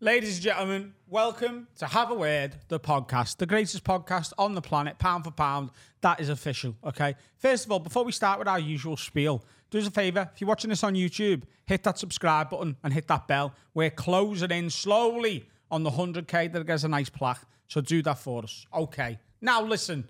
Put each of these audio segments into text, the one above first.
Ladies and gentlemen, welcome to Have a Word, the podcast, the greatest podcast on the planet, pound for pound. That is official, okay? First of all, before we start with our usual spiel, do us a favor. If you're watching this on YouTube, hit that subscribe button and hit that bell. We're closing in slowly on the 100K that gets a nice plaque. So do that for us, okay? Now, listen,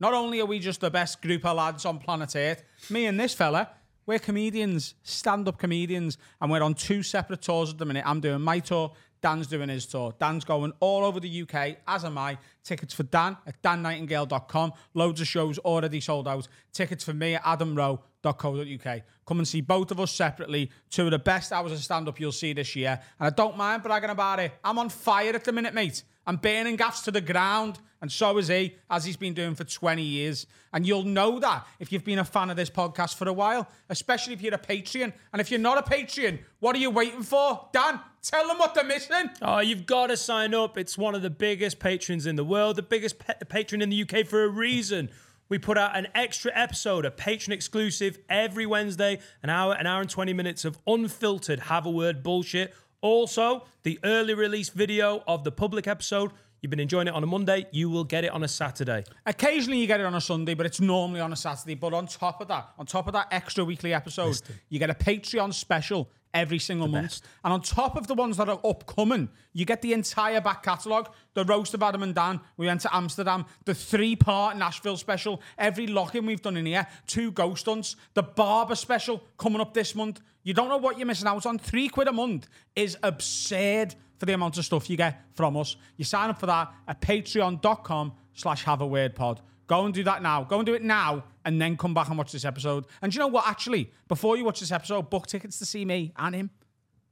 not only are we just the best group of lads on planet Earth, me and this fella, we're comedians, stand-up comedians, and we're on two separate tours at the minute. I'm doing my tour, Dan's doing his tour. Dan's going all over the UK, as am I. Tickets for Dan at dannightingale.com. Loads of shows already sold out. Tickets for me at adamrowe.co.uk. Come and see both of us separately. Two of the best hours of stand-up you'll see this year. And I don't mind bragging about it. I'm on fire at the minute, mate. I'm burning gaffs to the ground, and so is he, as he's been doing for 20 years. And you'll know that if you've been a fan of this podcast for a while, especially if you're a Patreon. And if you're not a Patreon, what are you waiting for? Dan, tell them what they're missing. Oh, you've got to sign up. It's one of the biggest patrons in the world, the biggest pa- patron in the UK for a reason. We put out an extra episode, a patron exclusive, every Wednesday, an hour, an hour and 20 minutes of unfiltered have a word bullshit. Also, the early release video of the public episode. You've been enjoying it on a Monday, you will get it on a Saturday. Occasionally you get it on a Sunday, but it's normally on a Saturday. But on top of that, on top of that extra weekly episode, you get a Patreon special every single month. And on top of the ones that are upcoming, you get the entire back catalogue, the roast of Adam and Dan. We went to Amsterdam, the three-part Nashville special, every lock-in we've done in here, two ghost hunts, the barber special coming up this month. You don't know what you're missing out on. Three quid a month is absurd for the amount of stuff you get from us. You sign up for that at patreon.com slash have a word pod. Go and do that now. Go and do it now and then come back and watch this episode. And do you know what? Actually, before you watch this episode, book tickets to see me and him.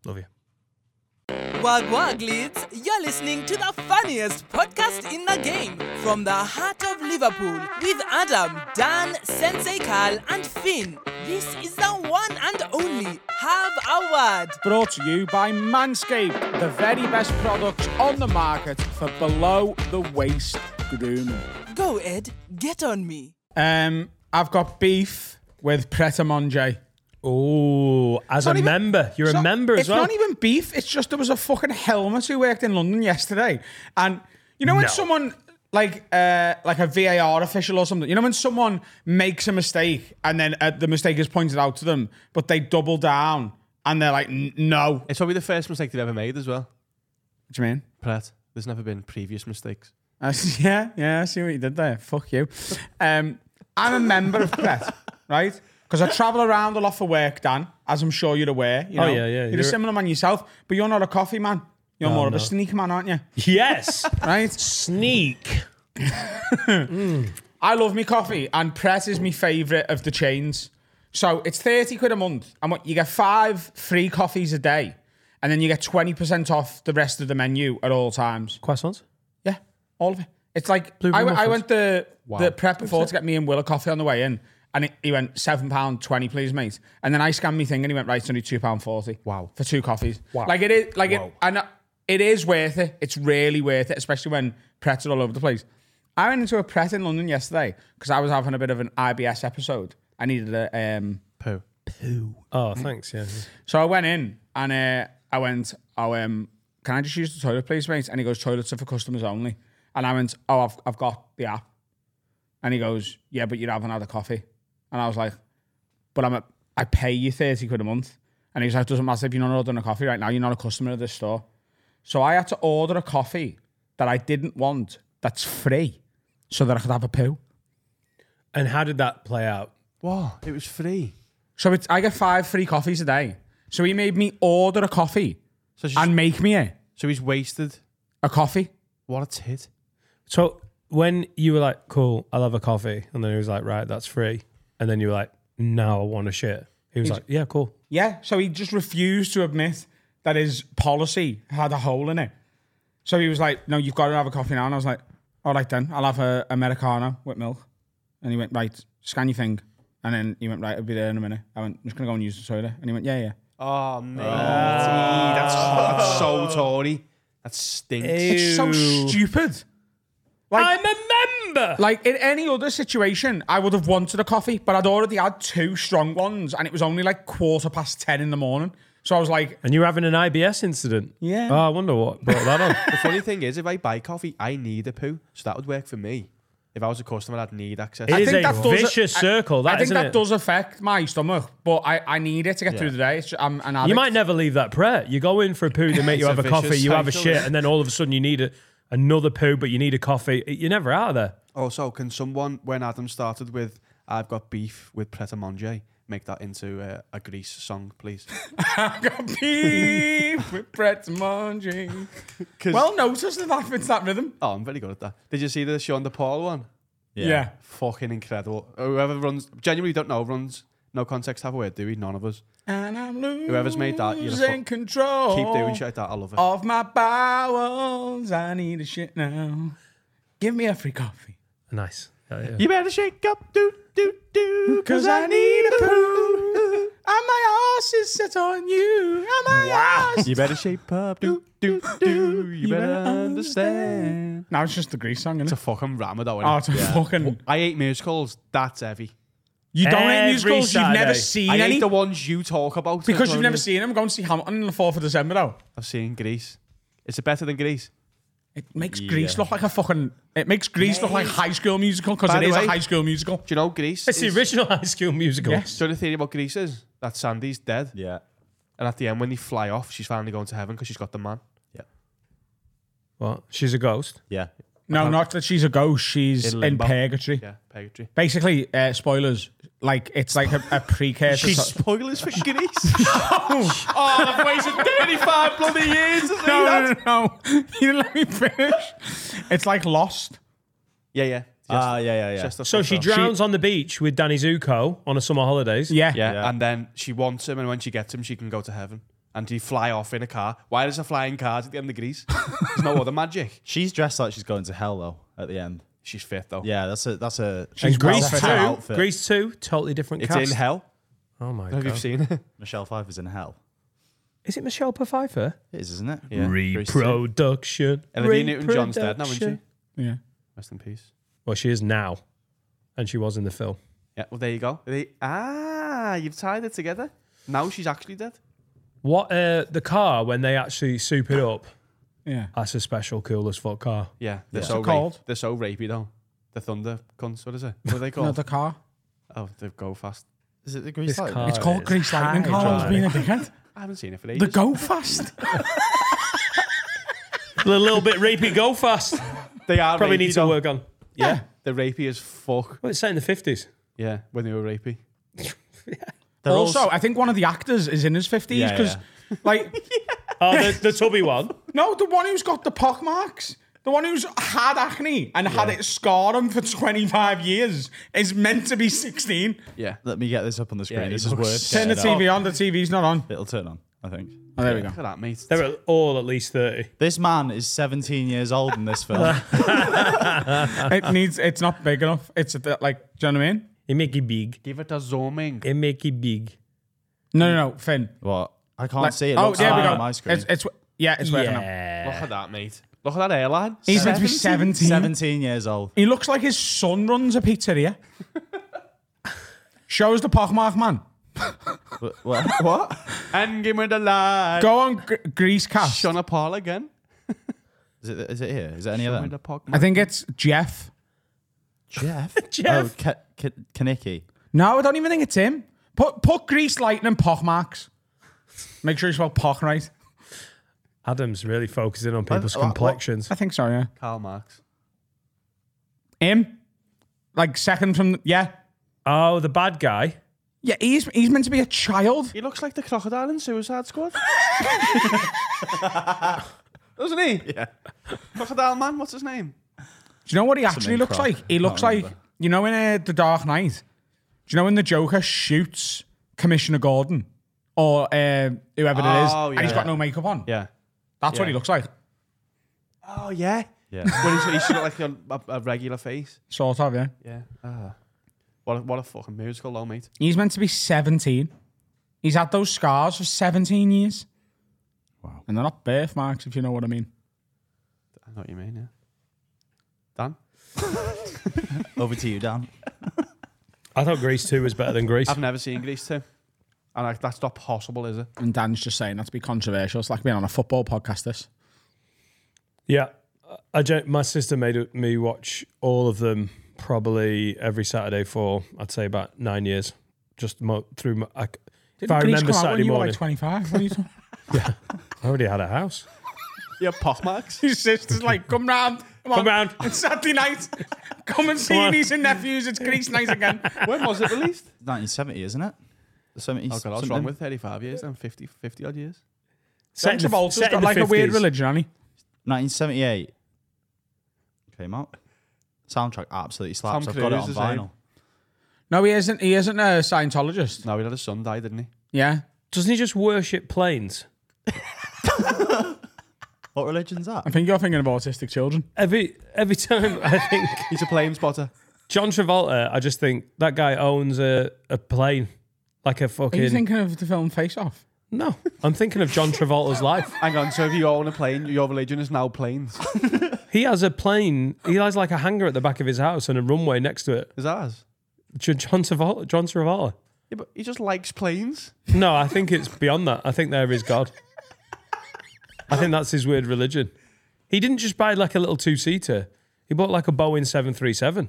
Love you. Wag Wag Leeds, you're listening to the funniest podcast in the game from the heart of Liverpool with Adam, Dan, Sensei Carl, and Finn. This is the one and only Have a Word. Brought to you by Manscaped, the very best products on the market for below the waist grooming. Go, Ed, get on me. Um, I've got beef with Pret a Manger. Oh, as a not even- member, you're it's a not- member as it's well. not even beef. It's just there was a fucking helmet who worked in London yesterday, and you know when No. someone like uh, like a VAR official or something, you know when someone makes a mistake and then uh, the mistake is pointed out to them, but they double down and they're like, "N- no. It's probably the first mistake they've ever made as well. What do you mean? Pratt. There's never been previous mistakes. I s- yeah, yeah, I see what you did there. Fuck you. Um, I'm a member of Pret, right? Because I travel around a lot for work, Dan, as I'm sure you're aware. You Oh, know? yeah, yeah, You're, you're- a similar man yourself, but you're not a coffee man. You're more of a sneak man, aren't you? Yes. Right? Sneak. I love me coffee, and Pret is my favourite of the chains. So it's 30 quid a month, and what you get five free coffees a day, and then you get 20% off the rest of the menu at all times. Croissants? Yeah, all of it. It's like Blue I, Room went- I muffins. went the the prep before to get me and Will a coffee on the way in, and it, he went seven pound twenty, please, mate. And then I scanned me thing, and he went right, it's only two pound forty. Wow. for two coffees. Wow. like it is like Wow. it. I know it is worth it. It's really worth it, especially when Pret are all over the place. I went into a Pret in London yesterday because I was having a bit of an IBS episode. I needed a um, Poo. Oh, thanks. Yeah. so I went in and uh, I went, oh, um, can I just use the toilet, please, mate? And he goes, toilets are for customers only. And I went, oh, I've, I've got the app. And he goes, yeah, but you haven't had a coffee. And I was like, but I'm a, I pay you 30 quid a month. And he was like, doesn't matter if you're not ordering a coffee right now, you're not a customer of this store. So I had to order a coffee that I didn't want that's free so that I could have a poo. And how did that play out? Wow, it was free. So it's, I get five free coffees a day. So he made me order a coffee So, she's, and make me a, so he's wasted. a coffee. What a tit. So when you were like, "Cool, I'll have a coffee," and then he was like, "Right, that's free," and then you were like, "No, I want a shit." He was like, "Yeah, cool." Yeah, so he just refused to admit that his policy had a hole in it. So he was like, "No, you've got to have a coffee now." And I was like, "All right then, I'll have a americano with milk." And he went, "Right, scan your thing." And then he went, "Right, I'll be there in a minute." I went, "I'm just gonna go and use the toilet." And he went, "Yeah, yeah." Oh, mate. Oh. that's, that's so Tory. That stinks. It's so stupid. Like, I'm a member. like in any other situation, I would have wanted a coffee, but I'd already had two strong ones, and it was only like quarter past ten in the morning. So I was like, And you're having an IBS incident. Yeah. Oh, I wonder what brought that on. The funny thing is, if I buy coffee, I need a poo, so that would work for me. If I was a customer, I'd need access. It I is think a vicious I- circle, I that, think isn't that it? does affect my stomach, but I, I need it to get through the day. It's just, I'm an addict. You might never leave that prayer. You go in for a poo, they make you It's a have a vicious coffee, you have a cycle, shit, isn't it? and then all of a sudden you need a, another poo, but you need a coffee. You're never out of there. Also, can someone, when Adam started with "I've got beef with Pret a Manger," make that into uh, a Grease song, please? I've got beef with Brett Mungie. 'Cause- Well noticed that that fits that rhythm. oh, I'm very good at that. Did you see the Sean DePaul one? Yeah. Fucking incredible. Whoever runs, genuinely don't know, runs. No context, have a word, do we? None of us. And I'm losing Whoever's made that, you're a fuck- control. Keep doing shit like that. I love it. Of my bowels, I need a shit now. Give me a free coffee. Nice. Yeah, yeah. You better shake up, do do do, Cause I need a poo. And my ass is set on you. And my arse- You better shape up, do do do. You better understand. Now it's just the Grease song, It's isn't a it? fucking rammer, though. Oh, innit? it's a fucking. I hate musicals. That's heavy. You don't hate Every musicals. You've never Saturday. seen I any. hate the ones you talk about Because That's you've what never it is. seen them, go and see Hamilton on the 4th of December, though. I've seen Greece. Is it better than Greece? It makes Greece look like a fucking. It makes Greece look like High School Musical because By it the is way- a High School Musical. Do you know Greece? It's the is- original High School Musical. Yes. Do you know the theory about Greece is that Sandy's dead, Yeah. and at the end when they fly off, she's finally going to heaven because she's got the man. What? She's a ghost. Yeah. No, not that she's a ghost. She's In in, limbo. purgatory. Yeah, purgatory. Basically, uh, spoilers. Like it's like a, a precursor. She's spoilers for Greece. oh, I've wasted 25 bloody years to see no, that. no, no, no. You didn't let me finish. It's like Lost. Yeah, yeah. Ah, yeah, yeah, yeah. Just a So she fucker. drowns on the beach with Danny Zuko on a summer holidays. Yeah. Yeah, Yeah. and then she wants him, and when she gets him, she can go to heaven. And he fly off in a car. Why does a flying car at the end of Greece? There's no other magic. She's dressed like she's going to hell though at the end. She's fit though. Yeah, that's a that's a She's well Grease fit her two, outfit. Grease two, totally different It's cast. in hell. oh my Have you god! seen it? Michelle Pfeiffer's in hell. Is it Michelle Pfeiffer? It is, isn't it? Yeah. Grease two. Reproduction. Olivia Newton-John's dead now, isn't she? Reproduction. yeah. Rest in peace. Well, she is now, and she was in the film. Yeah, well, there you go. They, ah, you've tied it together. Now she's actually dead. What uh, the car when they actually soup it up? Yeah. Oh. That's a special, cool as fuck car. Yeah, they're Yeah. so What's it called? Ra- they're so rapey though. The thunder cunts. What is it? What are they called? Another car. oh, they go fast. Is it the Grease Lightning? car Oh, It's called Grease Lightning. Carl's been a dickhead. I haven't seen it for The ages. Go Fast. a little bit rapey. Go fast. they are Probably rapey, need to though. work on. Yeah, they're rapey as fuck. Well, it's set in the fifties. Yeah, when they were rapey. They're all also, I think one of the actors is in his fifties Yeah, because, like, Oh, the, the tubby one. no, the one who's got the pock marks. The one who's had acne and had it scarred him for 25 years is meant to be 16. Yeah. Let me get this up on the screen. he this is looks worse. Turn the Get it up. TV on, the TV's not on. It'll turn on, I think. Oh, there we go. Look at that, mate. They're all at least thirty. This man is 17 years old in this film. it needs. It's not big enough. It's a bit like. Do you know what I mean? It make it big. Give it a zooming. It make it big. No, no, no, Finn. what? I can't Like- see it. oh, Looks there we fine go. on my screen. It's, it's yeah, it's working. Now. Look at that, mate. Look at that airline. He's meant to be seventeen. 17 years old. He looks like his son runs a pizzeria. Shows the pockmark man. But- what? what? And give me the line. Go on, Gr- Grease Cast. Sean Paul again. Is it, is it here? Is it any Give me of the them? pog- I think it's Jeff. Jeff? Jeff. Oh, Ka- Ka- Kaniki. No, I don't even think it's him. Put put Grease Lightning pockmarks. Make sure you spell pock right. Adam's really focusing on people's Uh, what- complexions. I think so. Yeah, Karl Marx. him. Like second from yeah, Oh, the bad guy. yeah. He's he's meant to be a child. He looks like the crocodile in Suicide Squad. Doesn't he? Yeah. Crocodile Man, what's his name? Do you know what he actually main looks croc. like? He looks like remember. you know in uh, the Dark Knight. Do you know when the Joker shoots Commissioner Gordon or uh, whoever it is, Oh, and he's yeah. got no makeup on? Yeah. That's what yeah. he looks like, Oh, yeah. Yeah. Well, he's, he's got like a, a, a regular face. sort of. Yeah, Yeah. Ah. What a, what a fucking musical, though, mate. he's meant to be seventeen. He's had those scars for seventeen years. Wow, and they're not birthmarks, if you know what I mean. I know what you mean, yeah. Dan? Over to you, Dan. I thought Grease 2 was better than Grease. I've never seen Grease 2. And like, that's not possible, is it? And Dan's just saying that to be controversial. It's like being on a football podcast. This Yeah, I don't, my sister made me watch all of them probably every Saturday for I'd say about nine years, just mo- through. My, I c if I remember Saturday you were morning, like 25. What are you talking? I already had a house. Yeah, pockmarks. His sister's like, come round, come, on. Come round. It's Saturday night. Come and see Come on. niece and nephews. It's Greece night again. when was it released? 1970, isn't it? The 70s. Oh, God, I was wrong with 35 years and 50, 50 odd years. John Set in the- Travolta's set got in the like a weird 50s. religion, hasn't he? 1978 came out. Soundtrack absolutely slaps. Tom I've got it on Cruise is in. vinyl. No, he isn't. He isn't a Scientologist. No, he had a son die, didn't he? Yeah. Doesn't he just worship planes? What religion's that? I think you're thinking of autistic children. Every every time I think He's a plane spotter. John Travolta, I just think that guy owns a, a plane, like a Are you fucking. thinking of the film Face Off? no, I'm thinking of John Travolta's life. Hang on, so if you own a plane, your religion is now planes. He has a plane. He has like a hangar at the back of his house and a runway next to it. Is ours? J- John Travolta. John Travolta. Yeah, but he just likes planes. No, I think it's beyond that. I think there is God. I think that's his weird religion. He didn't just buy like a little two seater. He bought like a Boeing seven three seven.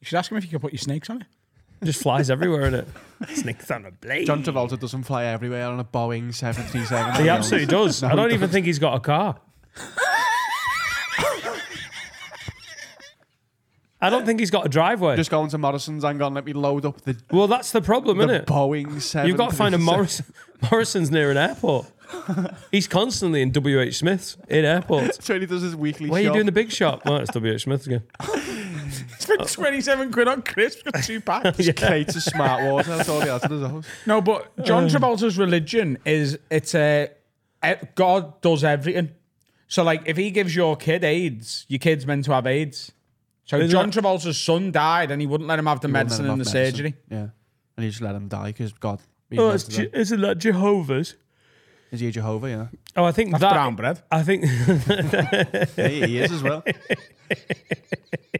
You should ask him if you could put your snakes on it. Just flies everywhere in it. Sneaks on a blade. John Travolta doesn't fly everywhere on a Boeing 737. He absolutely does. I don't even think he's got a car. I don't think he's got a driveway. Just going to Morrison's, hang on, let me load up the, well, that's the problem, the isn't it? Boeing 737. You've got to find a Morrison. Morrison's near an airport. He's constantly in WH Smith's in airports. So he does his weekly Where are you shop. doing the big shop? Well, it's WH Smith's again. Spent 27 quid on crisps for two packs. Kate's a smart water. That's all he has in his house. No, but John Travolta's religion is it's a e- God does everything. So like, if he gives your kid AIDS, your kid's meant to have AIDS. So Isn't John that- Travolta's son died, and he wouldn't let him have the Wouldn't let medicine him and the have medicine. surgery. Yeah. And he just let him die because God. he Oh, invented them. isn't that Jehovah's? Is he a Jehovah? Yeah. Oh, I think that. Brown bread. I think. yeah. He is as well.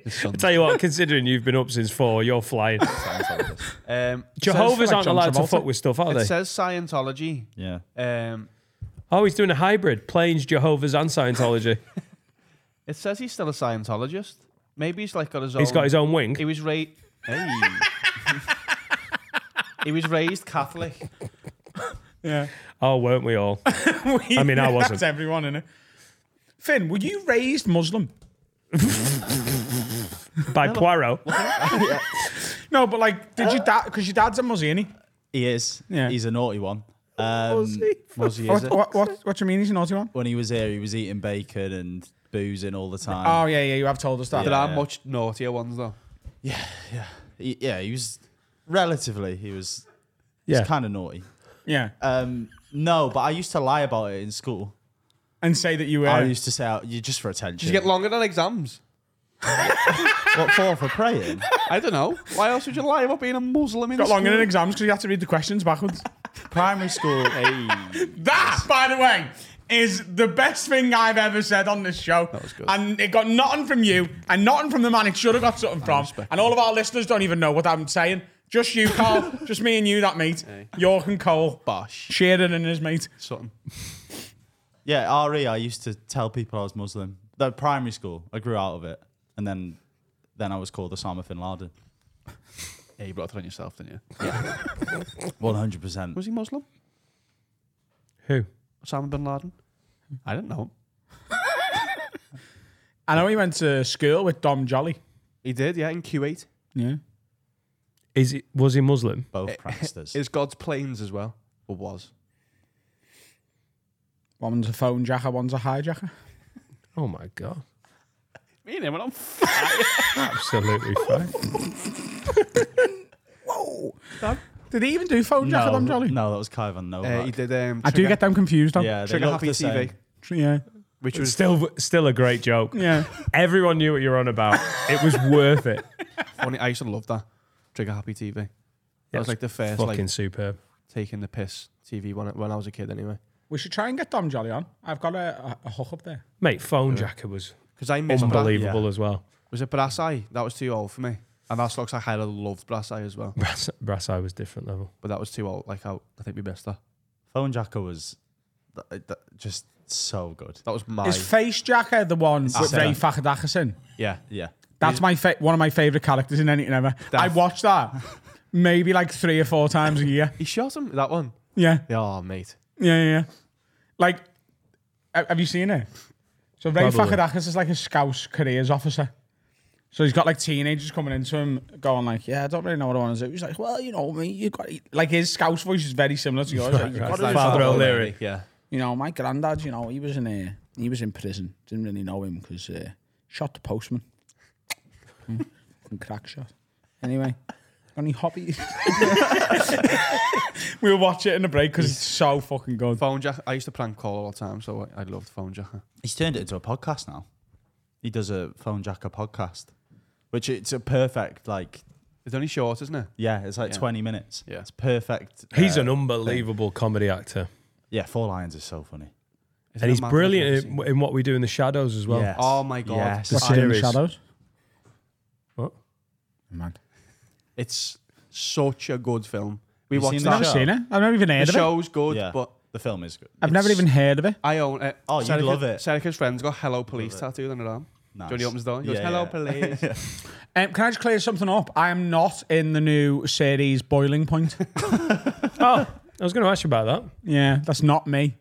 His son. tell you what, considering you've been up since four, you're flying. Um, it says- Jehovah's like aren't John allowed to Travolta. fuck with stuff, are It they? says Scientology. Yeah. Um, oh, he's doing a hybrid: planes, Jehovah's, and Scientology. it says he's still a Scientologist. Maybe he's like got his own. he's got his own wing. He was raised. Hey. he was raised Catholic. Yeah, Oh, weren't we all? I mean, I wasn't. That's everyone in it. Finn, were you raised Muslim? By Poirot. No, but like, did your dad? Because your dad's a Muslim. isn't He Uh. is. Yeah. He's a naughty one. Um, Was he? he? Is What, it? what, what, what do you mean he's an naughty one? when he was here, he was eating bacon and boozing all the time. uh, Oh yeah, yeah, you have told us that. There are yeah. much naughtier ones though. He- yeah, he was relatively. He was. Yeah. He's kind of naughty. Yeah, Um, no, but I used to lie about it in school. and say that you uh, were. I used to say, oh, "You just for attention." Did you get longer than exams? what for? For praying? I don't know. Why else would you lie about being a Muslim in got longer school? than exams because you had to read the questions backwards. Primary school. hey. That, by the way, is the best thing I've ever said on this show. That was good. And it got nothing from you and nothing from the man it should have got something from. respect And all of our listeners don't even know what I'm saying. Just you, Carl. Just me and you, that mate. York and Cole. Bosh. Sheridan and his mate. Something. Yeah, RE, I used to tell people I was Muslim. The primary school, I grew out of it. And then then I was called Osama bin Laden. Yeah, you brought it on yourself, didn't you? 100%. Was he Muslim? Who? Osama bin Laden? I don't know. I know he went to school with Dom Jolly. He did, yeah, in Q8. Yeah. Is he, was he Muslim? Both pranksters. Is God's planes as well? Or was? One's a phone jacker, one's a hijacker. Oh my god! Me and him went on Absolutely fine. Did he even do phone jacker, no, Dom Jolly? no, that was Kai Van Novak. he did. Um, I do Trigger- get them confused, Dom. Yeah, they Trigger look Happy the TV, same. Yeah. which was Still, still a great joke. Yeah. Everyone knew what you were on about. It was worth it. funny. I used to love that. Trigger Happy TV. That was it's like the first Fucking like superb. taking the piss TV when I, when I was a kid anyway. We should try and get Dom Jolly on. I've got a, a, a hook up there. Mate, Phone Jacker was Because I missed Bra- unbelievable as well. was it Brass Eye? That was too old for me. And that's looks like I loved Brassai as well. Brass, brass eye was different level. But that was too old. Like, I, I think we missed that. Phone Jacker was th- th- just so good. That was my. Is Face Jacker the one with After. Ray Fachadakison? yeah. Yeah. That's my fa- one of my favorite characters in anything ever. I watch that maybe like three or four times a year. He shot him, that one. Yeah, Yeah, Oh, mate. yeah, yeah. yeah. Like, ha- have you seen it? So Ray Probably. Fachadakis is like a Scouse careers officer. So he's got like teenagers coming into him, going like, "Yeah, I don't really know what I want to do." He's like, "Well, you know me, you got like his Scouse voice is very similar to yours. Like, "You've got to do Father something." O'Leary. Yeah. you know, my granddad, you know, he was in a, he was in prison. Didn't really know him because uh, shot the postman. Mm, fucking crack shot. Anyway, only hobby. we were watching it in the break because it's so fucking good. Phone Jack. I used to prank call all the time, so I, I loved Phone Jacker. He's turned it into a podcast now. He does a Phone Jacker podcast, which it's a perfect, like, It's only short, isn't it? yeah, it's like Yeah. 20 minutes. Yeah. It's perfect. He's uh, an unbelievable comedy actor, Yeah, Four Lions is so funny. Isn't and it he's mad? brilliant uh, in, in what we do in the shadows as well. Yes. Oh my God. Yes. The I- Sit in the series. shadows. What? Man, It's such a good film. We You watched seen I've that? never that. show? seen it. I've never even The heard of it. show's good, yeah. but the film is good. I've never even heard of it. I own it. Oh, you'd love it. Serica's friend's got Hello Police tattooed on her arm. Nice. Johnny opens the door. He goes, Yeah, Hello yeah. Police. Um, can I just clear something up? I am not in the new series Boiling Point. Oh, I was going to ask you about that. Yeah, that's not me.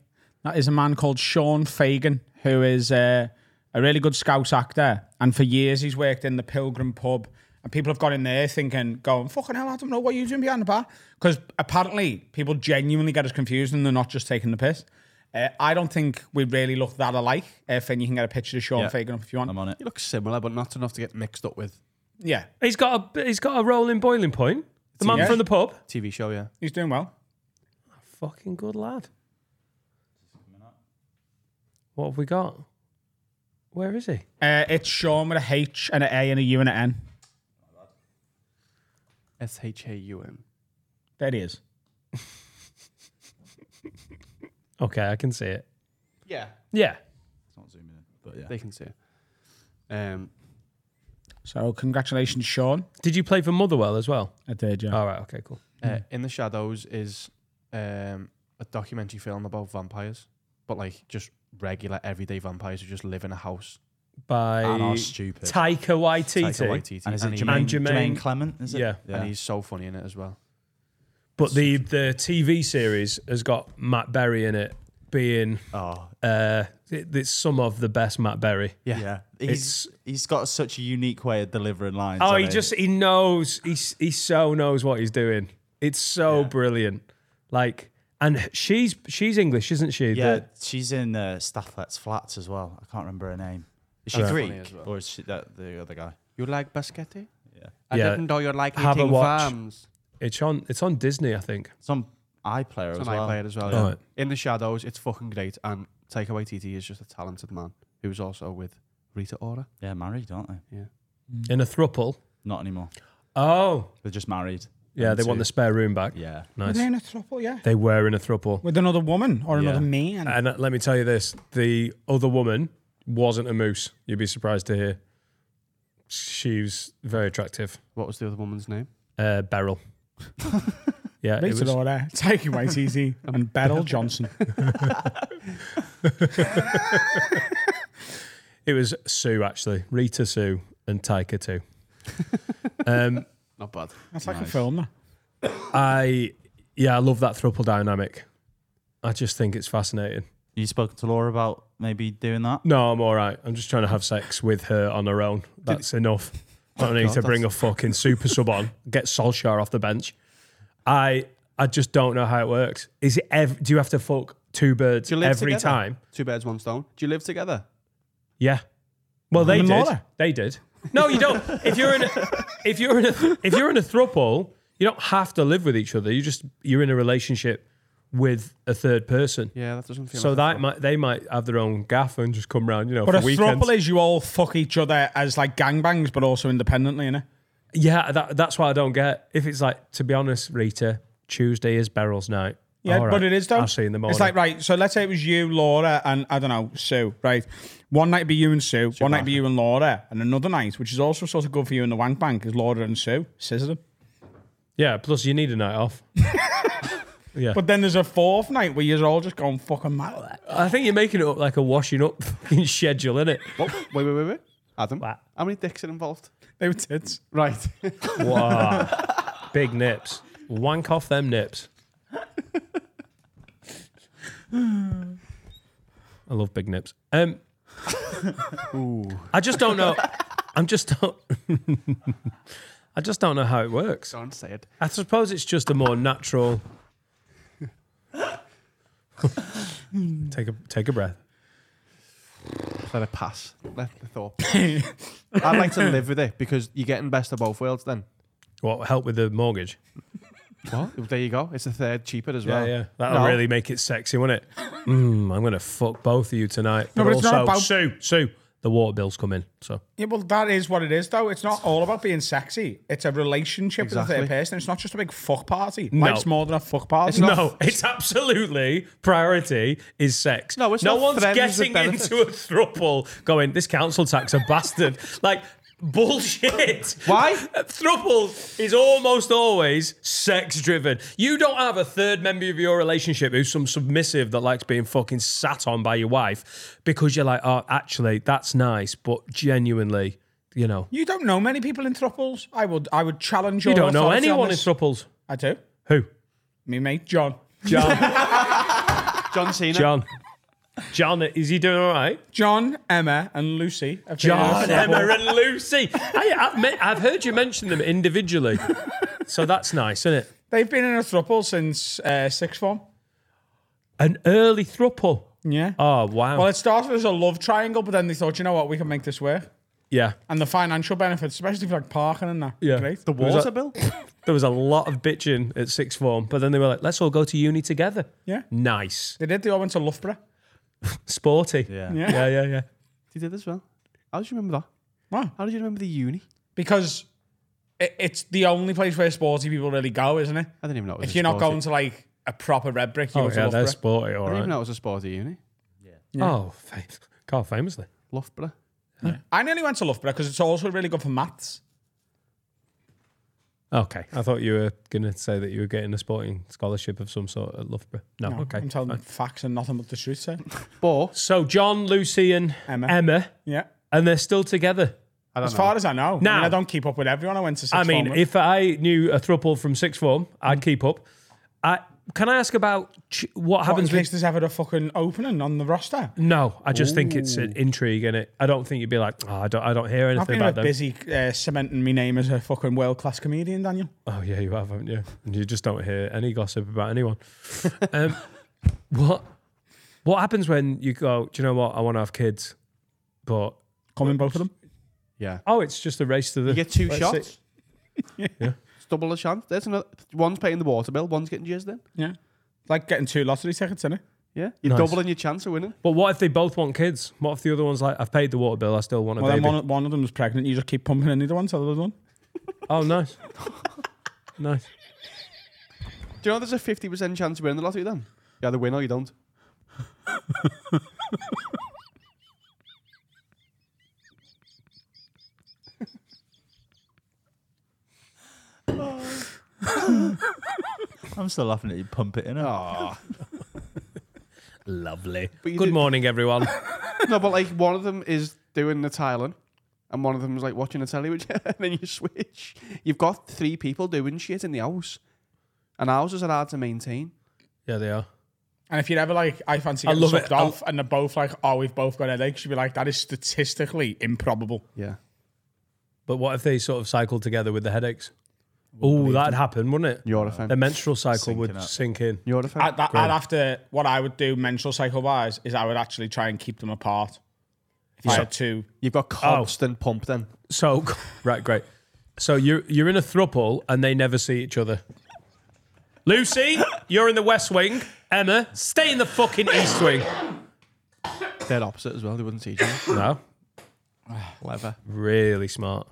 That is a man called Sean Fagan, who is uh, a really good Scouse actor. And for years, he's worked in the Pilgrim pub. And people have gone in there thinking, going, fucking hell, I don't know what you're doing behind the bar. Because apparently, people genuinely get us confused and they're not just taking the piss. Uh, I don't think we really look that alike. Uh, Finn, you can get a picture of Sean Yeah. Fagan up if you want. I'm on it. he looks similar, but not enough to get mixed up with Yeah, He's got a he's got a role in Boiling Point. The man Yes. from the pub. TV show, yeah. he's doing well. Fucking good lad. What have we got? Where is he? Uh, it's Sean with a H and an A and a U and an N. S H A U N. There he is. Okay, I can see it. Yeah. Yeah. It's not zooming in, but yeah. They can see it. Um, So congratulations, Sean. Did you play for Motherwell as well? I did, yeah. All right. Okay. Cool. Hmm. uh, in the Shadows is um, a documentary film about vampires, but like just regular everyday vampires who just live in a house. By and are Taika stupid. Taika Waititi. Waititi. and is it he- Jermaine, and Jermaine- Jermaine Clement? Is it? Yeah. and he's so funny in it as well. But the the TV series has got Matt Berry in it, being oh, uh, it- it's some of the best Matt Berry. yeah. He's It's- he's got such a unique way of delivering lines. Oh, hasn't he just he knows he's he so knows what he's doing. It's so brilliant. Like, and she's she's English, isn't she? yeah. The- she's in uh, Stafflet's flats as well. I can't remember her name. Is she That's funny Greek as well. or is she that, the other guy? You like basquetti? Yeah. I Yeah. didn't know you like Have a eating watch. worms. it's on it's on Disney, I think. Some iPlayer It's as an well. iPlayer as well. All yeah. right. In the Shadows, it's fucking great. And Taika Waititi is just a talented man who's also with Rita Ora. Yeah, married, aren't they? In a thruple. Not anymore. Oh, They're just married. yeah. They Them want two. the spare room back. Yeah. Were Nice. they in a throuple, yeah? They were in a thruple. With another woman or Yeah. another man? And uh, let me tell you this: the other woman wasn't a moose. You'd be surprised to hear. She was very attractive. What was the other woman's name? Uh, Beryl. yeah, it Rated was- order. Take away easy and Beryl Johnson. It was Sue actually, Rita Sue and Taika too. um, Not bad. That's like a film. that. I yeah, I love that throuple dynamic. I just think it's fascinating. You spoken to Laura about maybe doing that? No, I'm all right. I'm just trying to have sex with her on her own. That's enough. I don't need Oh, to bring a fucking super sub on. Get Solskjaer off the bench. I I just don't know how it works. Is it? Ev- do you have to fuck two birds Do you live every together? time? Two birds, one stone. Do you live together? Yeah. Well, they and did. Laura. They did. No, you don't. If you're in, a, if you're in, a, if you're in a throuple, you don't have to live with each other. You just you're in a relationship with a third person. Yeah, that doesn't feel So like that might they might have their own gaff and just come round, you know, But for a weekends. throuple is you all fuck each other as like gangbangs, but also independently, innit? Yeah, that, that's why I don't get. If it's like, to be honest, Rita, Tuesday is Beryl's night. Yeah, All but right. it is though. I'll see you in the morning. It's like right. So let's say it was you, Laura, and I don't know Sue. Right, one night it'd be you and Sue, one night it'd be you and Laura, and another night, which is also sort of good for you in the wank bank, is Laura and Sue scissoring. Yeah, plus you need a night off. yeah. But then there's a fourth night where you're all just going fucking mad. I think you're making it up like a washing up fucking schedule, innit? What? Oh, wait, wait, wait, wait. Adam, What? how many dicks are involved? They were tits. Right. Wow. Big nips. Wank off them nips. I love big nips. Um, I just don't know. I'm just don't. I just don't know how it works. Don't say it. I suppose it's just a more natural. take a take a breath. Let it pass. Let the thought. I'd like to live with it because you're getting best of both worlds then. What help with the mortgage? What? There you go. It's a third cheaper as Yeah, well. yeah. That'll No. really make it sexy, won't it? Mm, I'm gonna fuck both of you tonight. No, but it's not about- Sue, Sue, the water bill's come in. So Yeah, well, that is what it is, though. It's not all about being sexy. It's a relationship with a Exactly. third person. It's not just a big fuck party. No. Life's more than a fuck party. not- no, it's absolutely priority is sex. No, it's no not one's friends with getting benefits. into a thruple going. This council tax a bastard. like bullshit. Why? Thruple is almost always sex driven. You don't have a third member of your relationship who's some submissive that likes being fucking sat on by your wife because you're like, oh, actually, that's nice, but genuinely, you know, You don't know many people in throuples. I would, I would challenge your you don't know authority on anyone in this. thruples. I do. Who? Me mate John. John Cena. John. John, is he doing all right? John, Emma, and Lucy. have been John, in a throuple. Emma, and Lucy. I, I've, met, I've heard you mention them individually, so that's nice, isn't it? They've been in a throuple since uh, sixth form. An early thruple. Yeah. Oh wow. well, it started as a love triangle, but then they thought, you know what, we can make this work. yeah. And the financial benefits, especially for like parking and that. Yeah. Great. The was water that? bill? There was a lot of bitching at sixth form, but then they were like, "Let's all go to uni together." Yeah. Nice. They did. They all went to Loughborough. Sporty. Yeah. Yeah. Yeah. Yeah. Yeah. You did as well. How did you remember that? What? How did you remember the uni? Because it, it's the only place where sporty people really go, isn't it? I didn't even know. It was If a you're not sporty- going to like a proper red brick, you Oh go to yeah, they're Loughborough. sporty. All I didn't even right. know it was a sporty uni. Oh, fam- God, famously. Loughborough. I nearly went to Loughborough because it's also really good for maths. Okay, I thought you were going to say that you were getting a sporting scholarship of some sort at Loughborough. No, okay. I'm telling fine. facts and nothing but the truth. So But So John, Lucy, and Emma. Emma, yeah, and they're still together. I don't as know. far as I know, I, Now- mean, I don't keep up with everyone. I went to. Sixth I mean, form with. if I knew a thruple from sixth form, Mm. I'd keep up. I can I ask about ch- what What, in happens case with? there's ever a fucking opening on the roster. No, I just think it's an intrigue in it. I don't think you'd be like, oh, I don't, I don't hear I've anything been a about them. bit busy uh, cementing my name as a fucking world class comedian, Daniel. Oh yeah, you have, haven't you? And you just don't hear any gossip about anyone. um, what What happens when you go? Do you know what? I want to have kids, but Coming both of them. yeah, oh, it's just a race to the. you get 2 Let's shots. see. It's double the chance. There's another. One's paying the water bill. One's getting jizzed in. Yeah, like getting two lottery tickets in it. Yeah, you're Nice. doubling your chance of winning. But what if they both want kids? What if the other one's like, I've paid the water bill, I still want a Well, then baby? one, one of them's pregnant. You just keep pumping in the other one till the other one. Oh, nice. nice. Do you know there's a fifty percent chance of winning the lottery? Then you either win or you don't. I'm still laughing at you. Pump it in. Ah, Lovely. But you Good do- morning, everyone. no, but like one of them is doing the tiling, and one of them is like watching the telly, which and then you switch. You've got three people doing shit in the house, and houses are hard to maintain. yeah, they are. And if you're ever like, I fancy getting love sucked it. I- off, and they're both like, oh, we've both got headaches, you'd be like, that is statistically improbable. Yeah, But what if they sort of cycle together with the headaches? Oh, that'd happen, wouldn't it? you're a The fan. menstrual cycle would up. sink in. You're a fan. I, that, I'd have to, what I would do menstrual cycle wise is I would actually try and keep them apart. If I had two, You've got constant pump then. So, right, great. So you're you're in a thruple and they never see each other. Lucy, you're in the West Wing. Emma, stay in the fucking East Wing. They're opposite as well. They wouldn't see each other. No, Clever. really smart.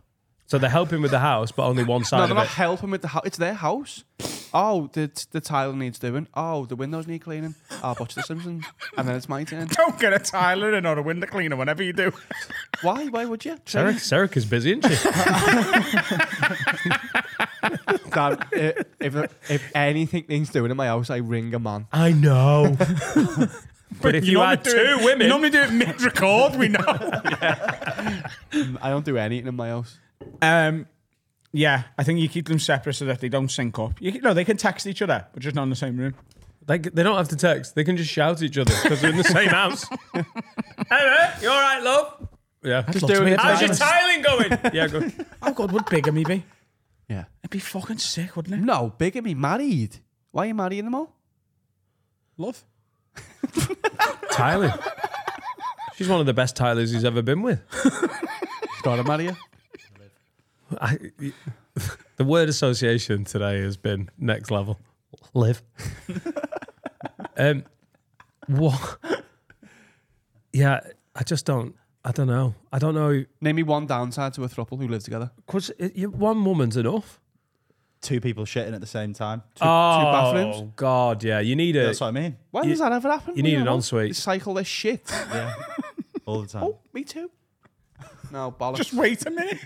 So they're helping with the house, but only one No, side they're of not it. helping with the house. It's their house. Oh, the the tile needs doing. Oh, the windows need cleaning. Oh, I'll watch The Simpsons, and then it's my turn. Don't get a Tyler in or a window cleaner whenever you do. Why? Why would you? Sarah, Sarah is busy, isn't she? Dan, i- if if anything needs doing in my house, I ring a man. I know. but if you, normally had do two it- women, You normally do it mid record, we know. I don't do anything in my house. Um, yeah, I think you keep them separate so that they don't sync up. You, can- no, they can text each other, but just not in the same room. they, they don't have to text. They can just shout at each other because they're in the same house. hey, mate, you all right, love? Yeah. love to doing be a it. How's your Tylerist. tiling going? yeah, good. Oh God, would bigamy be? Yeah. It'd be fucking sick, wouldn't it? No, bigamy married. Why are you marrying them all? Love. Tiling. She's one of the best tilers he's ever been with. Gotta marry you. I, the word association today has been next level. Live. um, what? Yeah, I just don't. I don't know. I don't know. Name me one downside to a throuple who live together. Cause it, you, one woman's enough. Two people shitting at the same time. oh bathrooms? God, yeah. You need a. That's what I mean. Why does that ever happen? you need Why an not? ensuite. You cycle this shit. Yeah. All the time. oh, me too. No, bollocks. Just wait a minute.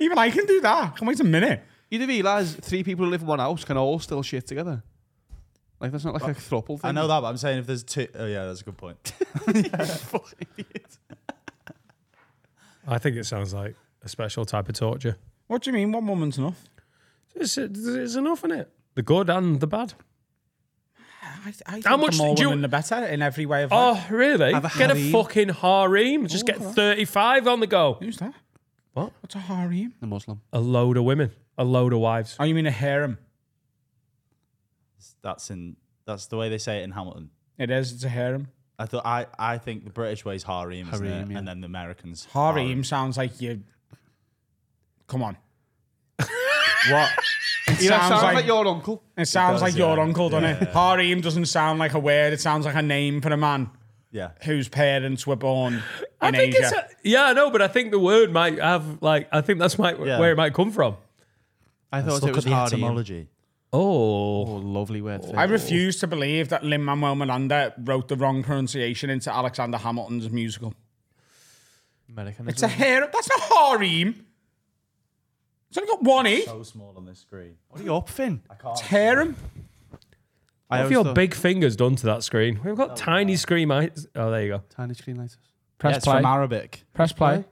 Even I can do that. I can wait a minute. you do realise three people who live in one house can all still shit together. Like that's not like a throuple thing. I know that, but I'm saying if there's two oh yeah, that's a good point. I think it sounds like a special type of torture. What do you mean? One woman's enough? It's, it's enough in it. The good and the bad. I, I think How much the more do you- women, the better in every way of life. Oh, really? Have a get a harem. fucking harem. Just get 35 on the go. Who's that? Oh. What? What's a harem? The Muslim. A load of women. A load of wives. Oh, you mean a harem? that's in that's the way they say it in Hamilton. It is. It's a harem. I thought I, I think the British way is harem, isn't Harem, it? yeah. and then the Americans Harem sounds like you. Come on. What? You know, sounds sounds like- like, your uncle. It sounds does, like your yeah. uncle, doesn't it? Yeah. Harem doesn't sound like a word. It sounds like a name for a man Yeah. whose parents were born in I think Asia. it's a, yeah, I know, but I think the word might have like I think that's might Yeah. where it might come from. I thought it Let's look at was the Hardy. etymology. Oh, Oh, lovely word. I refuse to believe that Lin Manuel Miranda wrote the wrong pronunciation into Alexander Hamilton's musical. American. It's a harem. That's not harem. It's only got one e. So small on this screen. What are you up, Finn? I can't. Harem. I what have always your thought- big fingers done to that screen? We've Oh, got tiny screen eyes. Oh, there you go. tiny screen lighters. Yeah, Press it's play. from Arabic. Press play.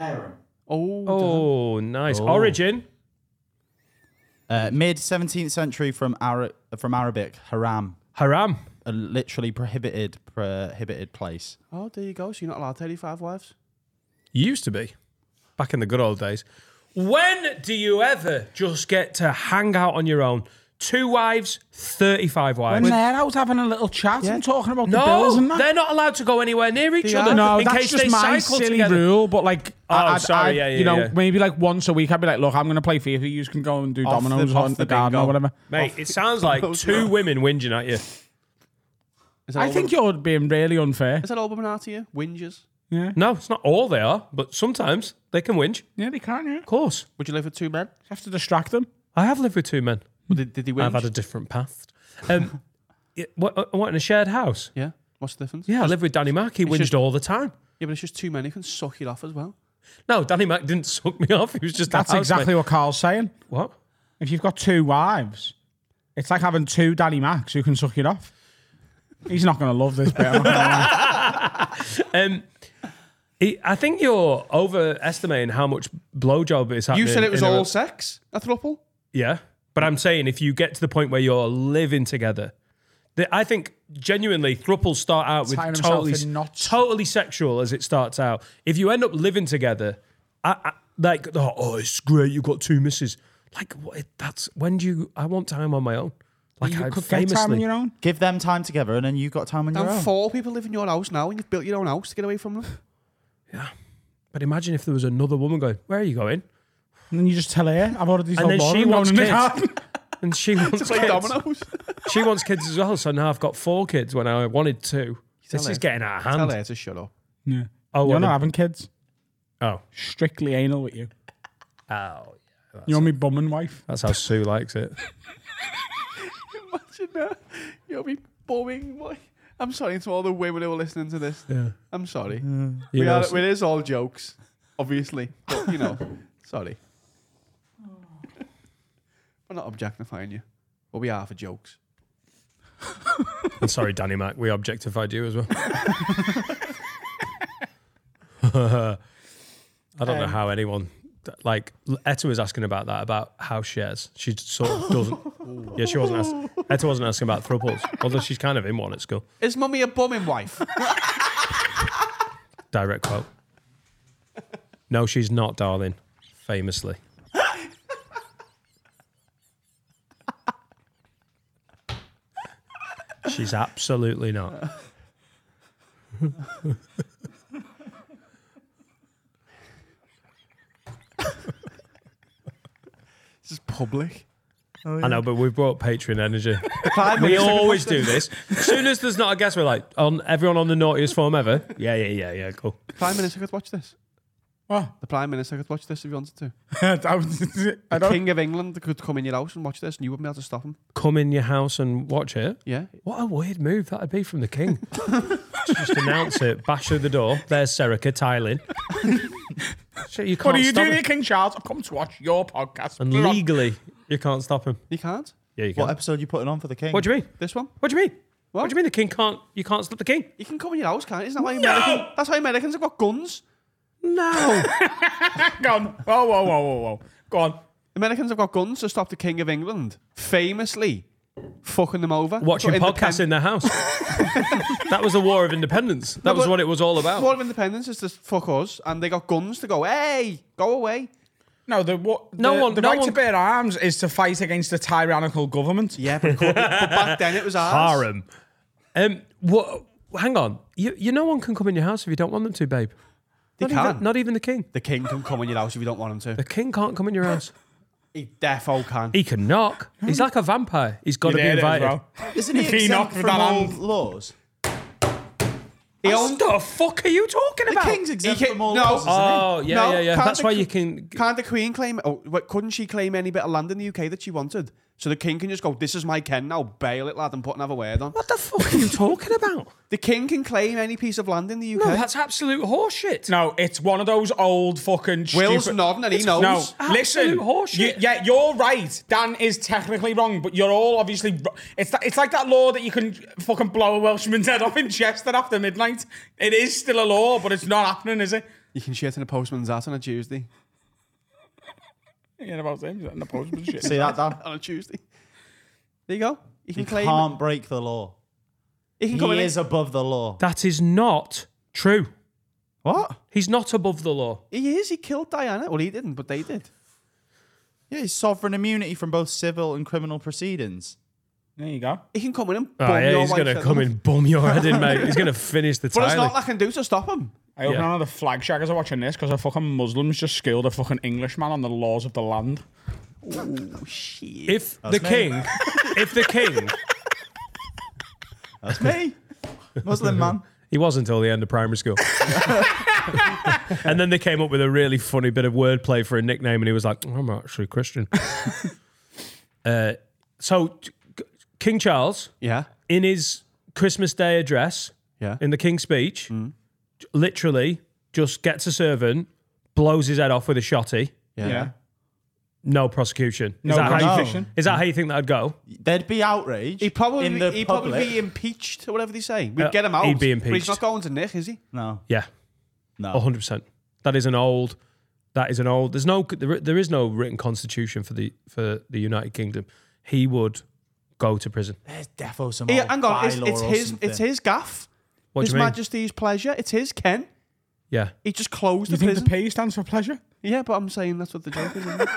Oh, damn. Oh, nice. Origin. Uh, Mid 17th century from Ara- from Arabic, haram, Haram. a literally prohibited prohibited place. oh, there you go. So you're not allowed 35 wives. Used to be. Back in the good old days. When do you ever just get to hang out on your own? Two wives, 35 wives. When they're out having a little chat and talking about the bills and no, that. they're not allowed to go anywhere near each They other are. No, in that's case just they my cycle silly together. rule. But like, Oh, I, I'd- sorry, I- yeah, yeah, you know, yeah. maybe like once a week, I'd be like, look, I'm gonna play FIFA. You can go and do Off dominoes the- off on the, the garden bingo. or whatever. Mate, it sounds like two women whinging at you. Is I think you're being really unfair. Is that all women are to you? Whingers. No, it's not all they are, but sometimes they can whinge. Yeah, they can. Yeah, Of course. Would you live with two men? you have to distract them. I have lived with two men. Did, did they win? Hmm. I've had a different path. Um, yeah, what, uh, what, in a shared house? yeah. What's the difference? Yeah, I lived with Danny Mack. He whinged just- all the time. Yeah, but it's just two men who can suck it off as well. No, Danny Mack didn't suck me off. He was just a That's housemate. exactly what Carl's saying. what. If you've got two wives, it's like having two Danny Macs who can suck it off. He's not going to love this bit. I'm not gonna lie. Um, he- I think you're overestimating how much blowjob is happening. You said it was in a all re- sex, a throuple. Yeah, but I'm saying if you get to the point where you're living together, that I think genuinely thruples start out with Tying himself totally, in knots. totally sexual as it starts out. If you end up living together, I, I, like oh, oh, it's great you've got two misses. Like what, that's when do you? I want time on my own. Like you I could get time on famously, your own. Give them time together, and then you've got time on your Now own. four people live in your house now, and you've built your own house to get away from them. but imagine if there was another woman going, "Where are you going?" And then you just tell her, I've ordered these And whole then lot of them she wants going in kids. the garden." And she wants Play kids. dominoes. She wants kids as well. So now I've got four kids when I wanted two. This Tell is her. getting out of Tell hand. her to shut up. Yeah. Oh, You're well, not then- having kids. oh, Strictly anal with you. oh, You're my bum and wife. That's how Sue likes it. Imagine that. You'll be bombing. Why? I'm sorry to all the women who are listening to this. Yeah. I'm sorry. You we know, are, it is all jokes, obviously. But, you know, sorry. Oh. We're not objectifying you, but we are for jokes. I'm sorry, Danny Mac. We objectified you as well. I don't know how anyone like Etta was asking about that about house shares. She sort of doesn't. yeah, she wasn't. Ask, Etta wasn't asking about thruples, although she's kind of in one at school. Is mummy a bumming wife? Direct quote. No, she's not, darling. Famously. she's absolutely not. this is public. I know, but we've brought Patreon energy. Prime we Minister always do Gloucester- this. As soon as there's not a guest, we're like, on everyone on the naughtiest form ever. Yeah, yeah, yeah, yeah, cool. Prime Minister could watch this. What? The Prime Minister could watch this if he wanted to. I don't- I The don't. King of England could come in your house and watch this, and you wouldn't be able to stop him. Come in your house and watch it. Yeah. What a weird move that'd be from the king. Just announce it, bash through the door. There's Serica, tiling. Shit, you can't What are you stop doing here, him. King Charles? I've come to watch your podcast. And Blah. legally, you can't stop him. You can't. Yeah, you can. What What, episode you putting on for the king? do you mean? This one. What do you mean? What? do you mean the king can't? You can't stop the king? You can come in your house, can't you? Isn't that why Americans? That's why Americans have got guns. No. Go on. Whoa, whoa, whoa, whoa, whoa. Go on. Americans have got guns to stop the King of England famously fucking them over. Watching So podcasts in their house. that was the War of Independence. That was but- what it was all independ- about. War of Independence is to fuck us, and they got guns to go. Hey, go away. No, the what? No the, one- The no right one- to bear arms is to fight against the tyrannical government. Yeah, but, but back then it was ours. Harem. Um, what? Hang on. You, you, no one can come in your house if you don't want them to, babe. They not, can. Even, not even the king. the King can come in your house if you don't want him to. The king can't come in your house. He defo can. He can knock. He's like a vampire. He's got to be There it is, invited. bro. Isn't he If he exempt knocked with from that all hand- laws? He What owned- the fuck are you talking The about? king's exempt can- from all no. laws, isn't Oh yeah, No, yeah, yeah. can't That's the why ki- you can. Can't the Queen claim? Oh, what, couldn't she claim any bit of land in the UK that she wanted? So the King can just go. This is my ken now. Bail it, lad, and put another word on. What the fuck are you talking about? The King can claim any piece of land in the UK. No, that's absolute horseshit. No, it's one of those old fucking. Will's stupid- nodding and he knows. No, absolute listen. horseshit. you- yeah, you're right. Dan is technically wrong, but you're all obviously. r- It's that, It's like that law that you can fucking blow a Welshman's head off in Chester after midnight. It is still a law, but it's not happening, is it? You can shit in a postman's ass on a Tuesday. Yeah, about him and the postman shit. See that, Dan? On a Tuesday. There you go. You can He claim. can't break the law. he can He come in. is above the law. That is not true. What? He's not above the law. He is. He killed Diana. Well, he didn't, but they did. Yeah, he's sovereign immunity from both civil and criminal proceedings. There you go. He can come in and bum Oh, yeah, your he's wife's gonna head come off. and bum your head in, mate. He's gonna finish the But there's tiling. not I can do to stop him. I hope Yeah. none of the flag shaggers are watching this because a fucking Muslims just schooled a fucking Englishman on the laws of the land. if the me. king, if the king, That's me. Muslim man. he was until the end of primary school. and then they came up with a really funny bit of wordplay for a nickname, and he was like, "I'm actually Christian." uh, so, t- g- King Charles, Yeah. in his Christmas Day address, Yeah. in the King's speech, j- literally just gets a servant, blows his head off with a shotty. Yeah. No prosecution. No is, that how you prosecution. think, is that how you think that'd go? There'd be outrage. He probably in the he public. probably be impeached or whatever they say. We'd Uh, get him out. he'd be But he's impeached. not going to Nick, is he? no, Yeah, no. hundred percent. That is an old. That is an old. There's no. There, there is no written constitution for the for the United Kingdom. He would go to prison. There's defo some He- old hang on, it's, bylaw it's or his something. it's his gaff. What his do you mean? Majesty's pleasure. It's his Ken. yeah. He just closed You the think prison. the P stands for pleasure? yeah, but I'm saying that's what the joke is. Isn't it?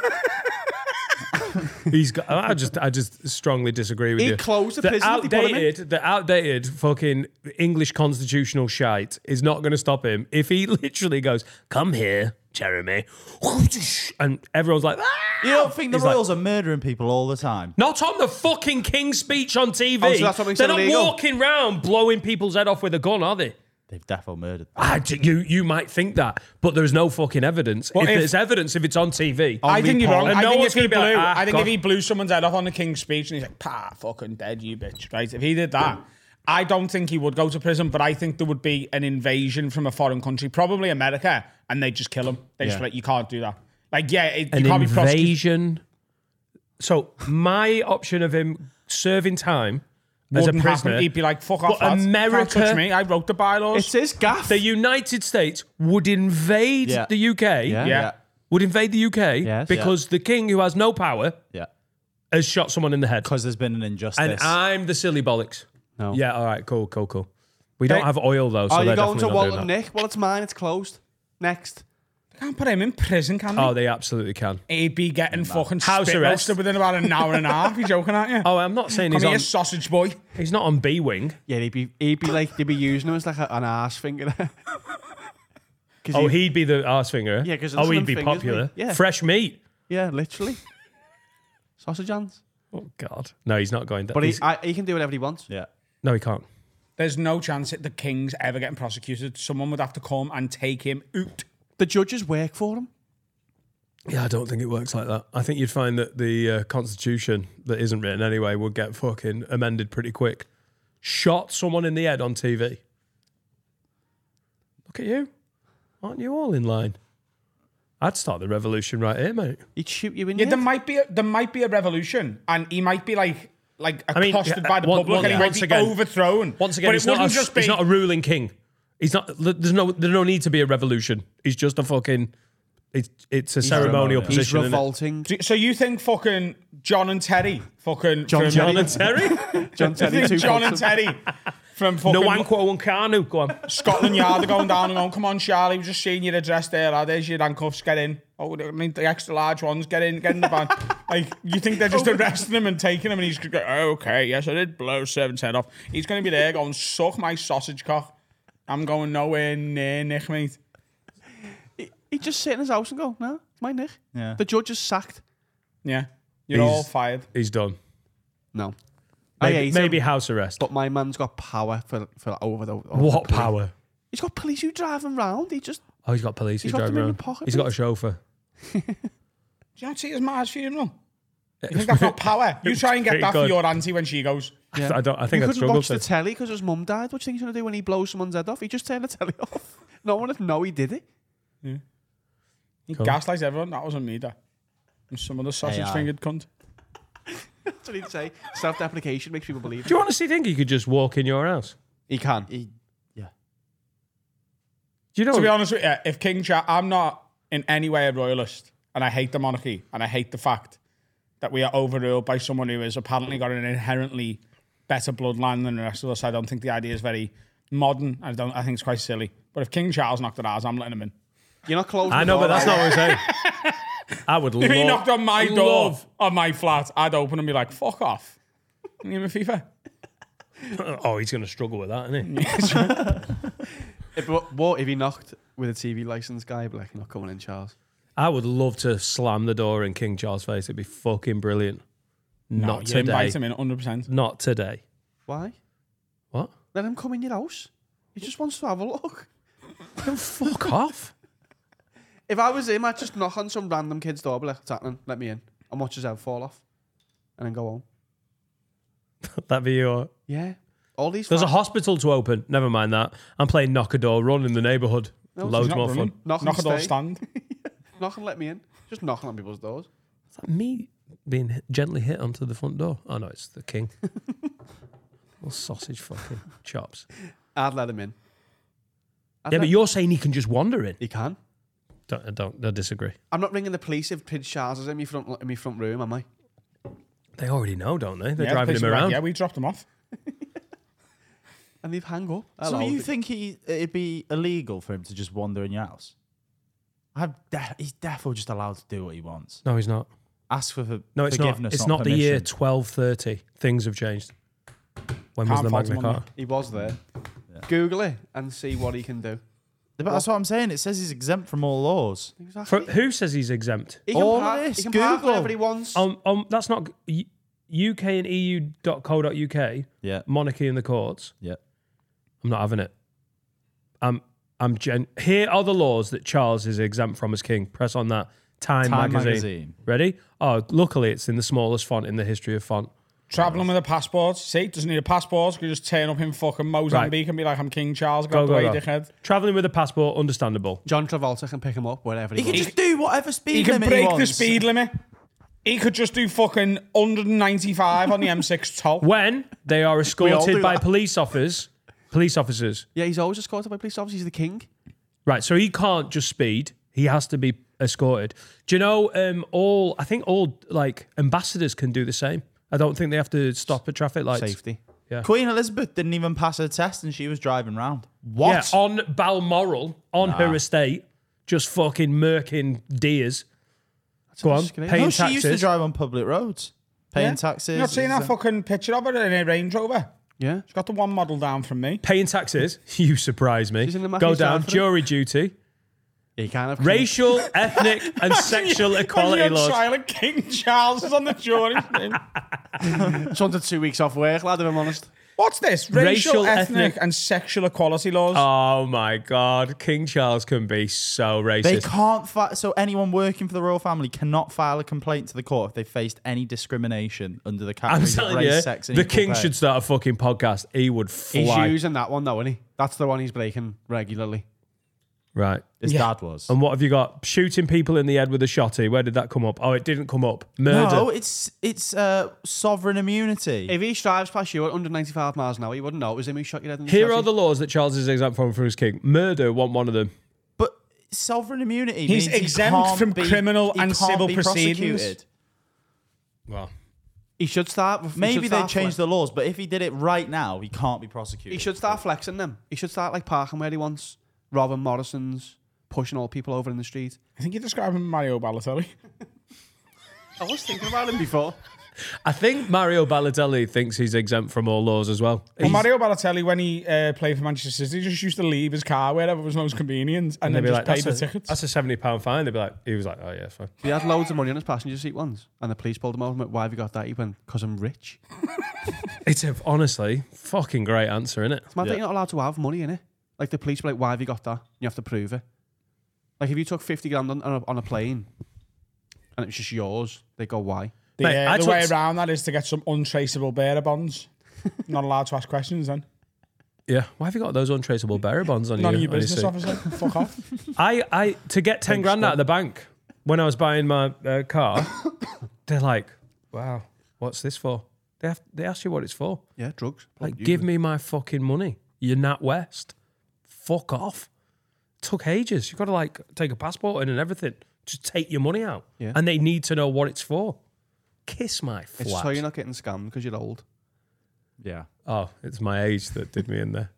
He's got. I just, I just strongly disagree with He you. closed the the prison, he put him in. outdated, the outdated fucking English constitutional shite is not going to stop him if he literally goes, "Come here, Jeremy," and everyone's like, ah! You don't think the He's like- royals are murdering people all the time? "Not on the fucking King's speech on TV." Oh, so that's what makes They're it not illegal. walking round blowing people's head off with a gun, are they? they've defo murdered. them. I d you you might think that, but there's no fucking evidence. Well, if, if- there's evidence, if it's on TV, I think you're wrong. I And Uh, no think one's if he gonna blew, be like, ah, I think if God. he blew someone's head off on the King's Speech and he's like, "Pa, fucking dead, you bitch," right? If he did that, I don't think he would go to prison, but I think there would be an invasion from a foreign country, probably America, and they just kill him. They just Yeah. be like, "You can't do that." Like, yeah, it, an you can't be prosecuted. invasion. So my option of him serving time as a Wouldn't happen. prisoner, He'd be like, "Fuck But off, lads. Can't America- touch me. I wrote the bylaws." It's his gaff. the United States would invade Yeah. the UK. Yeah. yeah. Would invade the UK Yes. because the king, who has no power, Yeah, has shot someone in the head. because there's been an injustice. And uh, I'm the silly bollocks. No. Yeah. All right. Cool. Cool. Cool. We don't have oil though. So Are you they're going to definitely not doing Walton that. Nick? Well, it's mine. It's closed. Next. Can't put him in prison, can we? Oh, they absolutely can. He'd be getting fucking House house spit arrest. roasted within about an hour and a half. You joking, aren't you? Oh, I'm not saying Come he's here, on. sausage boy. He's not on B wing. Yeah, he'd be he'd be like they'd be using him as like a- an ass finger. Oh, he'd be the arse finger. Yeah, 'cause oh, it's he'd them be fingers, popular. mate. Yeah. Fresh meat. yeah, literally. Sausage hands. Oh God. No, he's not going. Down. But he, He's- I, he can do whatever he wants. yeah, no, he can't. There's no chance that the king's ever getting prosecuted. Someone would have to come and take him out. The judges work for him. Yeah, I don't think it works like that. I think you'd find that the uh, constitution that isn't written anyway would get fucking amended pretty quick. Shot someone in the head on TV. Look at you. Aren't you all in line? I'd start the revolution right here, mate. He'd shoot you in Yeah, your there head. might be a, there might be a revolution, and he might be like like mean, accosted yeah, by the one- public, one- and he might once be again- overthrown. Once again, but it's it not, wouldn't a, just be. he's not a ruling king. He's not. There's no. There's no need to be a revolution. He's just a fucking. It's it's a ceremonial He's He's position. isn't it? revolting. so you think fucking John and Terry, fucking John from- John and Terry, John you Teddy think two John and pumps. Terry from fucking Nwankwo Kanu. Go on. Scotland Yard are going down and going, come on, Charlie, we've just seen your address there. Lad. There's your handcuffs, get in. Oh, I mean, the extra large ones, get in, get in the van. like, you think they're Oh. just arresting him and taking him, and he's going, to go, oh, okay, yes, I did blow servant's head off. He's going to be there going, suck my sausage cock. I'm going nowhere near Nick, mate. He'd just sit in his house and go, no, it's my Nick. Yeah. The judge is sacked. Yeah. You're He's- all fired. He's done. No. Oh, I Maybe, hate maybe him, house arrest. but my man's got power for, for over the over the what police. power? He's got police who drive him round. He just Oh, he's got police. He's, He's got driving them in around. the pocket, he's got a mate. chauffeur. Do you not see his Mars funeral? You think that's not power? You try and get Pretty that good. for your auntie when she goes. I don't. I think he I'd couldn't struggle watch to. the telly because his mum died. What do you think he's going to do when he blows someone's head off? He just turned the telly off. No one would know he did it. He gaslights everyone. That wasn't me, that. And some other sausage-fingered cunt. That's what he'd say. Self-deprecation makes people believe. Do you honestly think he could just walk in your house? He can. Do you know? To be honest with you, if King Charles, I'm not in any way a royalist, and I hate the monarchy, and I hate the fact that we are overruled by someone who has apparently got an inherently better bloodline than the rest of us. I don't think the idea is very modern. I don't. I think it's quite silly. But if King Charles knocked at ours, I'm letting him in. You're not closing. I the know, but door, that's not are what I'm saying. I would. If he love- knocked on my door love- on my flat, I'd open and be like, "Fuck off." Give me a FIFA. Oh, he's going to struggle with that, isn't he? you? If- what, what if he knocked with a TV license guy? But like, you're not coming in, Charles. I would love to slam the door in King Charles' face. It'd be fucking brilliant. No, Not you today. invite him in 100%. Not today. Why? What? Let him come in your house. He just wants to have a look. Then fuck off. If I was him, I'd just knock on some random kid's door, be like, "What's happening? Let me in," and watch his head fall off, and then go home. That'd be your. Yeah. All these. There's a fa- hospital to open. Never mind that. I'm playing knock a door run in the neighbourhood. Loads more fun. Knock, Knock and knock at all stay. stand. knock and let me in. Just knocking on people's doors. Is that me being hit, gently hit onto the front door? Oh no, it's the king. Little sausage fucking chops. I'd let him in. I'd Yeah, let- but you're saying he can just wander in. he can. Don't, I don't. I disagree. I'm not ringing the police if Prince Charles is in my front in my front room, am I? They already know, don't they? They're Yeah, driving place him will be like, around. Yeah, we dropped him off. And they've hang up. So Hello. you think he it'd be illegal for him to just wander in your house? I de- he's definitely just allowed to do what he wants. No, he's not. Ask for for- No, it's not. forgiveness. It's not, the year permission. 1230. Things have changed. When was Can't the fault Magna him on Carta? he was there? Google it and see what he can do. But that's what I'm saying. It says he's exempt from all laws. For, Exactly. who says he's exempt? he can all park- this, he can park Google. wherever he wants. Oh. Um, um, that's not g- U- UK and EU.co.uk. Yeah. Monarchy in the courts. Yeah. I'm not having it. I'm I'm gen- here are the laws that Charles is exempt from as king. Press on that. Time, Time magazine. magazine. Ready? Oh, luckily it's in the smallest font in the history of font. Traveling with a passport. See, doesn't need a passport. Could just turn up in fucking Mozambique and be like, "I'm King Charles." Go, Go, the go, way, go. dickhead. Oh, Traveling with a passport, understandable. John Travolta can pick him up wherever he, He can wants. just do whatever speed He could limit break he the wants. speed limit. He could just do fucking 195 on the M6 top. When they are escorted do by that. police officers, police officers. Yeah, he's always escorted by police officers. He's the king. Right, so he can't just speed. He has to be escorted. Do you know um, all? I think all like ambassadors can do the same. I don't think they have to stop at traffic lights. Safety. Queen Elizabeth didn't even pass her test and she was driving round. Yeah, What? on Balmoral, on her estate, just fucking murking deers. Go on, disgrace. paying no, she used to taxes. drive on public roads, paying taxes. You not seen that fucking picture of her in a Range Rover? Yeah. She's got the one model down from me. Paying taxes. You surprise me. She's in the Matthew Go down. Sanford. Jury duty. He can have Racial, ethnic, and sexual equality Imagine you're laws. Silent King Charles is on the jury. Just wanted two weeks off work, lad. If I'm honest, What's this? Racial, Racial, ethnic, ethnic- and sexual equality laws. Oh my God, King Charles can be so They racist. can't fi- so anyone working for the royal family cannot file a complaint to the court if they faced any discrimination under the I'm categories of telling race, you, sex, and the equal king pay. should start a fucking podcast. He would he's fly. using that one though, isn't he? That's the one he's breaking regularly. right. His dad was. And what have you got? Shooting people in the head with a shotty. Where did that come up? Oh, it didn't come up. Murder. no, it's it's uh, sovereign immunity. If he drives past you at 195 miles an hour, he wouldn't know it was him who shot your head. In the Here chest. are the laws that Charles is exempt from for his king. Murder, want one of them. but sovereign immunity. He's means he exempt can't from be- criminal he and can't civil be proceedings. prosecuted. Well, He should start. he should Maybe they start change flex- the laws, but if he did it right now, he can't be prosecuted. He should start flexing them. He should start like parking where he wants. Robin Morrison's pushing all people over in the street. I think you're describing Mario Balotelli. I was thinking about him before. I think Mario Balotelli thinks he's exempt from all laws as well. Well, Mario Balotelli, when he uh, played for Manchester City, just used to leave his car wherever was most convenient and, They'd then be just like, pay that's the a, tickets. that's a seventy pound fine. They'd be like, he was like, oh yeah, it's fine. He had loads of money on his passenger seat once, and the police pulled him over and went, "Why have you got that?" He went, "Cause I'm rich." It's a, honestly fucking great answer, isn't it? It's mad that you're not allowed to have money in it. Like the police were like, "Why have you got that?" You have to prove it. Like if you took 50 grand on, on, a, on a plane, and it was just yours, they go, "Why?" the Mate, uh, I the took- way around that is to get some untraceable bearer bonds. Not allowed to ask questions then. Yeah. Why have you got those untraceable bearer bonds on None you? of your on your business, suit? officer. Fuck off. I, I to get ten grand out of the bank when I was buying my uh, car, they're like, "Wow, what's this for?" They have, they ask you what it's for. Yeah, drugs. Like, give me my fucking money. You're not West. Fuck off. Took ages. You've got to like take a passport in and everything. Just take your money out, Yeah. and they need to know what it's for. Kiss my It's flat. so you're not getting scammed because you're old. Yeah. oh, it's my age that did me in there.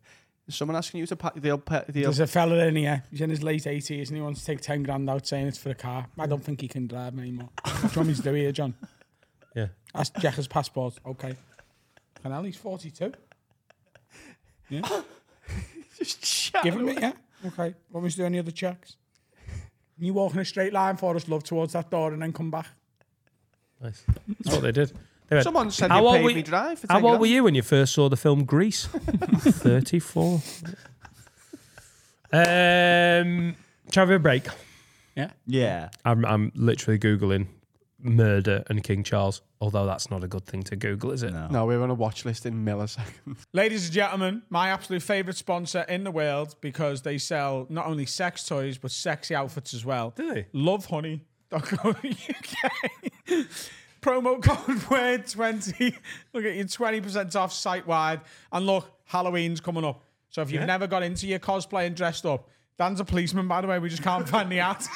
Is someone asking you to pack? They'll pa- they'll There's a fella in here. He's in his late 80s and he wants to take 10 grand out saying it's for a car. I don't think he can drive anymore. What do you want me to do here, John? Yeah. That's Jacka's passport. Okay. And Ellie's 42. Yeah. Give him it, yeah. Okay. Want me to do any other checks? Can you walk in a straight line for us, love, towards that door and then come back? Nice. That's what they did. They went, Someone said How they old paid were me you- drive. For How 10 old were grand. you when you first saw the film Grease? 34. Um, shall we have a break? Uh, Yeah. I'm, I'm literally Googling murder and King Charles, although that's not a good thing to Google, is it? No, we were on a watch list in milliseconds. Ladies and gentlemen, my absolute favourite sponsor in the world because they sell not only sex toys but sexy outfits as well. Do they? Lovehoney.co.uk. Promo code word 20. Look at you 20% off site wide. And look, Halloween's coming up. So if you've never got into your cosplay and dressed up, Dan's a policeman, by the way. We just can't find the hat.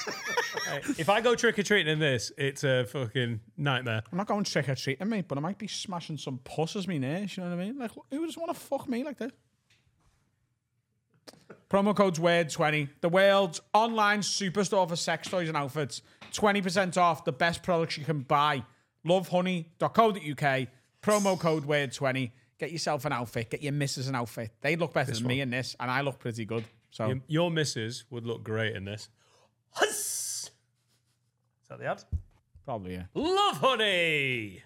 If I go trick or treating in this, it's a fucking nightmare. I'm not going trick or treating, mate, but I might be smashing some puss as me nurse. You know what I mean? Like, who would just want to fuck me like that? Promo code's WORD20. The world's online superstore for sex toys and outfits. 20% off the best products you can buy. Lovehoney.co.uk. Promo code WORD20. Get yourself an outfit. Get your missus an outfit. They look better than me in this, and I look pretty good. So Your, your missus would look great in this. Huss! Is that the ad? probably, yeah. Love Honey.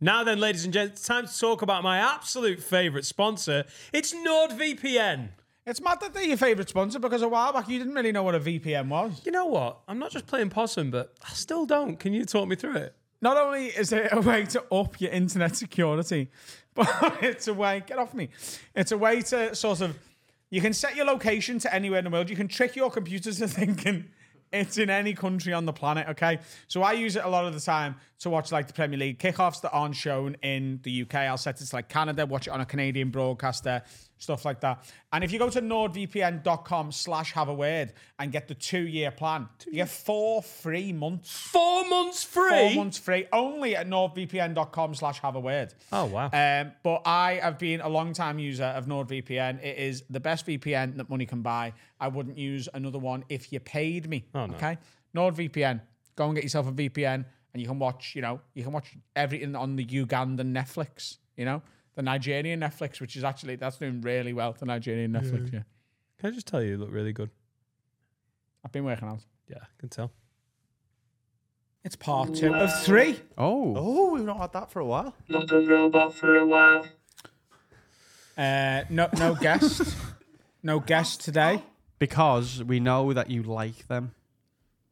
Now then, ladies and gents, it's time to talk about my absolute favourite sponsor. It's NordVPN. It's mad that they're your favourite sponsor because a while back you didn't really know what a VPN was. You know what? I'm not just playing possum, but I still don't. Can you talk me through it? Not only is it a way to up your internet security, but it's a way, get off me, it's a way to sort of, you can set your location to anywhere in the world. You can trick your computer to thinking it's in any country on the planet, okay? So I use it a lot of the time to watch like the Premier League kickoffs that aren't shown in the UK. I'll set it to like Canada, watch it on a Canadian broadcaster, stuff like that. And if you go to nordvpn.com slash have a word and get the two-year plan, you get four free months Four months free. four months free only at nordvpn.com slash have a word Oh, wow. um, but i have been a long time user of nordvpn it is the best vpn that money can buy i wouldn't use another one if you paid me okay nordvpn go and get yourself a vpn and you can watch you know you can watch everything on the ugandan netflix you know the nigerian netflix which is actually that's doing really well the nigerian netflix yeah Can I just tell you, you look really good? i've been working on it Yeah, I can tell. it's part two of three Oh, Oh, we've not had that for a while. uh, no no guest no guest today because we know that you like them.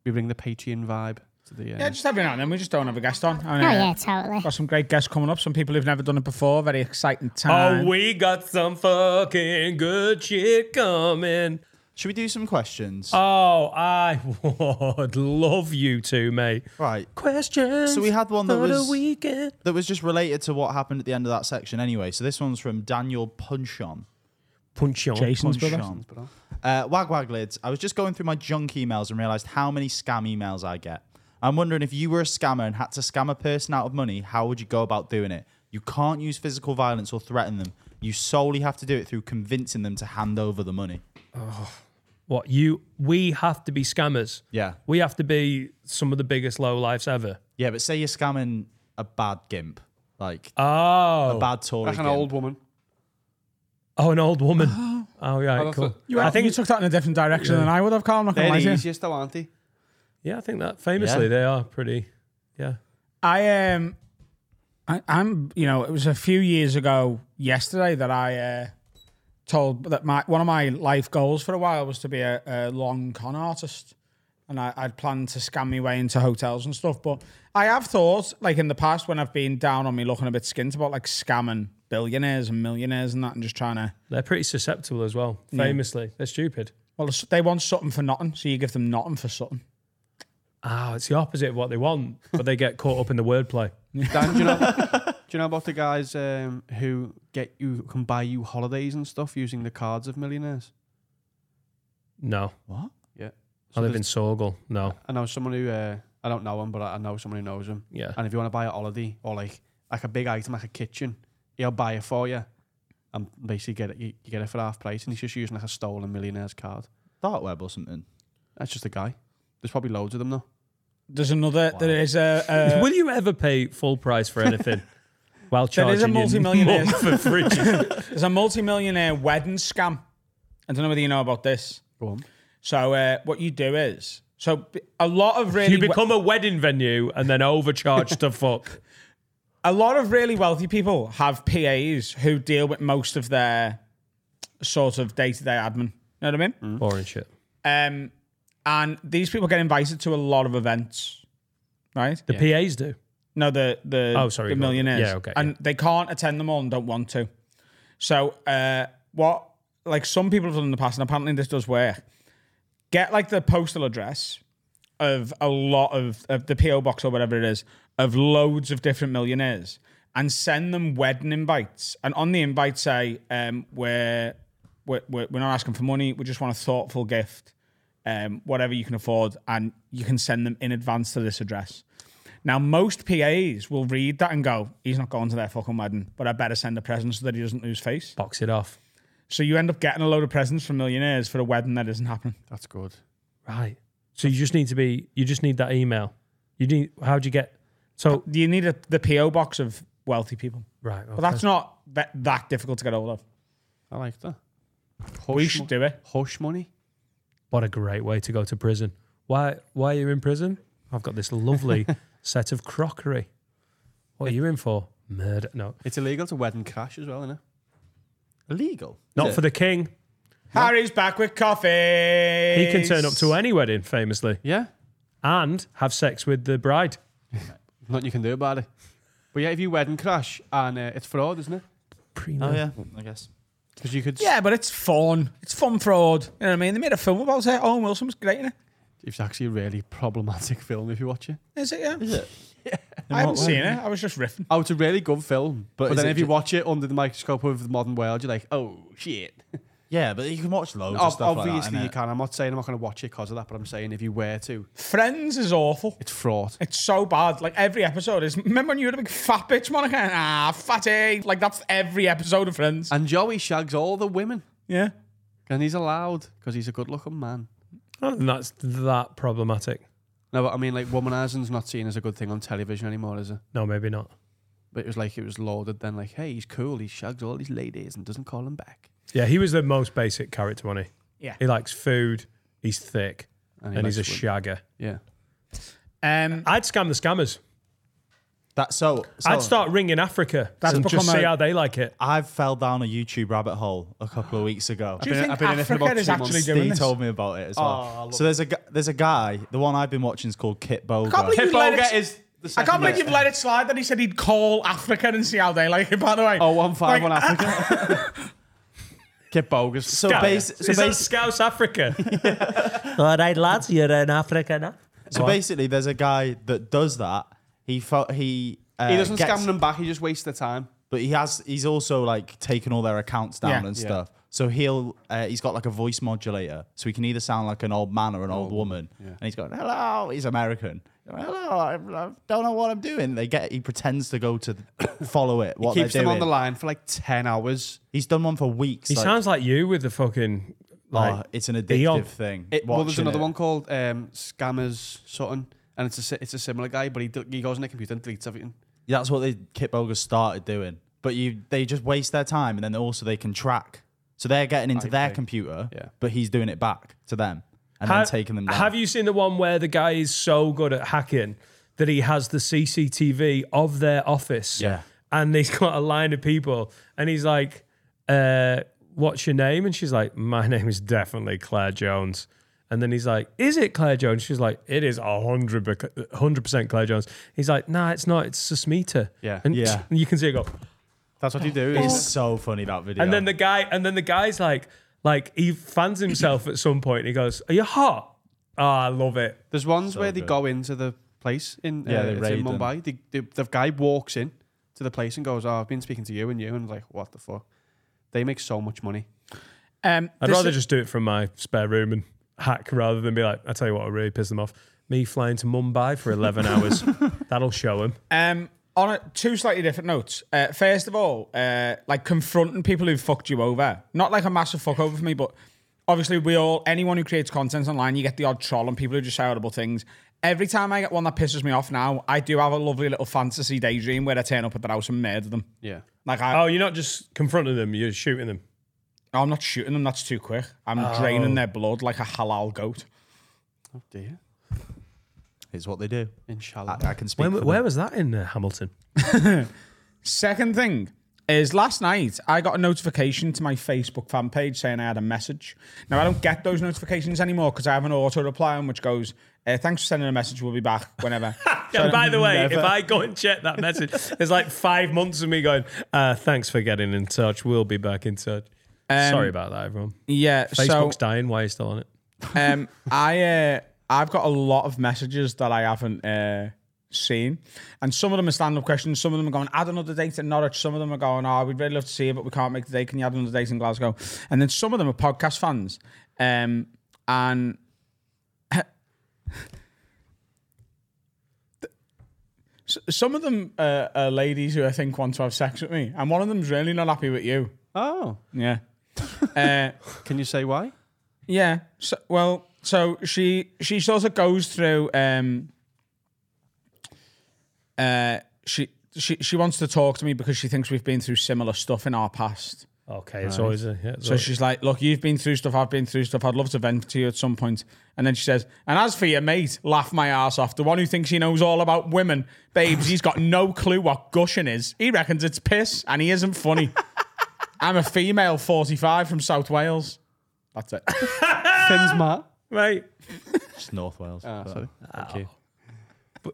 We bring the Patreon vibe to the. Uh, Yeah, just every now and then we just don't have a guest on. I mean, Oh uh, yeah, totally. Got some great guests coming up. Some people who've never done it before. Very exciting Oh, time. we got some fucking good shit coming. Should we do some questions? Uh, Oh, I would love you to, mate. right. Questions. So we had one that for the was- weekend. That was just related to what happened at the end of that section anyway. So this one's from Daniel Punchon. Punch on. Jason's brother. Punchon. Uh, wag wag lids. I was just going through my junk emails and realized how many scam emails I get. I'm wondering if you were a scammer and had to scam a person out of money, how would you go about doing it? You can't use physical violence or threaten them. You solely have to do it through convincing them to hand over the money. What you? We have to be scammers. Yeah. We have to be some of the biggest low lifes ever. Yeah, but say you're scamming a bad gimp, like Oh, a bad Tory. like an gimp. old woman. oh, an old woman. oh yeah, cool. You, I think you took that in a different direction than I would have, Carl. I'm not gonna They're lie the to you. easiest, though, aren't they? Yeah, I think that famously Yeah. they are pretty. Yeah. I um, I, I'm you know it was a few years ago yesterday that I uh, told that my one of my life goals for a while was to be a, a long con artist, and I, I'd planned to scam my way into hotels and stuff. But I have thought like in the past when I've been down on me looking a bit skint about like scamming billionaires and millionaires and that, and just trying to They're pretty susceptible as well. Famously, they're stupid. well they want something for nothing, so you give them nothing for something. Oh, it's the opposite of what they want, but they get caught up in the wordplay. Dan, do you know, do you know about the guys um, who get you can buy you holidays and stuff using the cards of millionaires? No, Yeah. I So live in there's- Sorgal. No, I know someone who uh, I don't know him, but I I know someone who knows him. yeah. And if you want to buy a holiday or like like a big item like a kitchen, he'll buy it for you, and basically get it you, you get it for half price. And he's just using like a stolen millionaire's card. dark web or something. That's just a guy. There's probably loads of them though. There's another. There is a. a Will you ever pay full price for anything? While There is a charging your multimillionaire. mum for free. There's a multi-millionaire wedding scam. I don't know whether you know about this. Go on. So uh, what you do is, so b- a lot of really, you we- become a wedding venue and then overcharge to fuck. a lot of really wealthy people have PAs who deal with most of their sort of day-to-day admin. You know what I mean? Boring shit. Um, and these people get invited to a lot of events, right? The PAs do. No, the the Oh, sorry, the go on. millionaires. Yeah, okay, And they can't attend them all and don't want to. So uh, what? Like some people have done in the past, and apparently this does work. Get like the postal address of a lot of, of the PO box or whatever it is of loads of different millionaires, and send them wedding invites. And on the invite say, um, we're, we're we're we're not asking for money. We just want a thoughtful gift, um, whatever you can afford, and you can send them in advance to this address. Now, most PAs will read that and go, he's not going to their fucking wedding, but I better send a present so that he doesn't lose face. Box it off. So you end up getting a load of presents from millionaires for a wedding that isn't happening. That's good. Right. So you just need to be. You just need that email. You need. How'd you get? So You need a, the PO box of wealthy people. right. But that's not that, that difficult to get hold of. I like that. We Hush should mo- do it. Hush money. What a great way to go to prison. Why why are you in prison? I've got this lovely set of crockery. What are you in for? Murder. No. It's illegal to wed and crash as well, isn't it? Illegal. Not for the king. Harry's back with coffee. He can turn up to any wedding, famously, Yeah, and have sex with the bride. nothing you can do about it. But yeah, if you wedding crash and uh, it's fraud, isn't it? Oh yeah, I guess. Because you could. Yeah, but it's fun. It's fun fraud. You know what I mean? They made a film about it. Owen Wilson was great in it. It's actually a really problematic film if you watch it. Is it? Yeah. In I haven't what way? seen it. I was just riffing. Oh, it's a really good film. But, is then it if you ju- watch it under the microscope of the modern world, you're like, oh shit. Yeah, but you can watch loads of Ob- stuff like that, obviously, you innit? can. I'm not saying I'm not going to watch it because of that, but I'm saying if you were to, Friends is awful. it's fraught. It's so bad. Like every episode is. Remember when you were a big fat bitch, Monica? Ah, fatty. Like that's every episode of Friends. And Joey shags all the women, Yeah. and he's allowed because he's a good-looking man. I don't think that's that problematic. No, but I mean, like, womanizing's not seen as a good thing on television anymore, is it? No, maybe not. But it was like it was lauded then, like, hey, he's cool, he shags all these ladies and doesn't call them back. Yeah, he was the most basic character, wasn't he? Yeah. He likes food. He's thick, and, he he's a likes women. shagger. Yeah. Um, I'd scam the scammers. That so, so I'd start ringing Africa Oh. That's and just become see a- how they like it. I've fell down a YouTube rabbit hole a couple of weeks ago. do you been- think I've been in it for Africa about is two actually months. doing Steve this? Oh, told me about it as well. so there's a gu- there's a guy. The one I've been watching is called Kit Boga. can't believe you let it- is the I can't second believe best. you've let it slide that he said he'd call Africa and see how they like it. By the way, Oh, one five Like, on Africa. Get bogus. so basi- so is that basi- Scouse Africa? All right, lads, you're in Africa now. so basically, there's a guy that does that. He fo- he uh, he doesn't gets- scam them back, he just wastes their time. but he has he's also like taken all their accounts down Yeah. and Yeah. stuff. So he'll uh, he's got like a voice modulator, so he can either sound like an old man or an old woman, and he's going hello. He's American. Hello, I, I don't know what I'm doing. They get he pretends to go to th- follow it. What Keeps they're them doing. on the line for like 10 hours. He's done one for weeks. he like, sounds like you with the fucking. oh, Like, it's an addictive Eon. thing. It, well, there's watching another it. one called um, Scammers Sutton, and it's a, si- it's a similar guy, but he, d- he goes on the computer and deletes everything. Yeah, That's what they Kit Bogus started doing. But you they just waste their time and then also they can track. So they're getting into their computer, Yeah. but he's doing it back to them and Ha- then taking them down. Have you seen the one where the guy is so good at hacking that he has the CCTV of their office? Yeah. And he's got a line of people and he's like, uh, what's your name? And she's like, my name is definitely Claire Jones. And then he's like, is it Claire Jones? She's like, it is 100%, 100% Claire Jones. He's like, nah, it's not. It's Susmita. Yeah. And, Yeah. and you can see it go. That's what you do. It's so funny that video. And then the guy, and then the guy's like, like he fans himself at some point. He goes, "Are you hot?" Oh, I love it. There's ones where they good. go into the place in uh, Yeah, they it's in raid them. Mumbai. The, the, the guy walks in to the place and goes, "Oh, I've been speaking to you and you," and I'm like, "What the fuck?" They make so much money. um, I'd this rather is- just do it from my spare room and hack rather than be like, I tell you what, I really piss them off. Me flying to Mumbai for 11 hours. That'll show them. Um, on a, two slightly different notes. Uh, first of all, uh, like confronting people who've fucked you over. Not like a massive fuck over for me, but obviously we all, anyone who creates content online, you get the odd troll and people who just say horrible things. Every time I get one that pisses me off now, I do have a lovely little fantasy daydream where I turn up at their house and murder them. Yeah, Like I, Oh, you're not just confronting them, you're shooting them. Oh. I'm not shooting them. That's too quick. I'm draining their blood like a halal goat. Oh, do you? is what they do. Inshallah. I, I can speak. for them. was that in uh, Hamilton? Second thing is last night I got a notification to my Facebook fan page saying I had a message. Now I don't get those notifications anymore because I have an auto reply on which goes, uh, "Thanks for sending a message. We'll be back whenever." Yeah, by the way, if I go and check that message, there's like five months of me going, uh, thanks for getting in touch. We'll be back in touch. Sorry about that, everyone. yeah, so Facebook's dying. Why are you still on it? um, I uh, I've got a lot of messages that I haven't uh, seen, and some of them are stand up questions. Some of them are going, add another date in Norwich. Some of them are going, oh, we'd really love to see you, but we can't make the date. Can you add another date in Glasgow? And then some of them are podcast fans, um, and. S- Some of them uh, are ladies who I think want to have sex with me, and one of them's really not happy with you. Oh, Yeah. Uh, can you say why? yeah. So, well, so she she sort of goes through. Um, uh, she she she wants to talk to me because she thinks we've been through similar stuff in our past. Okay, it's always a. Yeah, it's So always- she's like, "Look, you've been through stuff. I've been through stuff. I'd love to vent to you at some point." And then she says, "And as for your mate, laugh my ass off. The one who thinks he knows all about women, babes, he's got no clue what gushing is. He reckons it's piss, and he isn't funny." I'm a female, forty-five from South Wales. That's it. Finn's ma. Mate, It's North Wales. but- Ah, sorry. Thank you.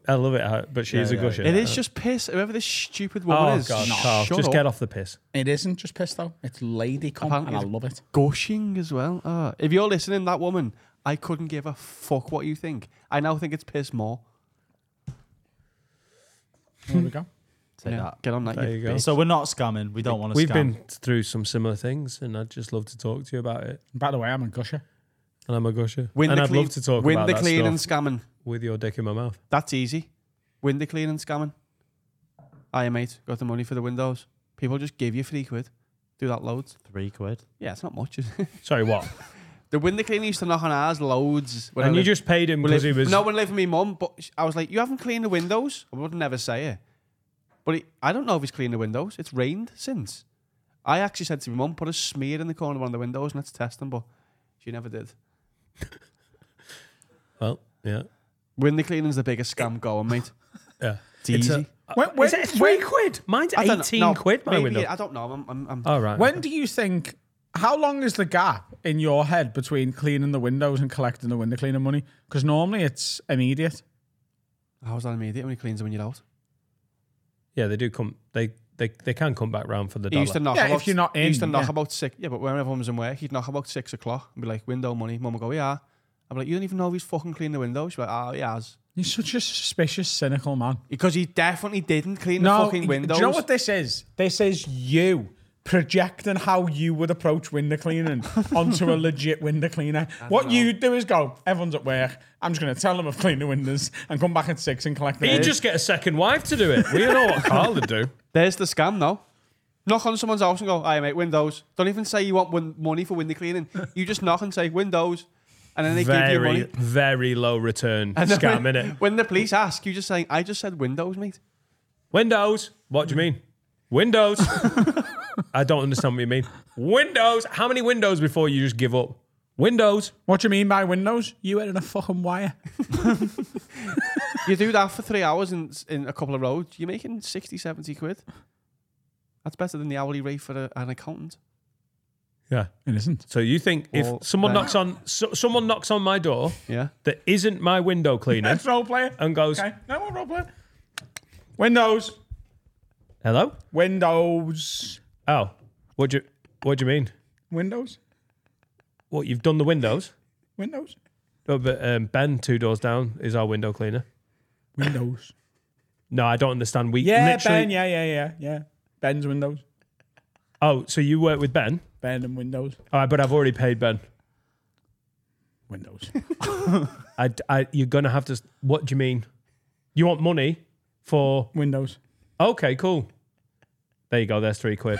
I love it, how- but she is a yeah, gusher. It is just piss. Whoever this stupid woman Oh is, god, shut Carl, just up. get off the piss. It isn't just pissed though. It's lady cum, Apparently and I it's- love it. gushing as well. Ah, if you're listening, that woman, I couldn't give a fuck what you think. I now think it's piss more. There we go. Say Yeah, that. Get on that. There you you go. So we're not scamming. We don't want to We've scam. been through some similar things, and I'd just love to talk to you about it. By the way, I'm a gusher. And I'm a gusher, Win and the I'd clean, love to talk win about the that clean and stuff scamming. with your dick in my mouth. That's easy. Window clean and scamming. Aye, mate. Got the money for the windows. People just give you three quid. Do that loads. Three quid. Yeah, it's not much. is it? Sorry, what? the window cleaner used to knock on ours loads. when I and you lived- just paid him Well, because he if- was. No, when I lived with my mum, but sh- I was like, you haven't cleaned the windows. I would never say it, but he, I don't know if he's cleaned the windows. It's rained since. I actually said to my mum, put a smear in the corner of one of the windows and let's test them, but she never did. well, yeah, Window cleaning's the biggest scam going, mate. yeah. It's easy. When, when, Is it three when, quid? Mine's I don't know- eighteen no, quid. My maybe window. it- I don't know. I'm, I'm, I'm, All right. when do you think? How long is the gap in your head between cleaning the windows and collecting the window cleaning money? Because normally it's immediate. how's that immediate when he cleans them when you're out? yeah, they do come. They they they can come back round for the He used to dollar. knock Yeah, about, if you're not he used to in, knock yeah. about six. Yeah, but when everyone was in work, he'd knock about six o'clock and be like, window money. Mum would go, yeah. I'd be like, you don't even know if he's fucking cleaned the windows. She'd be like, oh, he has. You're such a suspicious, cynical man. Because he definitely didn't clean the fucking windows. Do you know what this is? This is you projecting how you would approach window cleaning onto a legit window cleaner. What you do is go, everyone's at work. I'm just going to tell them I've cleaned the windows and come back at six and collect the He'd money." just get a second wife to do it. We know what Carl would do. There's the scam now. Knock on someone's house and go, "Hey mate, windows." Don't even say you want win- money for window cleaning. You just knock and say windows, and then they give you Very money. very low return And then scam, when, innit? When the police ask, you just saying, "I just said windows, mate." Windows. What do you mean? Windows. I don't understand what you mean. Windows. How many windows before you just give up? Windows. What do you mean by windows? You were in a fucking wire. You do that for three hours in in a couple of roads. You're making 60, 70 quid. That's better than the hourly rate for a, an accountant. Yeah. It isn't. So you think Well, if someone no. knocks on so, someone knocks on my door Yeah. that isn't my window cleaner Let's role play it. and goes, Okay. No more role play. it. Windows. "Hello? Windows. Oh, what do you what do you mean? Windows. What you've done the windows?" Windows. No, but um, Ben, two doors down, is our window cleaner. Windows. No, I don't understand. We Yeah, literally. Ben. Yeah, yeah, yeah, yeah. Ben's windows. Oh, so you work with Ben? Ben and windows. All right, but I've already paid Ben. Windows. I, I, you're gonna have to. What do you mean? You want money for? windows. Okay, cool. There you go. There's three quid.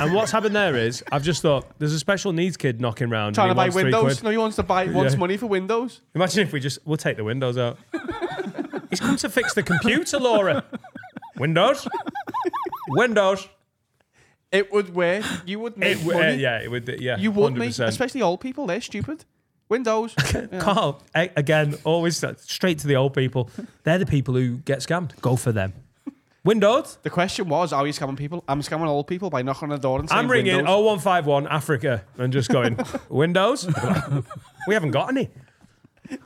and what's happened there is I've just thought there's a special needs kid knocking round. Trying to and he buy wants three windows. quid. No, he wants to buy wants Yeah. money for windows. Imagine if we just we'll take the windows out. He's come to fix the computer, Laura. Windows. Windows. It would work. You would make It, w- money. uh, yeah, it would. Yeah, You would make, 100%. especially old people. They're stupid. Windows. Yeah. Carl, a- again, always straight to the old people. They're the people who get scammed. Go for them. Windows. The question was, are you scamming people? I'm scamming old people by knocking on the door and saying I'm ringing windows. 0151 Africa and just going, Windows? we haven't got any.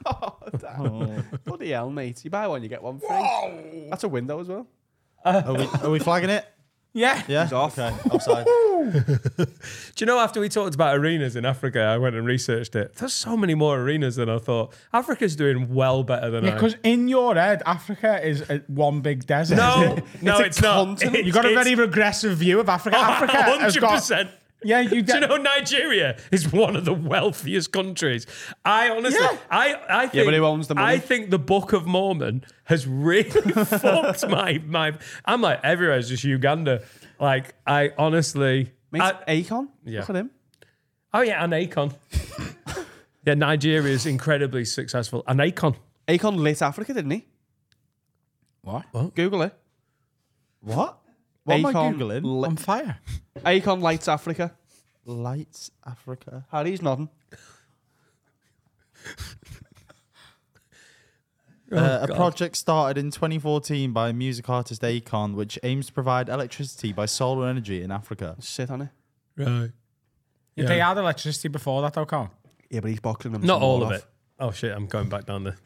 Oh. Bloody hell, mate. You buy one, you get one free. That's a window as well. Are we, are we flagging it? Yeah. Yeah. off. Okay. Offside. Do you know, after we talked about arenas in Africa, I went and researched it. There's so many more arenas than I thought. Africa's doing well better than I. Because in your head, Africa is uh, one big desert. No, no, a it's, not. continent. It's- You got a it's- very regressive view of Africa. Africa has got. 100%. Yeah, you Do get. you know Nigeria is one of the wealthiest countries? I honestly, Yeah. I, I think, but who owns the money? I think the Book of Mormon has really fucked my my. I'm like everywhere is just Uganda. Like I honestly, Mate, I- Uh, Akon. Yeah. Look at him. oh yeah, and Akon. yeah, Nigeria is incredibly successful, and Akon. Akon lit Africa, didn't he? What? Google it. what? What am I Akon googling? On fire. Akon lights Africa. Lights Africa. Harry's nodding. Oh, Uh, a project started in 2014 by music artist Akon, which aims to provide electricity by solar energy in Africa. Sit on it. Right. If They had electricity before that, though, Carl. Yeah, but he's boxing them. Not some all of wall off. it. Oh shit! I'm going back down there.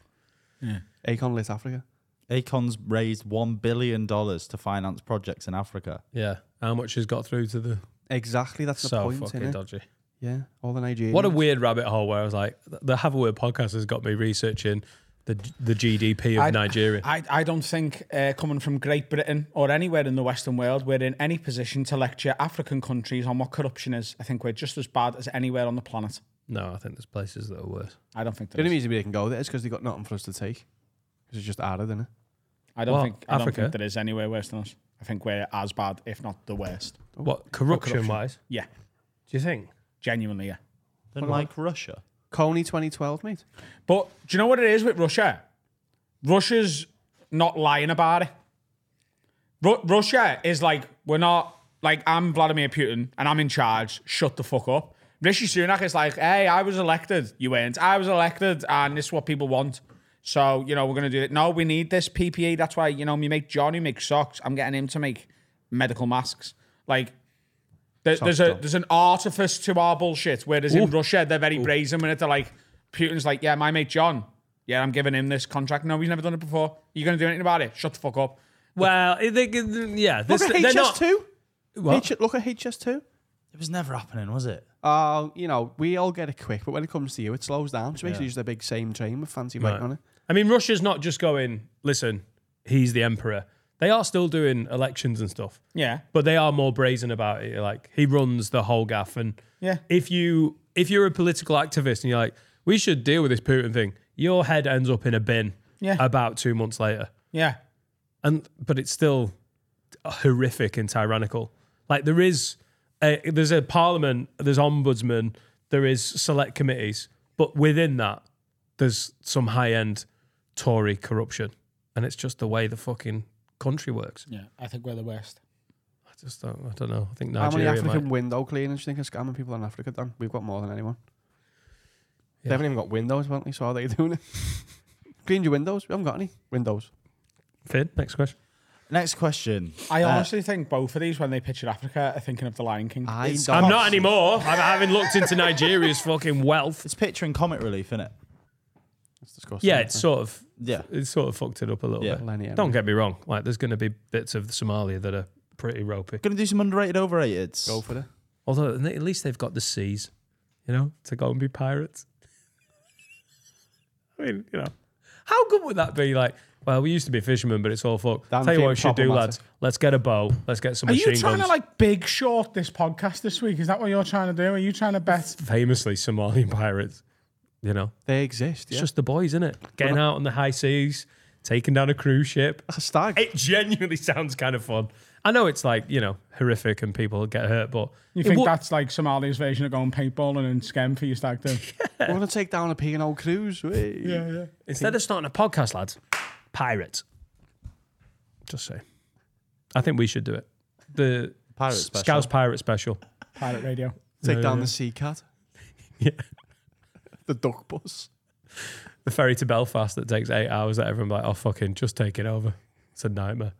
Akon lit Africa. Acon's raised one billion dollars to finance projects in Africa. Yeah. How much has got through to the Exactly, that's the so point. fucking innit? dodgy? Yeah, all the Nigerians. What a weird rabbit hole where I was like, the Have a Word podcast has got me researching the the GDP of I- Nigeria. I, I don't think uh, coming from Great Britain or anywhere in the Western world, we're in any position to lecture African countries on what corruption is. I think we're just as bad as anywhere on the planet. no, I think there's places that are worse. I don't think the there only is. reason we can go there is because they got nothing for us to take. 'Cause it's just arid, isn't it? I don't Well, think I don't think Africa. there is anywhere worse than us. I think we're as bad, if not the worst. Oh, What corruption, wise? Yeah, Do you think? genuinely, yeah. Then like Russia. Coney 2012, mate. But do you know what it is with Russia? Russia's not lying about it. Ru- Russia is like, we're not, like, I'm Vladimir Putin and I'm in charge. Shut the fuck up. Rishi Sunak is like, hey, I was elected. You weren't. I was elected and this is what people want. So, you know, we're going to do it. No, we need this PPE. That's why, you know, we make John who makes socks. I'm getting him to make medical masks. Like, there- there's, a, there's an artifice to our bullshit. Whereas in Russia, they're very brazen when it. They're like, Putin's like, yeah, my mate John. Yeah, I'm giving him this contract. No, he's never done it before. Are you going to do anything about it? Shut the fuck up. Well, I think, yeah, this, Look at they're not. HS2. What? H- look at HS2. It was never happening, was it? Uh, you know, we all get it quick, but when it comes to you, it slows down. So basically, just a big same train with fancy writing on it. I mean, Russia's not just going. Listen, he's the emperor. They are still doing elections and stuff. Yeah. but they are more brazen about it. Like he runs the whole gaff, and Yeah. if you if you're a political activist and you're like, we should deal with this Putin thing, your head ends up in a bin Yeah. about two months later, Yeah. and but it's still horrific and tyrannical. Like there is a, there's a parliament, there's ombudsman, there is select committees, but within that there's some high end Tory corruption, and it's just the way the fucking country works. Yeah. I think we're the worst. I just don't, I don't know. I think How many Nigeria might. African window cleaners do you think are scamming people in Africa, Dan? We've got more than anyone. They haven't even got windows, haven't they? So how are they doing it? Cleaned your windows? We haven't got any windows. Finn, next question. Next question. I Uh, honestly think both of these, when they picture Africa, are thinking of the Lion King. I It's- don't- I'm not anymore. I haven't looked into Nigeria's fucking wealth. It's picturing comic relief, innit? It's disgusting. Yeah, it's sort of Yeah. it's sort of fucked it up a little Yeah. bit. Lenny Henry. Don't get me wrong. Like there's going to be bits of Somalia that are pretty ropey. Gonna do some underrated overrateds. go for it. Although at least they've got the seas, you know, to go and be pirates. I mean, you know, how good would that be? Like, well, we used to be fishermen, but it's all fucked. Damn Tell you what shame we should do, lads. problematic. Let's get a bow. Let's get some Are machine you trying guns. to like big short this podcast this week? Is that what you're trying to do? Are you trying to bet? Famously, Somalian pirates. You know, They exist. It's Yeah. just the boys, isn't it? Getting out on the high seas, taking down a cruise ship. That's a stag. It genuinely sounds kind of fun. I know it's like, you know, horrific and people get hurt, but You it think would- that's like Somalia's version of going paintballing and scam for your stag do? We're gonna take down a P&O cruise. Yeah. instead of starting a podcast, lads, pirates. Just say. I think we should do it. The Pirate S- special. Scouse Pirate Special. Pirate radio. Take Yeah, down yeah. the sea cat. Yeah. The duck bus. The ferry to Belfast that takes eight hours that everyone's like, oh, fucking, just take it over. It's a nightmare.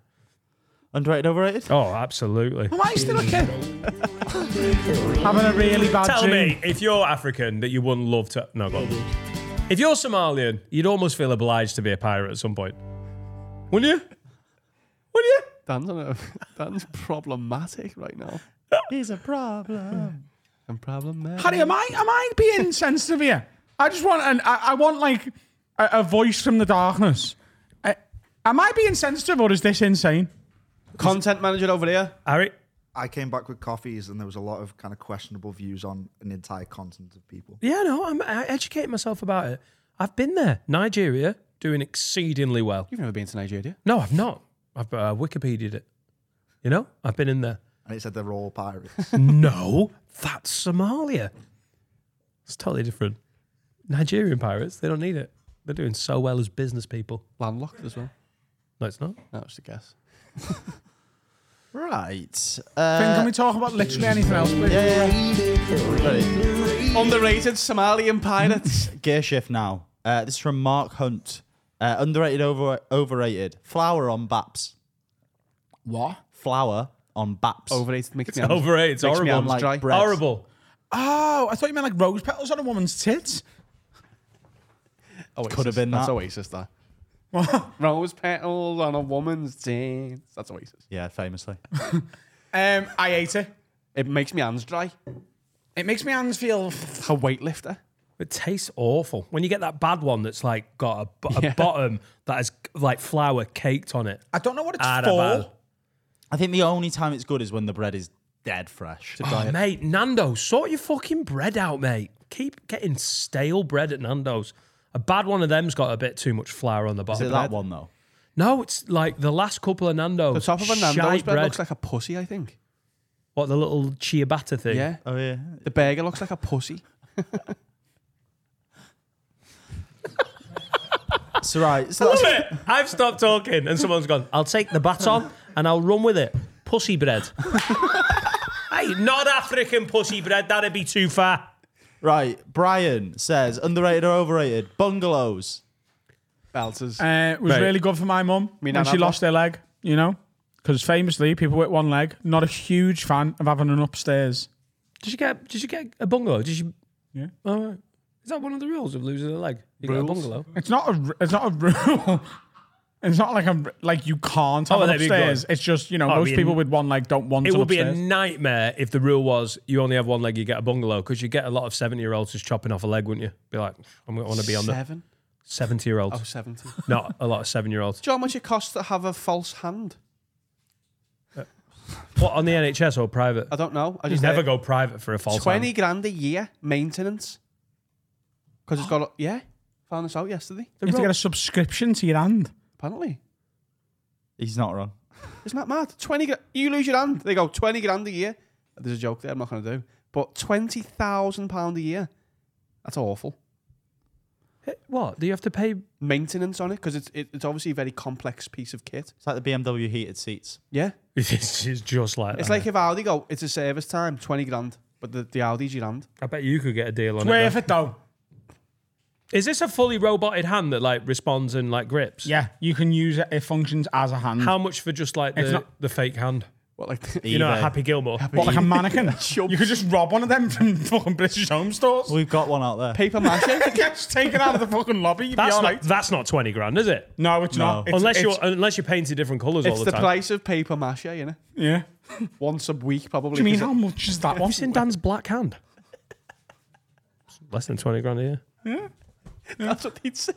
Underrated overrated? Oh, absolutely. Am I still a kid? Having a really bad Tell dream. me, if you're African, that you wouldn't love to. No, go on. If you're Somalian, you'd almost feel obliged to be a pirate at some point. Wouldn't you? Wouldn't you? Dan's, on a, Dan's problematic right now. He's a problem. I'm problematic. Harry, am I am I being sensitive here? I just want an I, I want like a, a voice from the darkness. I, am I being sensitive or is this insane? Content manager over here. Harry? I came back with coffees, and there was a lot of kind of questionable views on an entire continent of people. Yeah, no, I'm, I educated myself about it. I've been there. Nigeria, doing exceedingly well. You've never been to Nigeria. No, I've not. I've uh, Wikipedia'd it. You know, I've been in there. And it said they're all pirates. no, that's Somalia. It's totally different. Nigerian pirates, they don't need it. They're doing so well as business people. Landlocked as well. No, it's not. That was the guess. Right. Finn, can Uh, we talk about literally anything else, please? right. Underrated Somalian pirates. Gear shift now. Uh, this is from Mark Hunt. Uh, underrated over overrated. Flower on Baps. What? Flower on Baps. Overrated. Makes me Overrated. It's Makes me horrible. arms like dry. bread. Horrible. Oh, I thought you meant like rose petals on a woman's tits. Could have been That's that. Oasis, that. Rose petals on a woman's jeans. That's Oasis. Yeah, famously. Um, I ate it. It makes me hands dry. It makes my hands feel. It's a weightlifter. It tastes awful. When you get that bad one that's like got a, bo- a bottom that has like flour caked on it. I don't know what it's Ah, for. bad. I think the only time it's good is when the bread is dead fresh. Oh, mate, Nando, sort your fucking bread out, mate. Keep getting stale bread at Nando's. A bad one of them's got a bit too much flour on the Is bottom. it that one though? No, it's like the last couple of Nando's. The top of a Nando's shite bread, looks like a pussy, I think. what the little ciabatta thing. Yeah. Oh yeah. The burger looks like a pussy. It's right. So that's, I've stopped talking and someone's gone, "Oh, I'll take the baton and I'll run with it. Pussy bread. hey, not African pussy bread. That'd be too far. right. Brian says underrated or overrated bungalows. Belters. Uh, it was Right. really good for my mum Me when nan she had one. lost her leg, you know? Because famously, people with one leg, not a huge fan of having an upstairs. Did you get did you get a bungalow? Did you Yeah. All right. Is that one of the rules of losing a leg? You got a bungalow. It's not a, r- it's not a rule. It's not like a r- like you can't have Oh, an that'd be good. upstairs. It's just you know Oh, it'd most be people an- with one leg don't want. It an would be a upstairs. nightmare if the rule was you only have one leg, you get a bungalow, because you get a lot of 70 year olds just chopping off a leg, wouldn't you? Be like, I'm going to want to be on the Seven. 70 year olds. Oh, 70. Do you Not a lot of seven year olds. know how much it costs to have a false hand? What, on the NHS or private? I don't know. I You just never go private for a false 20 hand. grand a year maintenance. Because it's got, a- yeah. Found this out yesterday, You have to get a subscription to your hand. apparently. He's not wrong. Isn't that mad? 20 grand. You lose your hand. They go, 20 grand a year. There's a joke there I'm not going to do. But £20,000 a year. That's awful. What? Do you have to pay? Maintenance on it, because it's, it, it's obviously a very complex piece of kit. It's like the BMW heated seats. Yeah. This is just like It's that. like if Audi go, it's a service time, 20 grand. But the, the Audi's your hand. I bet you could get a deal on Worth it. it though. though. Is this a fully roboted hand that like responds and like grips? Yeah, you can use it. It functions as a hand. How much for just like It's the, not- the fake hand? What, like, You know, eBay. Happy Gilmore. what, like a mannequin? you could just rob one of them from fucking British home stores. We've got one out there. paper mache? Just take it out of the fucking lobby. You'd That's be not, alright. that's not 20 grand, is it? No, it's No. not. It's, unless it's- you're unless you're painting different colours all it's the, the time. price of paper mache, you know? yeah. Once a week, probably. Do you mean 'cause how much is that one? Have you seen Dan's black hand? It's Less than 20 grand a year. That's what they'd say.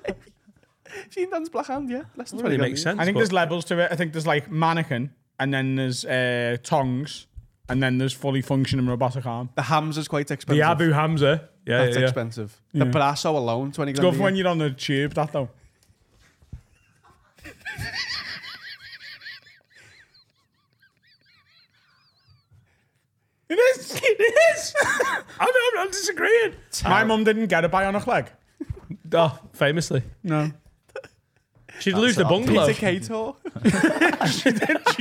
Seen Dan's black hand, yeah. Less than 20 Really grand makes a year. sense. I think but- there's levels to it. I think there's like mannequin, and then there's uh, tongs, and then there's fully functioning robotic arm. The hams is quite expensive. the Abu Hamza. Yeah, That's yeah, yeah. expensive. The Brasso alone, 20 grand. Go a for year. when you're on the tube, that though. it is. It is. I'm, I'm, I'm disagreeing. My mum didn't get a bionic leg. Oh, famously. No. She'd lose the bungalow. Peter Cato. She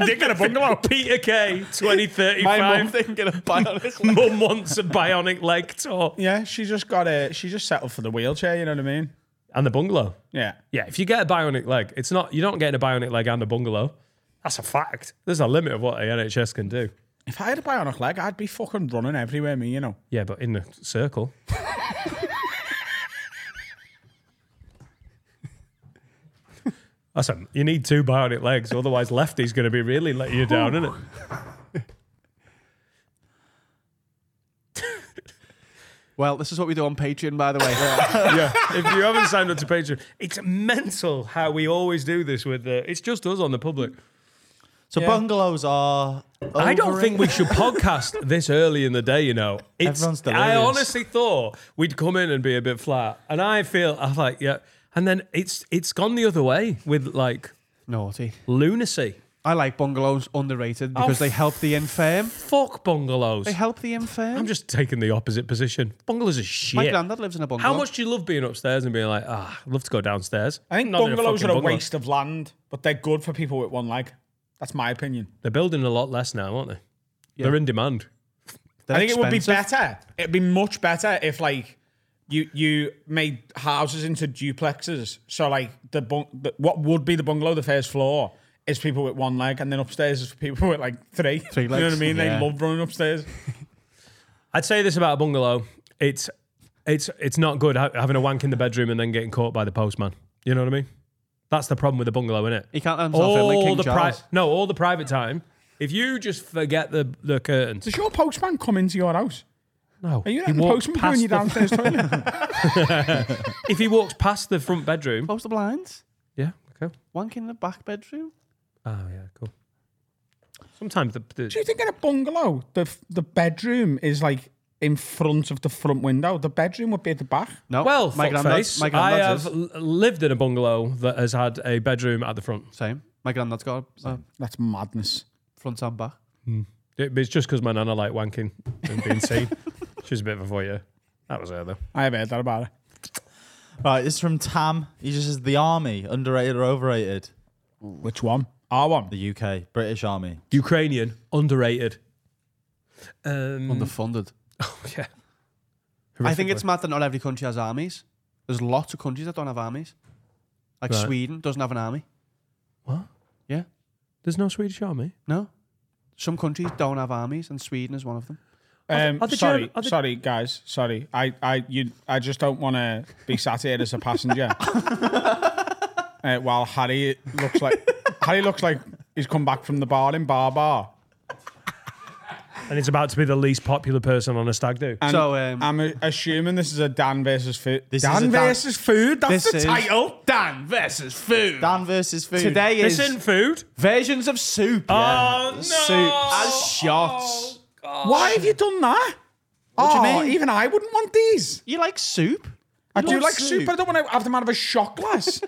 did get a bungalow. Peter K, 2035. My mum didn't get a buy on this. one. Mum wants a bionic leg tour. Yeah, she just got a. She just settled for the wheelchair. You know what I mean? And the bungalow. Yeah. Yeah, if you get a bionic leg, it's not you're not getting a bionic leg and a bungalow. That's a fact. There's a limit of what the NHS can do. If I had a bionic leg, I'd be fucking running everywhere. Me, you know. Yeah, but in the circle. That's a, you need two bionic legs, otherwise lefty's going to be really letting you down, isn't it? Well, this is what we do on Patreon, by the way. yeah. If you haven't signed up to Patreon, it's mental how we always do this with the. It's just us on the public. So bungalows are. I don't think we should podcast this early in the day, you know. It's, Everyone's I delirious. honestly thought we'd come in and be a bit flat. And I feel I was like, yeah. And then it's it's gone the other way with like Naughty. lunacy. I like bungalows underrated because Oh. they help the infirm. Fuck bungalows. They help the infirm. I'm just taking the opposite position. Bungalows are My shit. granddad lives in a bungalow. How much do you love being upstairs and being like, ah, I'd love to go downstairs? I think Not in bungalows are a fucking bungalow. waste of land, but they're good for people with one leg. That's my opinion. They're building a lot less now, aren't they? They're in demand. They're I think it expensive. would be better. It'd be much better if like you you made houses into duplexes. So like the, bung- the what would be the bungalow, the first floor is people with one leg, and then upstairs is for people with like three. Three You know what I legs, mean? yeah. They love running upstairs. I'd say this about a bungalow. It's it's it's not good ha- having a wank in the bedroom and then getting caught by the postman. You know what I mean? That's the problem with a bungalow, isn't it? He can't let himself in like All King the pri- Charles. no, all the private time. If you just forget the the curtains, Does your postman come into your house? no, Are you He letting the walks postman past doing your the- downstairs toilet? if he walks past the front bedroom, Close the blinds. yeah, okay, Wank in the back bedroom. oh yeah, cool. Sometimes the, the Do you think in a bungalow the f- the bedroom is like in front of the front window? The bedroom would be at the back. No. well, my fuckface, granddad's. My I granddad's have is. l- lived in a bungalow that has had a bedroom at the front. Same. My granddad's got a uh, That's madness. front and back. It- it's just because my nana liked wanking and being seen. She's a bit of a voyeur. That was her though. I have heard that about it. Right, this is from Tam. He just says the army, underrated or overrated? Which one? Our one. The UK, British Army. Ukrainian, underrated. Um, Underfunded. yeah. I think it's mad that not every country has armies. There's lots of countries that don't have armies. Like Right. Sweden doesn't have an army. There's no Swedish army. No. Some countries don't have armies, and Sweden is one of them. Um, are the sorry, German- are the- sorry, guys. Sorry, I, I, you, I just don't want to be sat here as a passenger uh, while Harry looks like Harry looks like he's come back from the bar in Bar Bar. And it's about to be the least popular person on a stag do. And So, um, I'm a- assuming this is a Dan versus food. This is a Dan Dan- versus food. That's This the is- title. Dan versus food. Dan versus food. Today is Listen, food. versions of soup. Oh no! As shots. Why have you done that? oh, even I wouldn't want these. You like soup? I do love like soup. soup. but I don't want to have them out of a shot glass.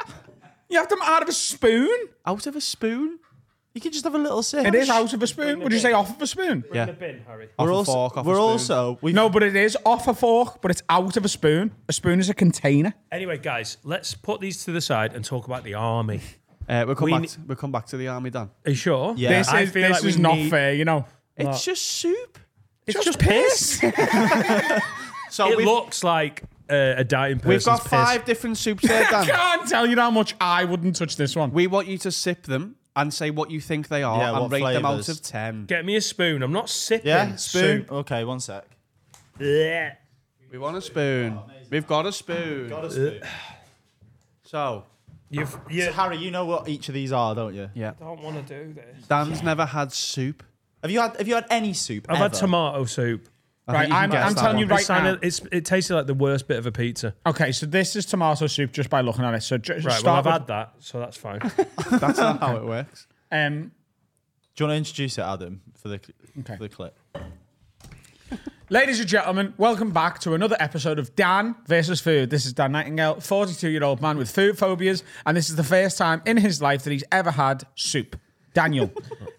you have them out of a spoon. Out of a spoon? You can just have a little sip. It is out of a spoon. Would you say off of a spoon? Yeah. We're a also, fork, off a we're spoon. also we No, but it is off a fork, but it's out of a spoon. A spoon is a container. Anyway, guys, let's put these to the side and talk about the army. Uh, we'll come We back. ne- To, we'll come back to the army, Dan. Are you sure? Yeah. This I is, feel this like we is not need- fair, you know. It's just soup. It's just, piss. So It we've, looks like uh, a dying we've person's got piss. five different soups there, Um. Dan. Can't tell you how much I wouldn't touch this one. We want you to sip them and say what you think they are Yeah, and what rate them out flavours. of ten. Get me a spoon. I'm not sipping yeah spoon. soup. Okay, one sec. Blech. We want a spoon. We've got a spoon. So You've, you So, Harry, you know what each of these are, don't you? yeah, don't want to do this. Dan's never had soup. Have you had Have you had any soup? I've had ever? tomato soup. I Right, think you can I'm- guess I'm that telling one. you right It's kinda- now. it's, it tasted like the worst bit of a pizza. Okay, so this is tomato soup just by looking at it. So just Right, well, I've start had that, so that's fine. That's not how it works. with, um, Do you want to introduce it, Adam, for the Okay. for the clip? Ladies and gentlemen, welcome back to another episode of Dan versus Food. This is Dan Nightingale, 42 year old man with food phobias, and this is the first time in his life that he's ever had soup. Daniel,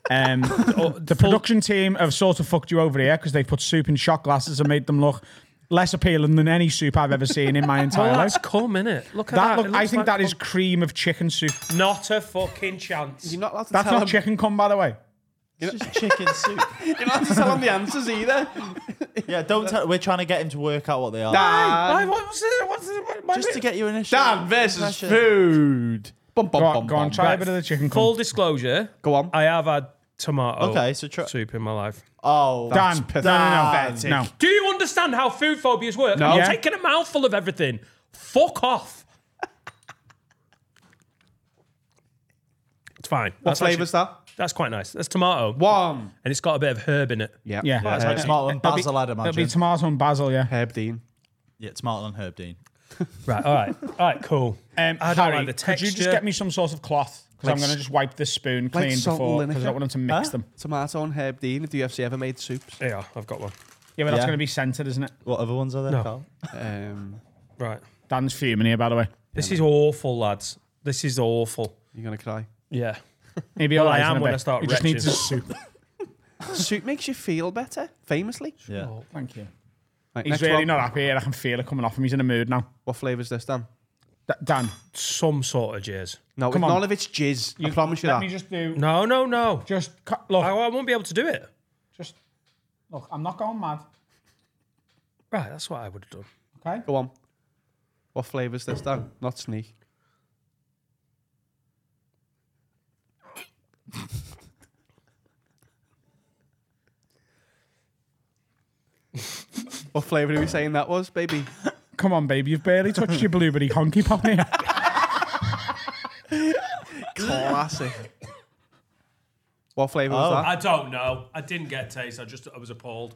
um, Oh, the production team have sort of fucked you over here because they've put soup in shot glasses and made them look less appealing than any soup I've ever seen in my entire well, life. that's cum, innit? Look at That that. look, It I looks think like that is cum. cream of chicken soup. not a fucking chance. You're not allowed to That's tell not him. chicken cum, by the way. It's just chicken soup. You're not allowed to tell him the answers either. Yeah, don't tell. We're trying to get him to work out what they are. Dan, what's it? What's it? Just to get you initial. Dan versus impression. food. Bum, bum, Go on, bum, go on, bum. try a bit of the chicken Full cum. disclosure, Go on. I have had tomato Okay, so try. soup in my life. Oh, Dan, no, no, pathetic. no, no. Do you understand how food phobias work? I'm Yeah. taking a mouthful of everything. Fuck off. it's fine. What That's actually- flavour's that? That's quite nice. That's tomato. One. And it's got a bit of herb in it. Yeah. Yeah. That's herb, like tomato and It'll be- basil, I'd It'll be imagine. tomato and basil, yeah. herb Dean. yeah, tomato and herb, Dean. Right, all right. All right, cool. Um, I don't Harry, like the texture. Could you just get me some sort of cloth? Because I'm going to just wipe this spoon clean salt and before, because I vinegar. don't want them to mix them. Tomato and herb Dean. If the UFC ever made soups. Yeah, I've got one. Yeah, but that's Yeah. going to be scented, isn't it? What other ones are there, No. Carl? Um, Right. Dan's fuming here, by the way. This is awful, lads. This is awful. you're gonna cry. Yeah. He'll be Well, alright I am in a when bit. I start He just retching. needs his soup. soup makes you feel better. Famously. Yeah. Thank you. Right, He's next really one. not happy here. I can feel it coming off him. He's in a mood now. What flavour's this, Dan? D- Dan, Some sort of jizz. No, Come it's on. none of it's jizz. I you- promise you let that. me just do. No, no, no. Just cut- I, look. I won't be able to do it. Just look. I'm not going mad. Right, that's what I would have done. Okay. Go on. What flavour's this, Dan? Not sneak. What flavour are we saying that was, baby? Come on, baby, you've barely touched your blueberry honky pop here. Classic. what flavour Oh. was that? I don't know. I didn't get taste. I just I was appalled.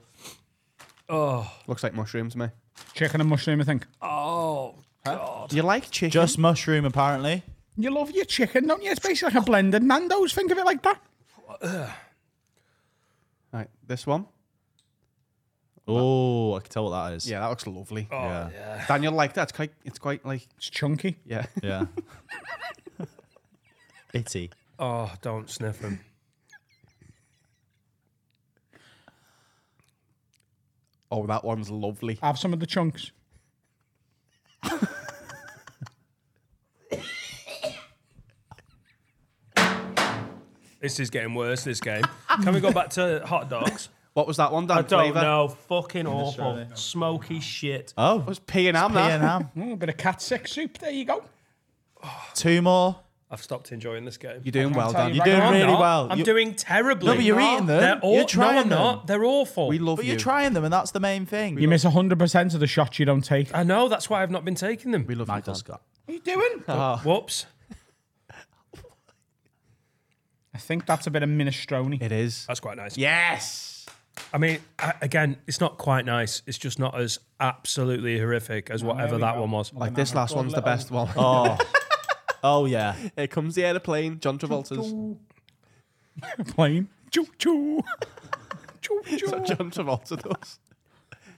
Looks like mushrooms, mate. Chicken and mushroom, I think. Do you like chicken? Just mushroom, apparently. You love your chicken, don't you? It's basically like a blended Nando's. Think of it like that. right, this one. Oh, I can tell what that is. Yeah, that looks lovely. yeah, Daniel like that. It's quite. It's quite like. It's chunky. Yeah. yeah. Itty. Oh, don't sniff him. Oh, that one's lovely. Have some of the chunks. This is getting worse. This game. Can we go back to hot dogs? What was that one, Dan? I don't flavour? know. Fucking awful. Smoky shit. Oh, It was P and M. pea That. and ham. Oh, a bit of cat sick soup. There you go. Two more. I've stopped enjoying this game. You're doing well, tell Dan. you You're doing I'm really not. well. I'm You- doing terribly. No, but you're eating them. They're all, You're trying no, I'm them. not. They're awful. we love But you. you're trying them, and that's the main thing. You miss 100% of the shots you don't take. What I know. That's why I've not been taking them. we love you, Michael Dan. Scott. are you doing? Whoops. I think that's a bit of minestrone. It is. That's quite nice. Yes. I mean, I, again, it's not quite nice. It's just not as absolutely horrific as whatever that one was. Like this last one's the best one. Oh, oh yeah. Here comes the airplane. John Travolta's. Plain. Choo choo. choo choo. John Travolta does.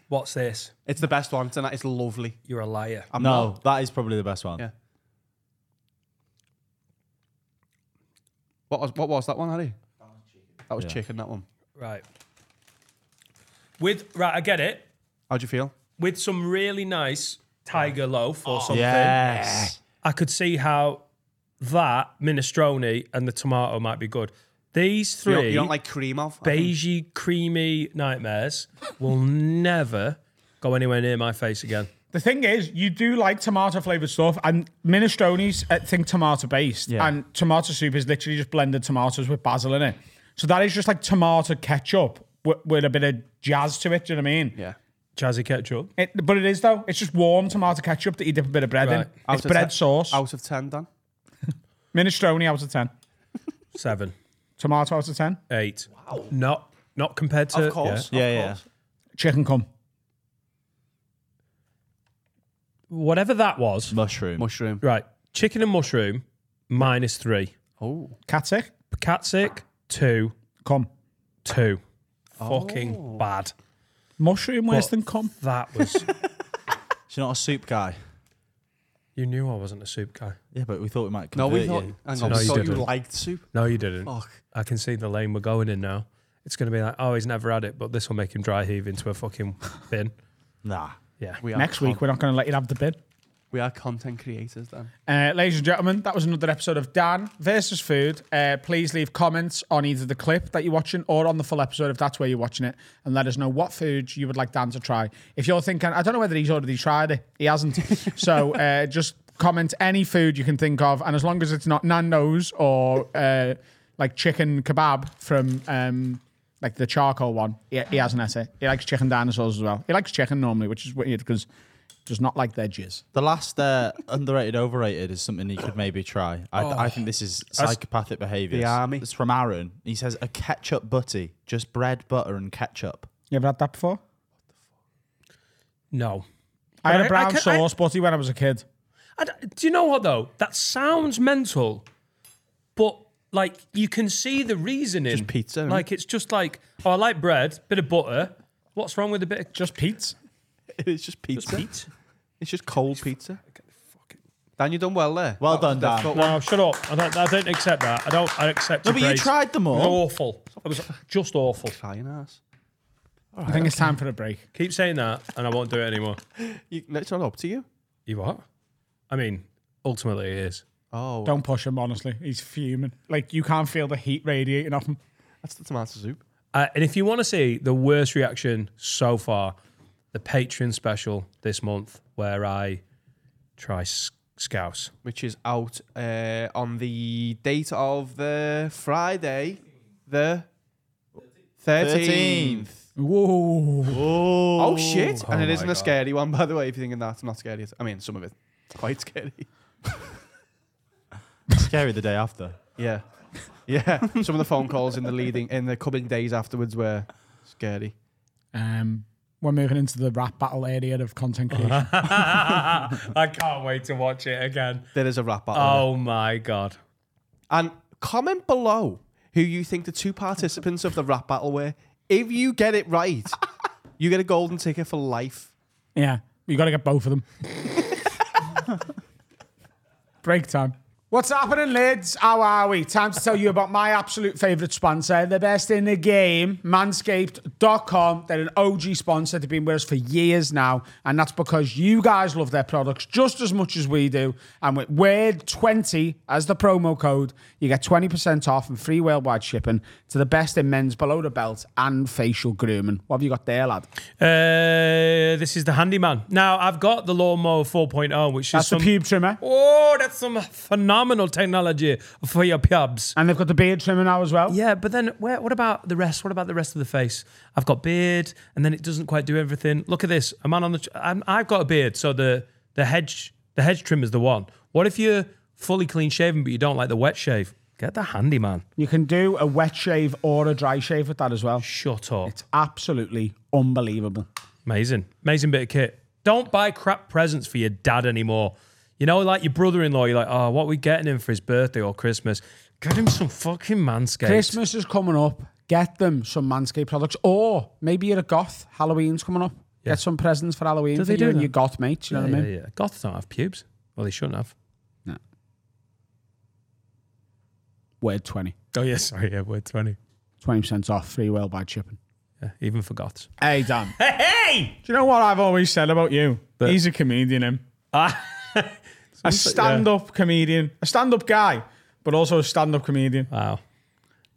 What's this? It's the best one tonight. It's lovely. You're a liar. I'm no, not- that is probably the best one. Yeah. What was what was that one, Harry? That was Yeah. chicken. That one. Right. With right, I get it. How'd you feel? With some really nice tiger loaf or Oh. something, Yes. I could see how that minestrone and the tomato might be good. These 3 You don't, you don't like cream of? I think. beigey, creamy nightmares will never go anywhere near my face again. The thing is, you do like tomato flavored stuff, and minestrones uh, think tomato based, Yeah. and tomato soup is literally just blended tomatoes with basil in it. So that is just like tomato ketchup with, with a bit of jazz to it. Do you know what I mean? Yeah. Jazzy ketchup. It, but it is though. It's just warm tomato ketchup that you dip a bit of bread Right. in. It's of bread ten- sauce. Out of ten, Dan. Minestrone out of ten. Seven, Tomato out of ten. eight. Wow. Not not compared to Of course. Yeah, yeah. Chicken cum. yeah. whatever that was. Mushroom. Mushroom. Right. Chicken and mushroom, minus three. Cat sick. Cat sick, two, Cum. two. Oh. Fucking bad. Mushroom worse What? than cum. That was. She's not a soup guy. you knew I wasn't a soup guy. Yeah, but we thought we might No, convert we thought. you. Hang on. No, we you thought you didn't. liked soup. No, you didn't. Fuck. I can see the lane we're going in now. It's going to be like, oh, he's never had it, but this will make him dry heave into a fucking bin. Nah. Yeah. We are Next con- week we're not going to let you have the bid. we are content creators, Dan. Uh, ladies and gentlemen, that was another episode of Dan versus Food. Uh, please leave comments on either the clip that you're watching or on the full episode if that's where you're watching it, and let us know what food you would like Dan to try. If you're thinking, I don't know whether he's already tried it, he hasn't. so uh, just comment any food you can think of, and as long as it's not Nando's or uh, like chicken kebab from um, like the charcoal one, he, he hasn't had it. He likes chicken dinosaurs as well. He likes chicken normally, which is weird because does not like their jizz. The last uh, underrated, overrated is something you could maybe try. I, I think this is psychopathic behaviour. Oh. The army. It's from Aaron. He says a ketchup butty, just bread, butter, and ketchup. You ever had that before? No. I had I- a I brown can- I- sauce butty when I was a kid. I d do you know what though? That sounds mental, but like you can see the reasoning. Just pizza, isn't Like it's just like, oh, I like bread, bit of butter. What's wrong with a bit of just Pete's. It's just pizza. pizza? It's just cold pizza. Dan, you done well there. Well That was done, Dan. difficult. No, shut up. I don't, I don't accept that. I don't. I accept. No, your but you praise. tried them It was all. awful. It was just awful. Crying ass. I think it's time for a break. Keep saying that, and I won't do it anymore. You, no, it's not up to you. You what? I mean, ultimately, it is. Oh, Don't push him, honestly. He's fuming. Like, you can't feel the heat radiating off him. that's the tomato soup. Uh, and if you want to see the worst reaction so far, the Patreon special this month where I try s- scouse. which is out uh, on the date of the Friday, the 13. 13th. Whoa. Oh. Oh, shit. And it my isn't God. a scary one, by the way, if you're thinking that's not scary. It's, I mean, some of it quite scary. Scary the day after. Yeah. Yeah. some of the phone calls in the leading, in the coming days afterwards were scary. Um, we're moving into the rap battle area of content Uh-huh. creation. I can't wait to watch it again. There is a rap battle. Oh my god. And comment below who you think the two participants of the rap battle were. If you get it right, you get a golden ticket for life. yeah, you got to get both of them. Break time. What's happening, lads? How are we? Time to tell you about my absolute favourite sponsor, the best in the game, manscaped.com. They're an OG sponsor. They've been with us for years now, and that's because you guys love their products just as much as we do. And with WORD20 as the promo code, you get 20% off and free worldwide shipping to the best in men's below the belt and facial grooming. What have you got there, lad? Uh, this is the handyman. Now I've got the lawnmower 4.0, which That's is some, the pube trimmer. Oh, that's some phenomenal technology for your pubs. And they've got the beard trimmer now as well. Yeah, but then where, what about the rest? What about the rest of the face? I've got beard, and then it doesn't quite do everything. Look at this. A man on the. tr- I'm, I've got a beard, so the the hedge the hedge trim is the one. What if you're fully clean shaven, but you don't like the wet shave? Get the handyman. You can do a wet shave or a dry shave with that as well. Shut up. It's absolutely unbelievable. Amazing. Amazing bit of kit. Don't buy crap presents for your dad anymore. You know, like your brother in law, you're like, oh, what we getting him for his birthday or Christmas? Get him some fucking manscaped. Christmas is coming up. Get them some Manscaped products. Or maybe you're a goth. Halloween's coming up. Get some presents for Halloween Do for they you do and that? your goth mates. You know Yeah, what I yeah, mean? yeah. Goths don't have pubes. Well, they shouldn't have. Word 20. Oh, yeah, sorry. Yeah, we're 20. 20% off free well by shipping. Yeah, even for Goths. Hey, Dan. Hey! hey! Do you know what I've always said about you? But- He's a comedian, him. Ah. a stand up comedian, a stand up guy, but also a stand up comedian. Wow.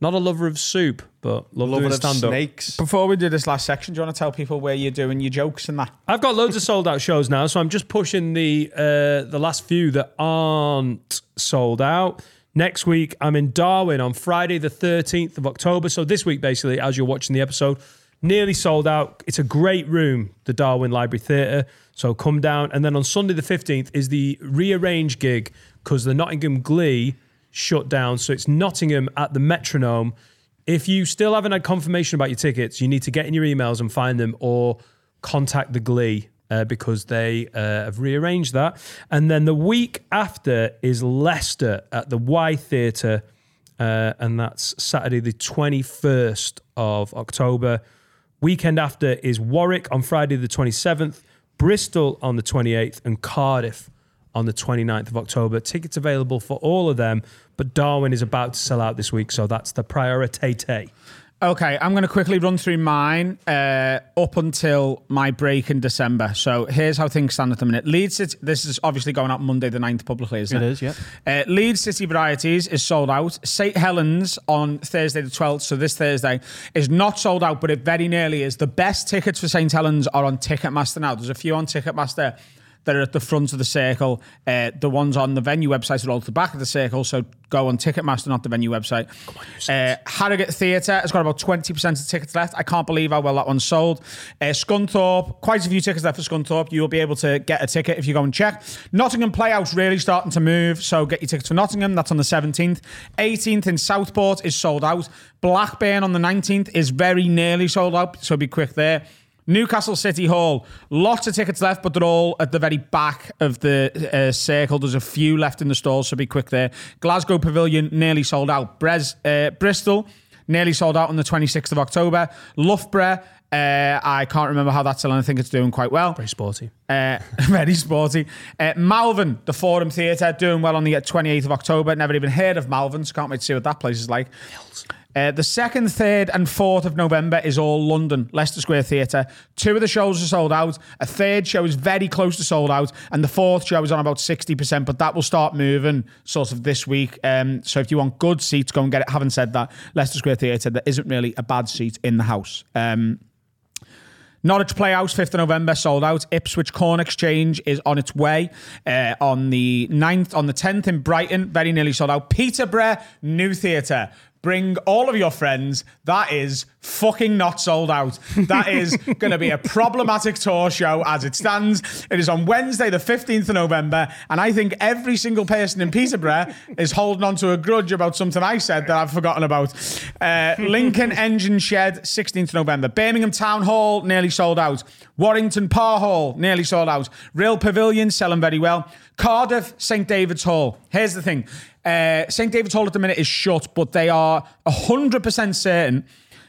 Not a lover of soup, but love Lover doing of stand up. snakes. Before we do this last section, do you want to tell people where you're doing your jokes and that? I've got loads of sold out shows now, so I'm just pushing the uh, the last few that aren't sold out. Next week, I'm in Darwin on Friday, the 13th of October. So this week, basically, as you're watching the episode, nearly sold out. It's a great room, the Darwin Library Theatre. So come down, and then on Sunday, the 15th, is the rearrange gig because the Nottingham Glee shut down. So it's Nottingham at the Metronome. If you still haven't had confirmation about your tickets, you need to get in your emails and find them or contact the Glee uh, because they uh, have rearranged that. And then the week after is Leicester at the Y Theatre, uh, and that's Saturday, the 21st of October. Weekend after is Warwick on Friday, the 27th, Bristol on the 28th, and Cardiff on the 29th of October. Tickets available for all of them, but Darwin is about to sell out this week, so that's the priority. Okay, I'm going to quickly run through mine uh, up until my break in December. So here's how things stand at the minute. Leeds City, this is obviously going out Monday the 9th publicly, isn't it? It is, yeah. Uh, Leeds City Varieties is sold out. St. Helens on Thursday the 12th, so this Thursday, is not sold out, but it very nearly is. The best tickets for St. Helens are on Ticketmaster now. There's a few on Ticketmaster that are at the front of the circle. Uh, the ones on the venue website are all at the back of the circle, so go on Ticketmaster, not the venue website. Uh, Harrogate Theatre has got about 20% of tickets left. I can't believe how well that one's sold. Uh, Scunthorpe, quite a few tickets left for Scunthorpe. You'll be able to get a ticket if you go and check. Nottingham Playhouse really starting to move, so get your tickets for Nottingham. That's on the 17th. 18th in Southport is sold out. Blackburn on the 19th is very nearly sold out, so be quick there. Newcastle City Hall. Lots of tickets left, but they're all at the very back of the uh, circle. There's a few left in the stores, so be quick there. Glasgow Pavilion nearly sold out. Brez, uh, Bristol nearly sold out on the 26th of October. Loughborough, uh, I can't remember how that's selling. I think it's doing quite well. Very sporty. Uh, very sporty. Uh, Malvern, the Forum Theatre, doing well on the 28th of October. Never even heard of Malvern, so can't wait to see what that place is like. Uh, the 2nd, 3rd, and 4th of November is all London, Leicester Square Theatre. Two of the shows are sold out. A third show is very close to sold out. And the fourth show is on about 60%, but that will start moving sort of this week. Um, so if you want good seats, go and get it. Haven't said that. Leicester Square Theatre, there isn't really a bad seat in the house. Um, Norwich Playhouse, 5th of November, sold out. Ipswich Corn Exchange is on its way uh, on the 9th, on the 10th in Brighton, very nearly sold out. Peterborough, new theatre. Bring all of your friends. That is fucking not sold out. That is going to be a problematic tour show as it stands. It is on Wednesday, the 15th of November. And I think every single person in Peterborough is holding on to a grudge about something I said that I've forgotten about. Uh, Lincoln Engine Shed, 16th November. Birmingham Town Hall, nearly sold out. Warrington Par Hall, nearly sold out. Real Pavilion, selling very well. Cardiff, St. David's Hall. Here's the thing uh, St. David's Hall at the minute is shut, but they are 100% certain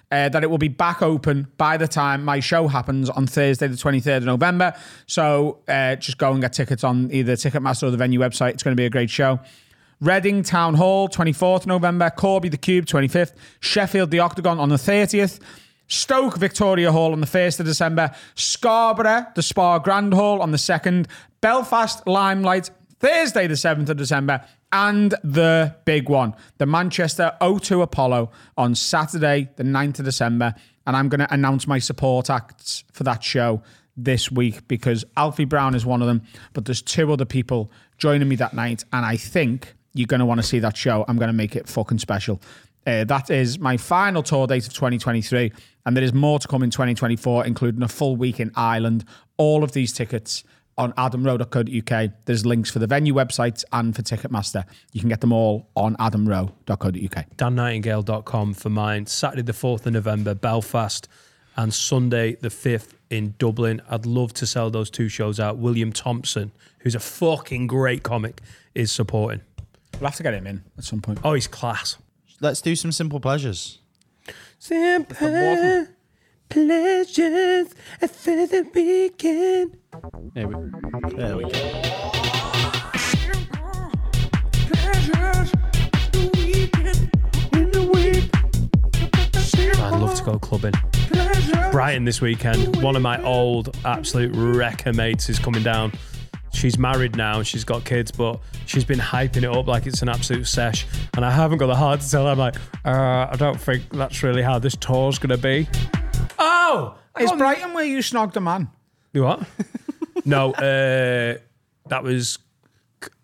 uh, that it will be back open by the time my show happens on Thursday, the 23rd of November. So uh, just go and get tickets on either Ticketmaster or the venue website. It's going to be a great show. Reading Town Hall, 24th November. Corby the Cube, 25th. Sheffield the Octagon on the 30th. Stoke Victoria Hall on the 1st of December. Scarborough, the Spa Grand Hall on the 2nd. Belfast Limelight, Thursday, the 7th of December. And the big one, the Manchester O2 Apollo on Saturday, the 9th of December. And I'm going to announce my support acts for that show this week because Alfie Brown is one of them, but there's two other people joining me that night. And I think you're going to want to see that show. I'm going to make it fucking special. Uh, that is my final tour date of 2023, and there is more to come in 2024, including a full week in Ireland. All of these tickets on adamrow.co.uk. There's links for the venue websites and for Ticketmaster. You can get them all on adamrow.co.uk. dannightingale.com for mine. Saturday the 4th of November, Belfast, and Sunday the 5th in Dublin. I'd love to sell those two shows out. William Thompson, who's a fucking great comic, is supporting. We'll have to get him in at some point. Oh, he's class. Let's do some simple pleasures. Simple pleasures after the weekend. There we go. I'd love to go clubbing. Brighton this weekend. One of my old absolute wrecker mates is coming down. She's married now and she's got kids, but she's been hyping it up like it's an absolute sesh. And I haven't got the heart to tell her. I'm like, uh, I don't think that's really how this tour's going to be. Oh! Is Brighton where you snogged a man? You what? no, uh, that was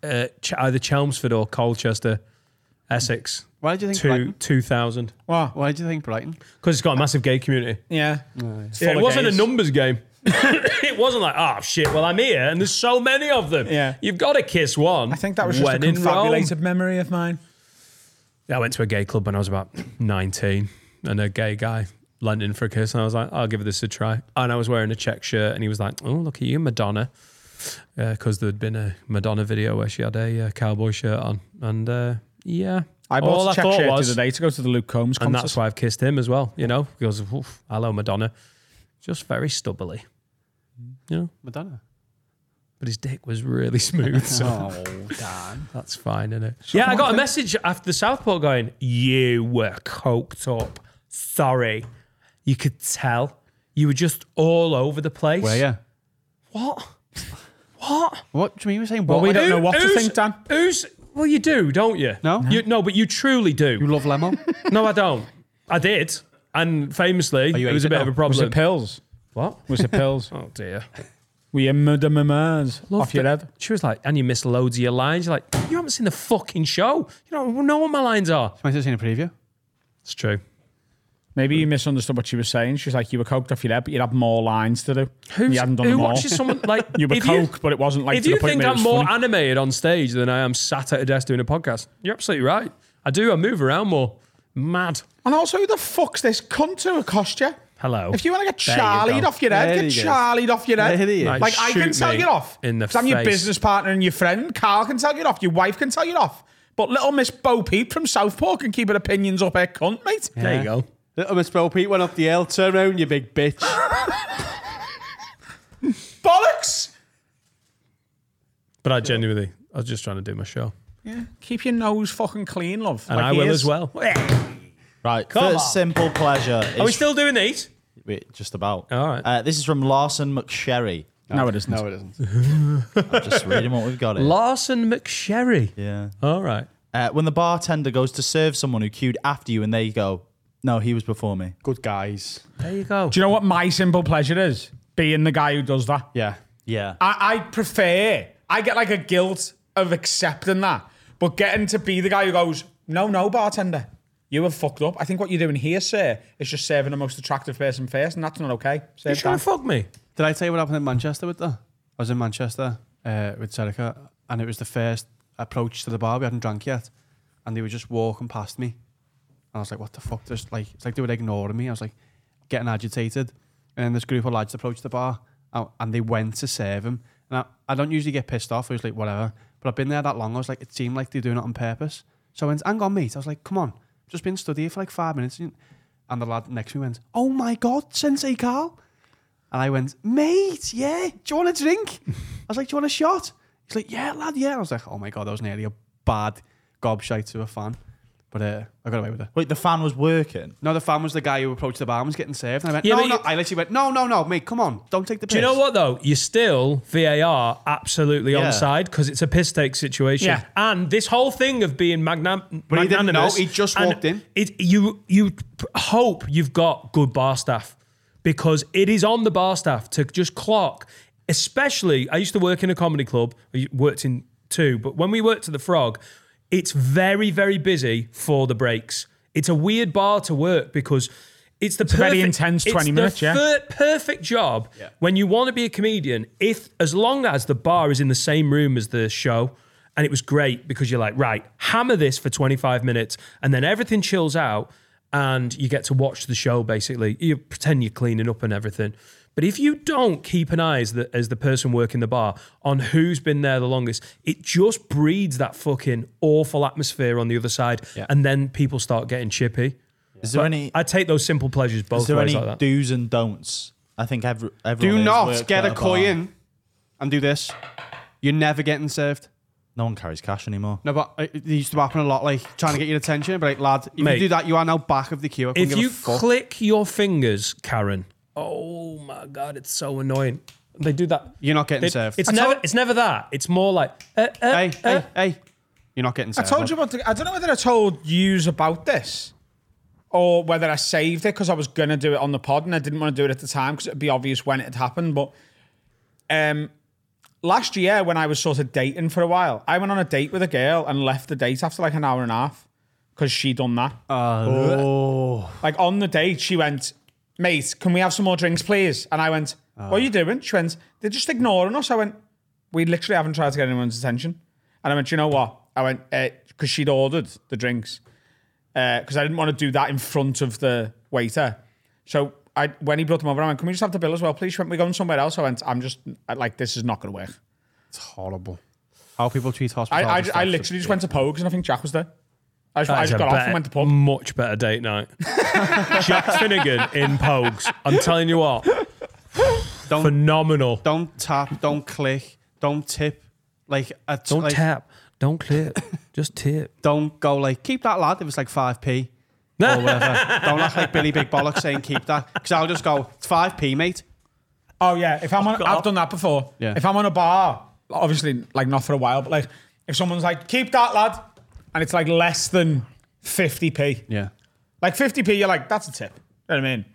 uh, Ch- either Chelmsford or Colchester, Essex, Why do you think two, Brighton? 2000. Wow. Why do you think Brighton? Because it's got a massive gay community. Yeah. Yeah, it wasn't a numbers game. it wasn't like, oh shit, well I'm here and there's so many of them. Yeah. You've got to kiss one. I think that was just when a in Rome. confabulated memory of mine. I went to a gay club when I was about 19 and a gay guy leant in for a kiss and I was like, I'll give this a try. And I was wearing a check shirt and he was like, oh, look at you, Madonna. Because there'd been a Madonna video where she had a uh, cowboy shirt on. And uh, yeah. I bought All a check thought shirt was- the other day to go to the Luke Combs concert. and that's why I've kissed him as well, you know, because, oof, hello, Madonna. Just very stubbly. You know? Madonna. but his dick was really smooth. So Oh, damn. that's fine, isn't it? yeah, I got a message after the Southport going, You were coked up. Sorry. You could tell. You were just all over the place. Where, yeah. What? What? What do you mean? You're saying Well, what? we don't Who- know what to who's- think, Dan. Who's. Well, you do, don't you? No. You, no, but you truly do. You love Lemo? no, I don't. I did. And famously, you it was a ate it bit now? of a Was problem. it pills? what? Was it pills? Oh, dear. Were you murder mamas Loved off your it. head? She was like, and you miss loads of your lines. You're like, you haven't seen the fucking show. You don't know what my lines are. Might have seen a preview. It's true. Maybe you misunderstood what she was saying. She's like, you were coked off your head, but you had more lines to do. Who's, you hadn't done who them all. watches someone like You were if coke, but it wasn't like if to you the point think where it I'm was more funny. animated on stage than I am sat at a desk doing a podcast, you're absolutely right. I do. I move around more. Mad. And also, who the fuck's this cunt who cost you? Hello. If you want to get There you charlied go. off your head, There get he goes. charlied off your head. There he is. Like, Like, I can shoot tell me you off. in the 'Cause I'm your face. business partner and your friend. Carl can tell you off. Your wife can tell you off. But little Miss Bo Peep from Southport can keep her opinions up her cunt, mate. There you go. Little Miss Bo Peep went up the L. Turn around, you big bitch. Bollocks! But I genuinely, I was just trying to do my show, Keep your nose fucking clean, love. and Like I he will is. as well. Right, first simple pleasure. Are we is- still doing these? Wait, just about. All right. Uh, this is from Larson McSherry. No, it isn't. no, it isn't. I'm just reading what we've got here. Larson McSherry. yeah. All right. Uh, when the bartender goes to serve someone who queued after you and they go, no, he was before me. Good guys. There you go. Do you know what my simple pleasure is? Being the guy who does that. Yeah. Yeah. I, I prefer. I get like a guilt of accepting that, but getting to be the guy who goes, "No, no, bartender, You have fucked up. I think what you're doing here, sir, is just serving the most attractive person first, and that's not okay. You're Serve trying Dan. to fuck me. Did I tell you what happened in Manchester with that? I was in Manchester uh, with Serica, and it was the first approach to the bar. We hadn't drank yet, and they were just walking past me. And I was like, "What the fuck?" Just like it's like they were ignoring me. I was like getting agitated, and then this group of lads approached the bar, and, and they went to serve him. And I, I don't usually get pissed off. I was like, "Whatever," but I've been there that long. I was like, it seemed like they're doing it on purpose. So I went, "Hang on, mate." I was like, "Come on, I've just been studying for like five minutes." And the lad next to me went, "Oh my god, Sensei Carl!" And I went, mate, yeah, do you want a drink? I was like, do you want a shot? He's like, yeah, lad, yeah. I was like, oh my God, that was nearly a bad gobshite to a fan. But uh, I got away with it. Wait, the fan was working. No, the fan was the guy who approached the bar and was getting served. And I went, Yeah, no, but no. you- I literally went, no, no, no, mate, come on. Don't take the piss. Do you know what though? You're still VAR absolutely Yeah. onside because it's a piss take situation. Yeah. And this whole thing of being magnam- But he didn't know. magnanimous. He just and walked in. It, you you p- hope you've got good bar staff because it is on the bar staff to just clock. Especially, I used to work in a comedy club. I worked in two, but when we worked at the Frog, it's very very busy for the breaks. It's a weird bar to work because. It's the very perfect, intense 20 the minutes, yeah. per- perfect job when you want to be a comedian if as long as the bar is in the same room as the show and it was great because you're like right hammer this for 25 minutes and then everything chills out and you get to watch the show basically you pretend you're cleaning up and everything but if you don't keep an eye as the, as the person working the bar on who's been there the longest it just breeds that fucking awful atmosphere on the other side and then people start getting chippy Is there any? I take those simple pleasures both Is there ways any like that. do's and don'ts? I think every, everyone Do who's not worked get at a bar- coin and do this. You're never getting served. No one carries cash anymore. No, but uh, it it used to happen a lot, like trying to get your attention. But like, lad, if Mate. you do that, you are now back of the queue. I couldn't if give you a fuck. click your fingers, Karen. Oh my god, it's so annoying. They do that. you're not getting It- served. it's I never. told- It's never that. It's more like. Uh, uh, Hey, uh. hey, hey. You're not getting I served. told you about. The, I don't know whether I told yous about this or whether I saved it because I was gonna do it on the pod and I didn't want to do it at the time because it'd be obvious when it had happened. But um, last year when I was sort of dating for a while, I went on a date with a girl and left the date after like an hour and a half because she done that. Like on the date, she went, "Mate, can we have some more drinks, please?" And I went, "What are Ah. you doing?" She went, "They're just ignoring us." I went, "We literally haven't tried to get anyone's attention." And I went, "You know what?" I went because she'd ordered the drinks because I didn't want to do that in front of the waiter. So I, when he brought them over, I went, "Can we just have the bill as well, please?" She went, "We're going somewhere else." I went, "I'm just I- like this is not going to work." horrible. How people treat I, hospitals. I, I literally just went to Pogues and I think Jack was there. I just, I That's just a got off bet- and went to pub. Much better date night. Jack Finnegan in Pogues. I'm telling you what. phenomenal. Don't tap. Don't click. Don't tip. Like a Don't like, tap. Don't clip. Just tip. Don't go like keep that lad. If it's like five p or whatever. don't act like Billy Big Bollock saying keep that because I'll just go it's five p mate. Oh yeah, if I'm on, I've done that before. Yeah. If I'm on a bar, obviously like not for a while, but like if someone's like, keep that lad, and it's like less than fifty p. Yeah. Like fifty p, you're like that's a tip. You know what I mean?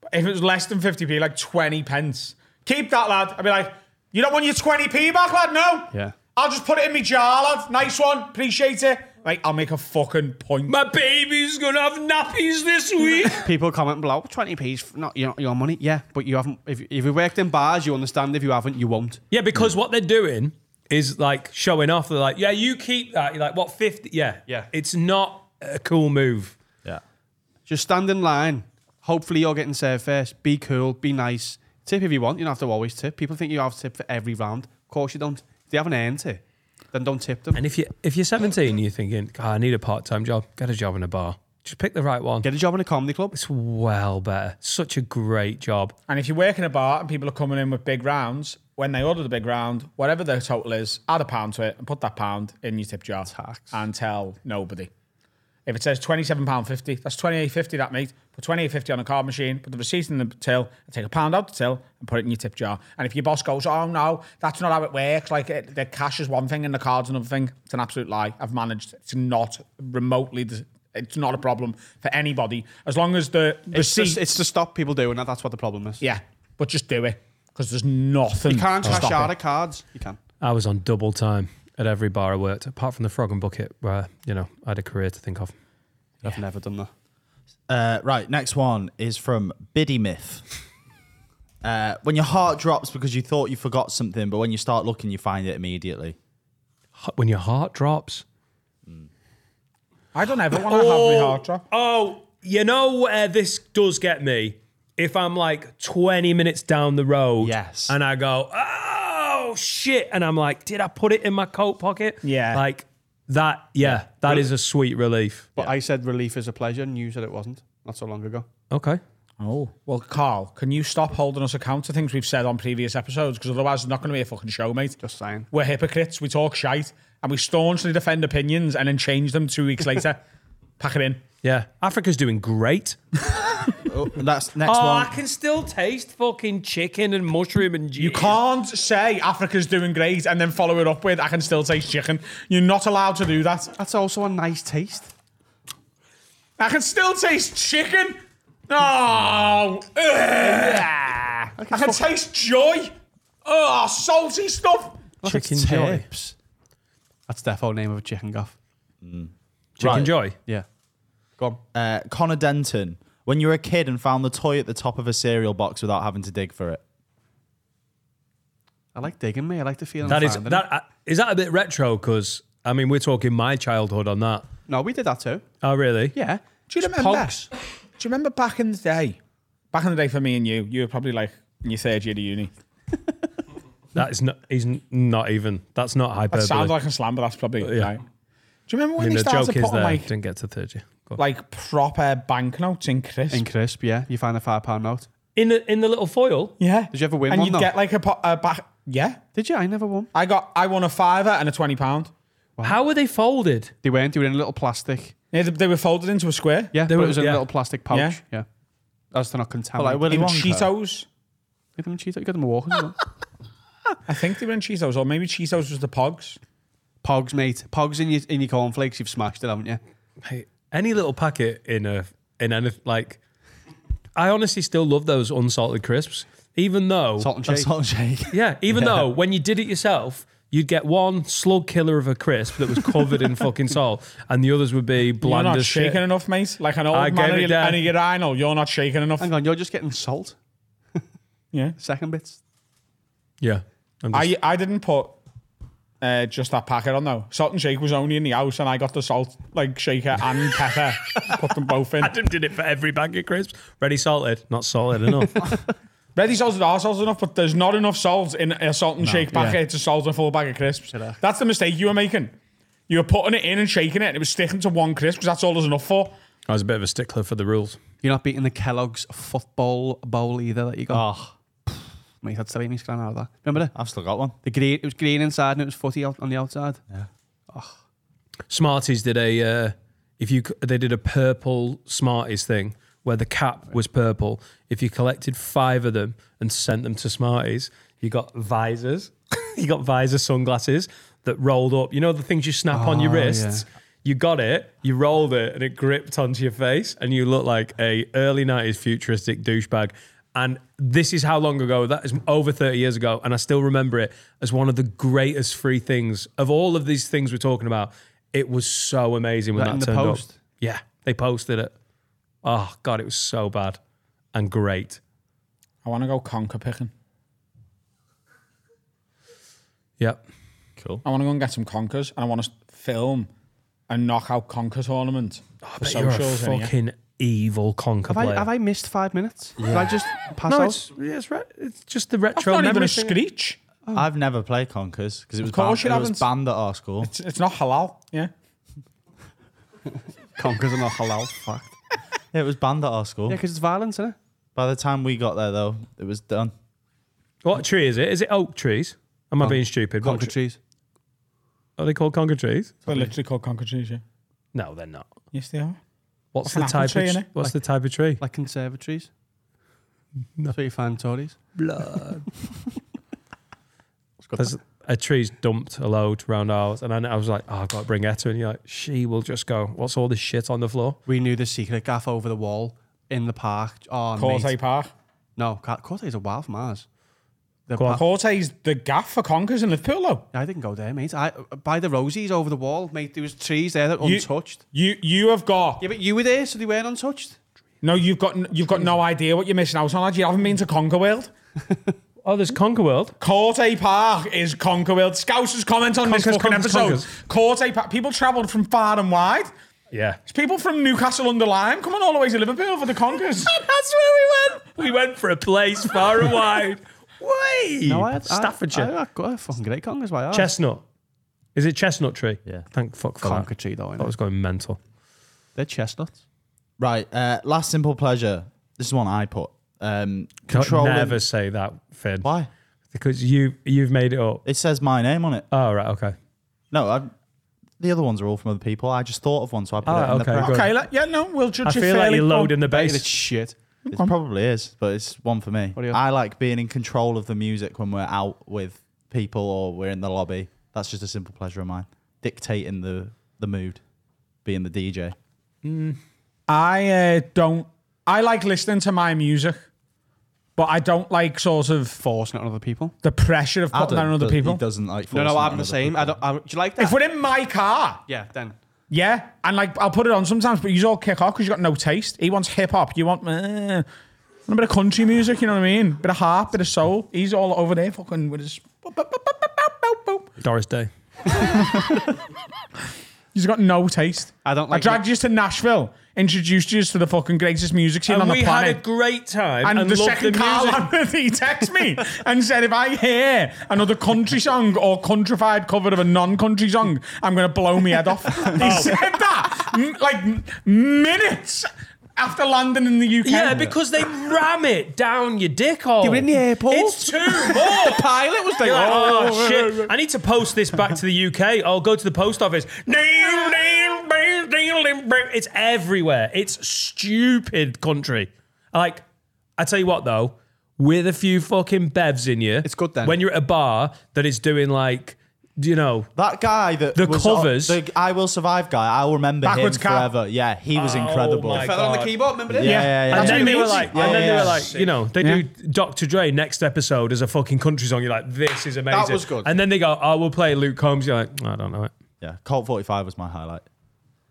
But if it was less than fifty p, like twenty pence, keep that lad. I'd be like, you don't want your twenty p back, lad? No. Yeah. I'll just put it in my jar, lad. Nice one. Appreciate it. Like I'll make a fucking point. My baby's gonna have nappies this week. People comment below "Oh, twenty p's not your, your money. Yeah, but you haven't. If, if you worked in bars, you understand. If you haven't, you won't. Yeah, Hmm. because what they're doing is like showing off. They're like, yeah, you keep that. You're like, what, 50? Yeah. Yeah. It's not a cool move. Yeah. Just stand in line. Hopefully, you're getting served first. Be cool. Be nice. Tip if you want. You don't have to always tip. People think you have to tip for every round. Of course, you don't. If they haven't earned it, then don't tip them. And if you if you're 17 and you're thinking, "God, I need a part time job, get a job in a bar. Just pick the right one. Get a job in a comedy club. It's well better. Such a great job. And if you work in a bar and people are coming in with big rounds, when they order the big round, whatever their total is, add a pound to it and put that pound in your tip jar and tell nobody. If it says twenty-seven pound fifty, that's twenty-eight fifty. That mate, put twenty-eight fifty on a card machine, put the receipt in the till, and take a pound out the till and put it in your tip jar. And if your boss goes, "Oh no, that's not how it works. Like it, the cash is one thing and the card's another thing," it's an absolute lie. I've managed. It's not remotely. It's not a problem for anybody as long as the It's, receipt. just, it's to stop people doing that. That's what the problem is. Yeah, but just do it because there's nothing. You can't to cash stop out it. of cards. You can. I was on double time at every bar I worked, apart from the Frog and Bucket, where you know I had a career to think of. I've never done that. Uh, right, next one is from Biddy Myth. Uh, when your heart drops because you thought you forgot something, but when you start looking, you find it immediately. When your heart drops. I don't ever want to have my heart drop. Oh, you know where this does get me? If I'm like 20 minutes down the road. Yes. And I go, oh, shit. And I'm like, did I put it in my coat pocket? Yeah. Like that, yeah, that is a sweet relief. But I said relief is a pleasure, and you said it wasn't not so long ago. Okay. Oh. Well, Carl, can you stop holding us account to things we've said on previous episodes? Because otherwise, it's not going to be a fucking show, mate. Just saying. We're hypocrites. We talk shite and we staunchly defend opinions and then change them two weeks later. Pack it in. Yeah. Africa's doing great. Oh, that's next Oh, one. I can still taste fucking chicken and mushroom and You can't say Africa's doing great and then follow it up with I can still taste chicken. You're not allowed to do that. That's also a nice taste. I can still taste chicken. Oh, ugh. I can, taste joy. Oh, salty stuff. chicken joy. Tips. That's defo name of a chicken gaff. Chicken Right. joy. Yeah. Uh, Connor Denton. When you were a kid and found the toy at the top of a cereal box without having to dig for it. I like digging me. I like the feeling. That of is finding it. that uh, is that a bit retro? Because I mean, we're talking my childhood on that. No, we did that too. Oh, really? Yeah. Do you remember? Do you remember back in the day? Back in the day for me and you, you were probably like in your third year of uni. That is not. He's n- not even. That's not That hyperbole. sounds like a slam, but that's probably yeah. right. Do you remember I when mean, they the started joke putting is there. like, Didn't get to third year. Go on. like proper banknotes in crisp? In crisp, yeah. You find a five pound note. in the in the little foil. yeah. Did you ever win and one, you'd though? get like a, po- a back. Yeah. Did you? I never won. I got. I won a fiver and a twenty pound. How were they folded? They weren't. They were in a little plastic. Yeah, they, they were folded into a square. Yeah, They but were- it was in yeah. a little plastic pouch. Yeah. Yeah. As to not contaminate. Like Willy in Wonka. Cheetos. get them in Cheetos. Get them in Walkers. as well. I think they were in Cheetos, or maybe Cheetos was the Pogs. Pogs, mate. Pogs in your in your cornflakes. You've smashed it, haven't you? Hey, any little packet in a in any like. I honestly still love those unsalted crisps, even though Salt and A shake. salt and shake. Yeah, even though when you did it yourself, you'd get one slug killer of a crisp that was covered in fucking salt, and the others would be You're bland not as shaking shit. enough, mate. Like an old I man gave it and down. a urinal. You're not shaking enough. Hang on, you're just getting salt. Yeah. Second bits. Yeah, I'm just, I I didn't put uh, just that packet on though. Salt and shake was only in the house, and I got the salt like shaker and pepper. put them both in. I didn't did it for every bag of crisps. Ready salted, not salted enough. Ready salted are salted enough, but there's not enough salt in a salt and shake packet to salt a full bag of crisps. That's the mistake you were making. You were putting it in and shaking it, and it was sticking to one crisp because that's all there's enough for. I was a bit of a stickler for the rules. You're not beating the Kellogg's football bowl either that you got. Ah. Oh, Mate, that's the way me scran out of that. Remember that? I've still got one. The green, it was green inside and it was footy out on the outside. Smarties did a uh, if you c- they did a purple Smarties thing where the cap was purple. If you collected five of them and sent them to Smarties, you got visors. you got visor sunglasses that rolled up. You know the things you snap on your Oh, wrists. You got it. You rolled it, and it gripped onto your face, and you look like a early '90s futuristic douchebag. And this is how long ago that is over 30 years ago, and I still remember it as one of the greatest free things of all of these things we're talking about. It was so amazing when That that, in the turned post? up. Yeah, they posted it. Oh god, it was so bad and great. I want to go conker picking. Yep. Oh, I want to go and get some conkers, and I want to film a knockout conker tournament. I for bet you're a socials, innit? fucking evil conker Have I, player. have I missed five minutes? Did I just pass no, out? it's, yeah, it's, re- it's just the That's retro not even memory a thing. screech. I've never played Conkers because it was banned. course It you was haven't. banned at our school. It's, it's not halal. Yeah. Conkers are not halal. Fuck. Yeah, it was banned at our school. Yeah, because it's violence, isn't it? By the time we got there, though, it was done. What tree is it? Is it oak trees? Am I being stupid? What Conker tre- trees. are they called conker trees? They're literally called conker trees, yeah. No, they're not. Yes, they are. What's Like the an apple type tree, of innit? what's the type of tree? Like conservatories. That's where you find Tories. blood. There's a tree's dumped a load round ours, and I, I was like, "Oh, I've got to bring Etta," and you're like, "She will just go." What's all this shit on the floor? We knew the secret gaff over the wall in the park. Oh, Corte mate. Park. No, Ca- Corte's a wild from ours. The Go on. pa- Corte's the gaff for Conkers in Liverpool, though. I didn't go there, mate. I by the rosies over the wall, mate. There was trees there that You- untouched. You you have got Yeah, but you were there, so they weren't untouched. no, you've got n- you've got no idea what you're missing out on. lad. You haven't been to Conkerworld. Oh, there's Conquerworld. Corte Park is Conkerworld. Scouser's comment on this Conkers, fucking Conkers, episode. Conkers. Corte Park. People travelled from far and wide. Yeah. It's people from Newcastle under Lyme coming all the way to Liverpool for the Conkers. That's where we went. We went for a place far and wide. Wait. No, I had Staffordshire. I, I, got a fucking great congas. Why? I- chestnut. Is it chestnut tree? Yeah. Thank fuck for conker that. tree though. That was going mental. They're chestnuts. Right. Uh, last simple pleasure. This is one I put. Um, controlling. Never say that, Finn. Why? Because you you've made it up. It says my name on it. Oh right, okay. No, I, the other ones are all from other people. I just thought of one, so I put Oh, it in okay, the good. pro- okay, let- yeah, no, we'll judge I you feel like fairly. you're loading the Mate, it's base. shit. It probably is, but it's one for me. do you- I like being in control of the music when we're out with people or we're in the lobby. That's just a simple pleasure of mine. Dictating the the mood, being the DJ. I uh, don't. I like listening to my music, but I don't like sort of Forcing it on other people. the pressure of putting Adam that on other does- people. He doesn't like. No, no, forcing it I'm on the other same. people. I don't. I, do you like that? If we're in my car, yeah, then. Yeah, and like I'll put it on sometimes, but you all kick off because you got no taste. He wants hip hop. You want, eh, want a bit of country music. You know what I mean? Bit of harp, bit of soul. He's all over there, fucking with his. boop, boop, boop, boop, boop, boop, boop. Doris Day. He's got no taste. I don't I like. dragged you to Nashville, introduced you to the fucking greatest music scene on the we planet. had a great time and, and, the loved second the car music. landed, he texted me and said, if I hear another country song or countrified cover of a non-country song, I'm going to blow me head off. He Oh. said that m- like m- minutes after landing in the UK. Yeah, because they ram it down your dick hole. They were in the airport. It's too much. pilot was like, You're like, oh, oh shit! I need to post this back to the UK. I'll go to the post office. It's everywhere. It's stupid country. Like, I tell you what though, with a few fucking bevs in you, It's good then. When you're at a bar that is doing like, you know, That guy that The was on- covers. the I Will Survive guy. I'll remember Backwards him cap. forever. Yeah, he was incredible. Oh my yeah, fella on the God. keyboard. Remember yeah, this? yeah. And then they were amazing. like, Yeah, and then they yeah. were like, you know, they do Dr. Dre next episode as a fucking country song. You're like, this is amazing. was good. And then they go, oh, we'll play Luke Combs. You're like, I don't know it. Yeah, Colt 45 was my highlight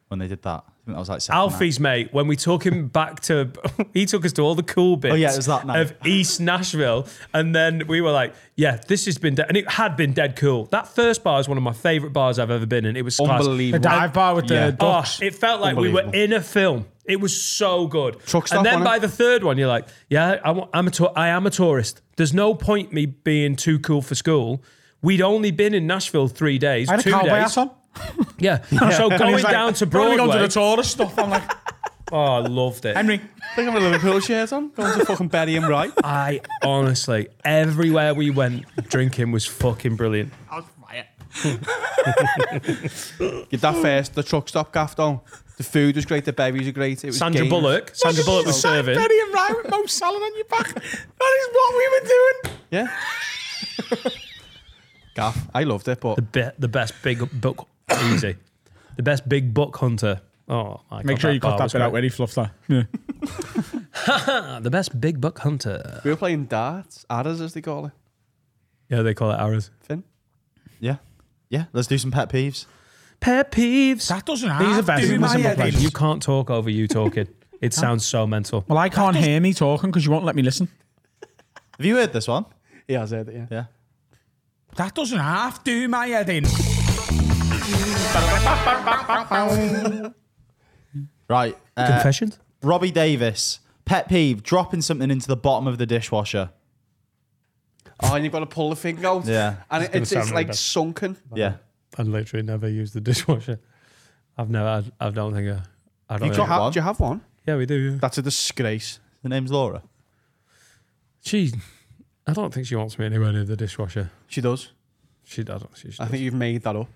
when they did that. I think that was like second Alfie's mate, when we took him back to, he took us to all the cool bits Oh, yeah, it was that night. of East Nashville. And then we were like, yeah, this has been dead. And it had been dead cool. That first bar is one of my favorite bars I've ever been in. It was class. the Unbelievable. dive bar with the Yeah. Oh, ducks. it felt like we were in a film. It was so good. Truck stop, and then wasn't by it? the third one, you're like, yeah, I, wa- I'm a tour- I am a tourist. There's no point me being too cool for school. We'd only been in Nashville three days, I had a two cowboy days. hat on. Yeah. So He going was like, down to "We're only going Broadway. to the tourist stuff. I'm like, oh, I loved it. Henry, I think I'm with a Liverpool shirt on. Going to fucking bury him right. I honestly, everywhere we went, drinking was fucking brilliant. Give that first. The truck stop gaffed on. The food was great. The berries were great. It was Sandra games. Bullock. Sandra Bullock was serving. Betty and Ryan with Mo Salah on your back. That is what we were doing. Yeah. Gaff. I loved it, but Be- the best big buck, easy. The best big buck hunter. Oh my god! Make sure you bar cut that was bit out great. where he fluffed that. Yeah. The best big buck hunter. we were playing darts, adders as they call it. Yeah, they call it arrows. Finn. Yeah. Yeah, let's do some pet peeves. Pet peeves. That doesn't These are have best. to be my simple head. pleasures. You can't talk over you talking. It sounds so mental. Well, I can't hear me talking because you won't let me listen. Have you heard this one? He has heard it, yeah. Yeah. That doesn't half do my head in. Right. Uh, Confessions. Robbie Davis. Pet peeve, dropping something into the bottom of the dishwasher. Oh, and you've got to pull the thing out. Yeah. And it, it's, sound it's really like bad. sunken. Yeah. I literally never used the dishwasher. I've never. I, I don't think. I, I don't. Do you, think- have, one? do you have one? yeah, we do. That's a disgrace. The name's Laura. She. I don't think she wants me anywhere near the dishwasher. She does. She doesn't. She. she I think you've made that up.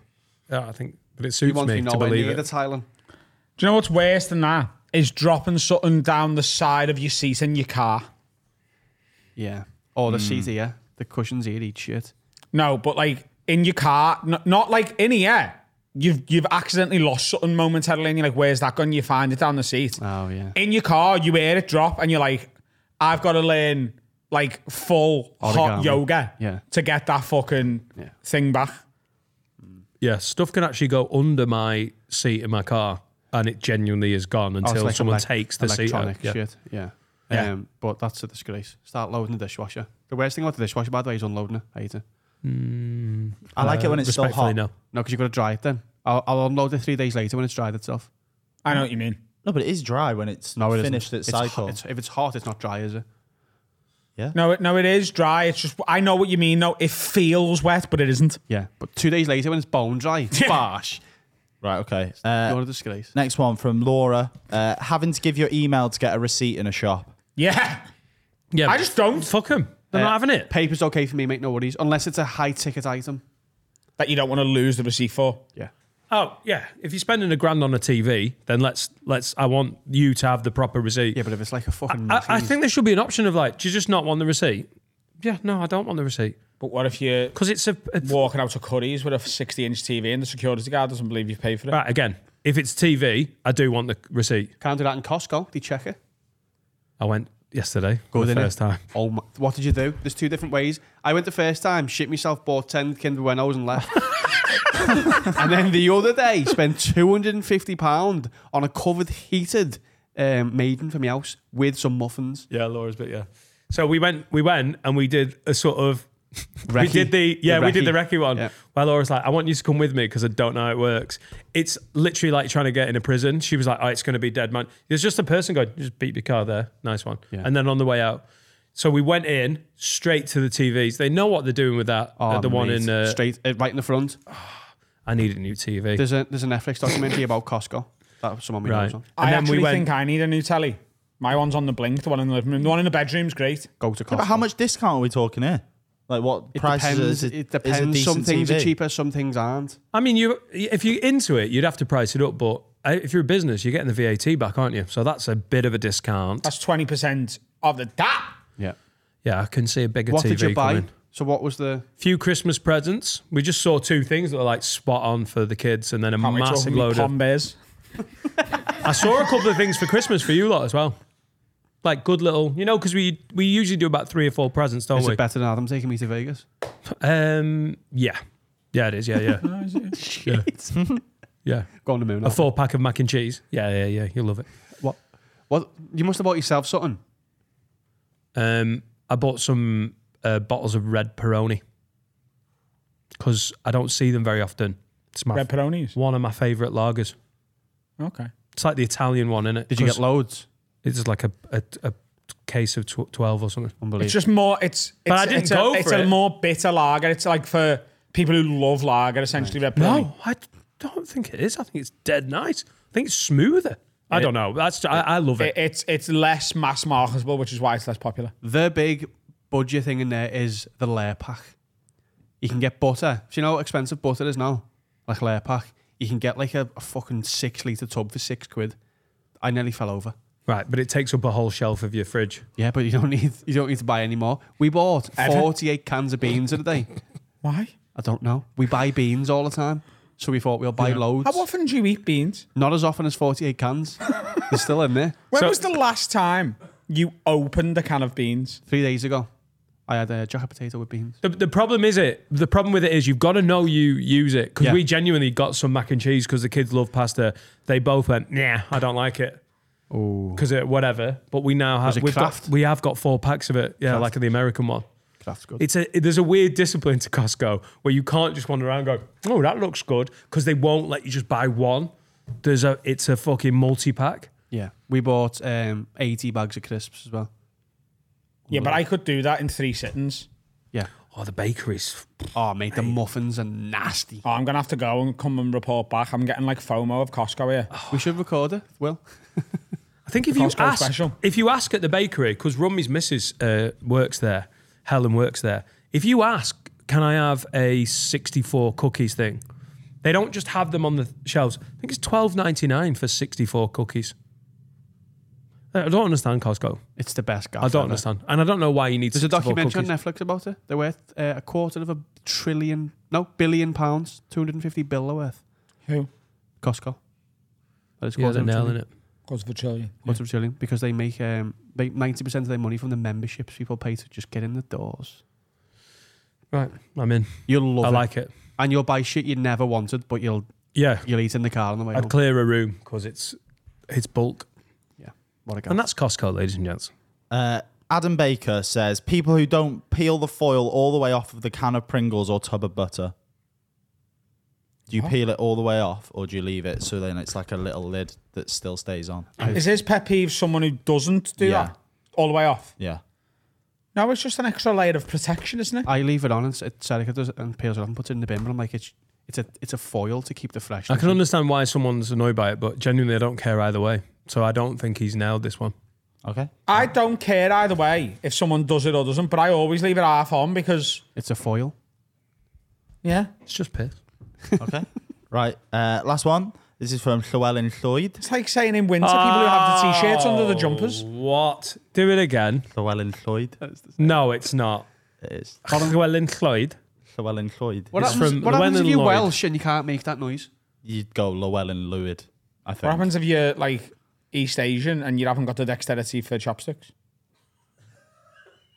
yeah, I think. But it He suits wants me me to nowhere believe near it. the Thailand. Do you know what's worse than that? Is dropping something down the side of your seat in your car. Yeah. Or the Hmm. seat here. The cushions here eat shit. No, but like in your car, n- not like in here. You've you've accidentally lost something momentarily, and you're like, "Where's that gone?" You find it down the seat. Oh, yeah. in your car, you hear it drop, and you're like, I've got to learn like full hot Origami. yoga Yeah. to get that fucking thing back. Yeah, stuff can actually go under my seat in my car, and it genuinely is gone Oh, it's until like someone elec- takes the seat. Out. electronic Yeah. shit. Yeah. Yeah. Um, but that's a disgrace. Start loading the dishwasher. The worst thing about the dishwasher, by the way, is unloading it. I hate it. I like it when it's still Respectfully, hot. no. No, because you've got to dry it then. I'll, I'll unload it three days later when it's dried itself. I know what you mean. No, but it is dry when it's No, it isn't. finished its It's hot- cycle. it's- if it's hot, it's not dry, is it? No, it, no, it is dry. It's just I know what you mean though. It feels wet, but it isn't. Yeah. But two days later when it's bone dry, bash. right, okay. Uh, You're a disgrace. Next one from Laura. Uh, having to give your email to get a receipt in a shop. Yeah, Yeah, I just don't fuck them. They're not having it. Paper's okay for me, mate. No worries. Unless it's a high ticket item. that you don't want to lose the receipt for. Yeah. Oh yeah, if you're spending a grand on a TV, then let's let's. I want you to have the proper receipt. Yeah, but if it's like a fucking. I, I think there should be an option of like, do you just not want the receipt? Yeah, no, I don't want the receipt But what if you're because it's a, a walking out to Curry's with a 60-inch TV and the security guard doesn't believe you've paid for it? right again. If it's TV, I do want the receipt. Can't do that in Costco. They check it. I went yesterday for Good, the innit? first time. Oh, my. what did you do? There's two different ways. I went the first time, shit myself, bought 10 Kinder Buenos and left. and then the other day, spent £250 on a covered, heated um, maiden for my house with some muffins. Yeah, Laura's bit. Yeah. So we went, we went, and we did a sort of. We Recce. did the yeah, The we did the recce. recce one. Yeah. Where Laura's like, I want you to come with me because I don't know how it works. It's literally like trying to get in a prison. She was like, Oh, it's going to be dead man. There's just a person going, just beat your car there, nice one. And then on the way out, so we went in straight to the TVs. They know what they're doing with that. uh, the one mate. in uh, Oh, straight uh, right in the front. I need a new TV. There's a there's a Netflix documentary about Costco that someone we right. knows on. I actually think I need a new telly. My one's on the blink, the one in the living room. The one in the bedroom's great. Go to Costco. But how much discount are we talking here? Like what It prices depends. is it? it is a depends. some decent things TV? are cheaper, some things aren't. I mean, you if you're into it, you'd have to price it up. But uh, if you're a business, you're getting the VAT back, aren't you? So that's a bit of a discount. That's 20% of the that. Yeah. Yeah, I can see a bigger What TV did you buy? coming. So what was the? Few Christmas presents. We just saw two things that were like spot on for the kids, and then a Can't wait to massive open my load Tom of. Bears. I saw a couple of things for Christmas for you lot as well, like good little, you know, because we we usually do about three or four presents, don't Is we? it better than Adam taking me to Vegas? um, yeah, yeah, it is. Yeah, yeah, yeah. Go on the moon. A Adam. four pack of mac and cheese. Yeah, yeah, yeah. You'll love it. what? What? You must have bought yourself something. Um, I bought some uh, bottles of red Peroni because I don't see them very often. It's my Red Peronis. one of my favourite lagers. Okay. It's like the Italian one, isn't it? Did you get loads? It's like a, a, a case of tw- 12 or something. Unbelievable. It's just more, it's, it's, I didn't it's go a, for it's a it. more bitter lager. It's like for people who love lager, essentially. Red Peroni. No, I don't think it is. I think it's dead nice. I think it's smoother. I don't know. That's I, I love It- it. it's, it's less mass marketable, which is why it's less popular. the big budget thing in there is the layer pack. You can get butter. Do you know how expensive butter is now? Like layer pack. You can get like a, a fucking six litre tub for six quid. I nearly fell over. Right, but it takes up a whole shelf of your fridge. Yeah, but you don't need you don't need to buy any more. We bought Ever? forty eight cans of beans in a day. Why? I don't know. We buy beans all the time. So we thought we'll buy loads. How often do you eat beans? Not as often as forty eight cans. They're still in there. When So- was the last time you opened a can of beans? Three days ago. I had a jacket potato with beans. The, the problem is it. The problem with it is you've got to know you use it because Yeah. we genuinely got some mac and cheese because the kids love pasta. They both went, nah, I don't like it. Because it whatever, but we now have it we've got Kraft? we have got four packs of it. Yeah, like the American one. That's good. It's a there's a weird discipline to Costco where you can't just wander around and go, oh, that looks good, because they won't let you just buy one. There's a it's a fucking multi pack. yeah. We bought um, eighty bags of crisps as well. Yeah, but I could do that in three sittings. Yeah. Oh, the bakeries. Oh, mate, the muffins are nasty. Oh, I'm gonna have to go and come and report back. I'm getting like FOMO of Costco here. We should record it, Will. I think if The you Costco ask special. if you ask at the bakery because Rumney's missus uh, works there, Helen works there. If you ask, can I have a 64 cookies thing? They don't just have them on the shelves. I think it's 12.99 for 64 cookies. Uh, I don't understand Costco. It's the best guy. I don't understand, and I don't know why you need. There's a 64 documentary cookies. on Netflix about it. They're worth uh, a quarter of a trillion, no, billion pounds, 250 bill they're worth. Who? Costco. That is Yeah, quarter they're of a nailing trillion. it. Quarter of a trillion. What's yeah. Brazilian? Because they make um, they ninety percent of their money from the memberships people pay to just get in the doors. Right, I'm in. You'll love I it, like it. and you'll buy shit you never wanted, but you'll Yeah, you'll eat in the car on the way I'd home. clear a room because it's it's bulk, yeah, what a guy. and that's Costco, ladies and gents. Uh, Adam Baker says people who don't peel the foil all the way off of the can of Pringles or tub of butter. Do you peel it all the way off, or do you leave it so then it's like a little lid that still stays on? Is his pet peeve someone who doesn't do Yeah. that all the way off? Yeah. No, it's just an extra layer of protection, isn't it? I leave it on and s- it Serica does it and peels it off and puts it in the bin. But I'm like, it's it's a it's a foil to keep the fresh. I can understand why someone's annoyed by it, but genuinely, I don't care either way. So I don't think he's nailed this one. Okay. I don't care either way if someone does it or doesn't, but I always leave it half on because It's a foil. yeah, It's just piss. Okay. right. Uh, last one. This is from Llewellyn Lloyd. it's like saying in winter people who have the t-shirts under the jumpers. Oh, What? Do it again? Llewellyn Lloyd. No, it's not. It is. Llewellyn Lloyd. Llewellyn Lloyd. What It's happens, from what happens if Llewellyn you're Lloyd. Welsh and you can't make that noise? You'd go Llewellyn Lloyd, I think. What happens if you're like East Asian and you haven't got the dexterity for chopsticks?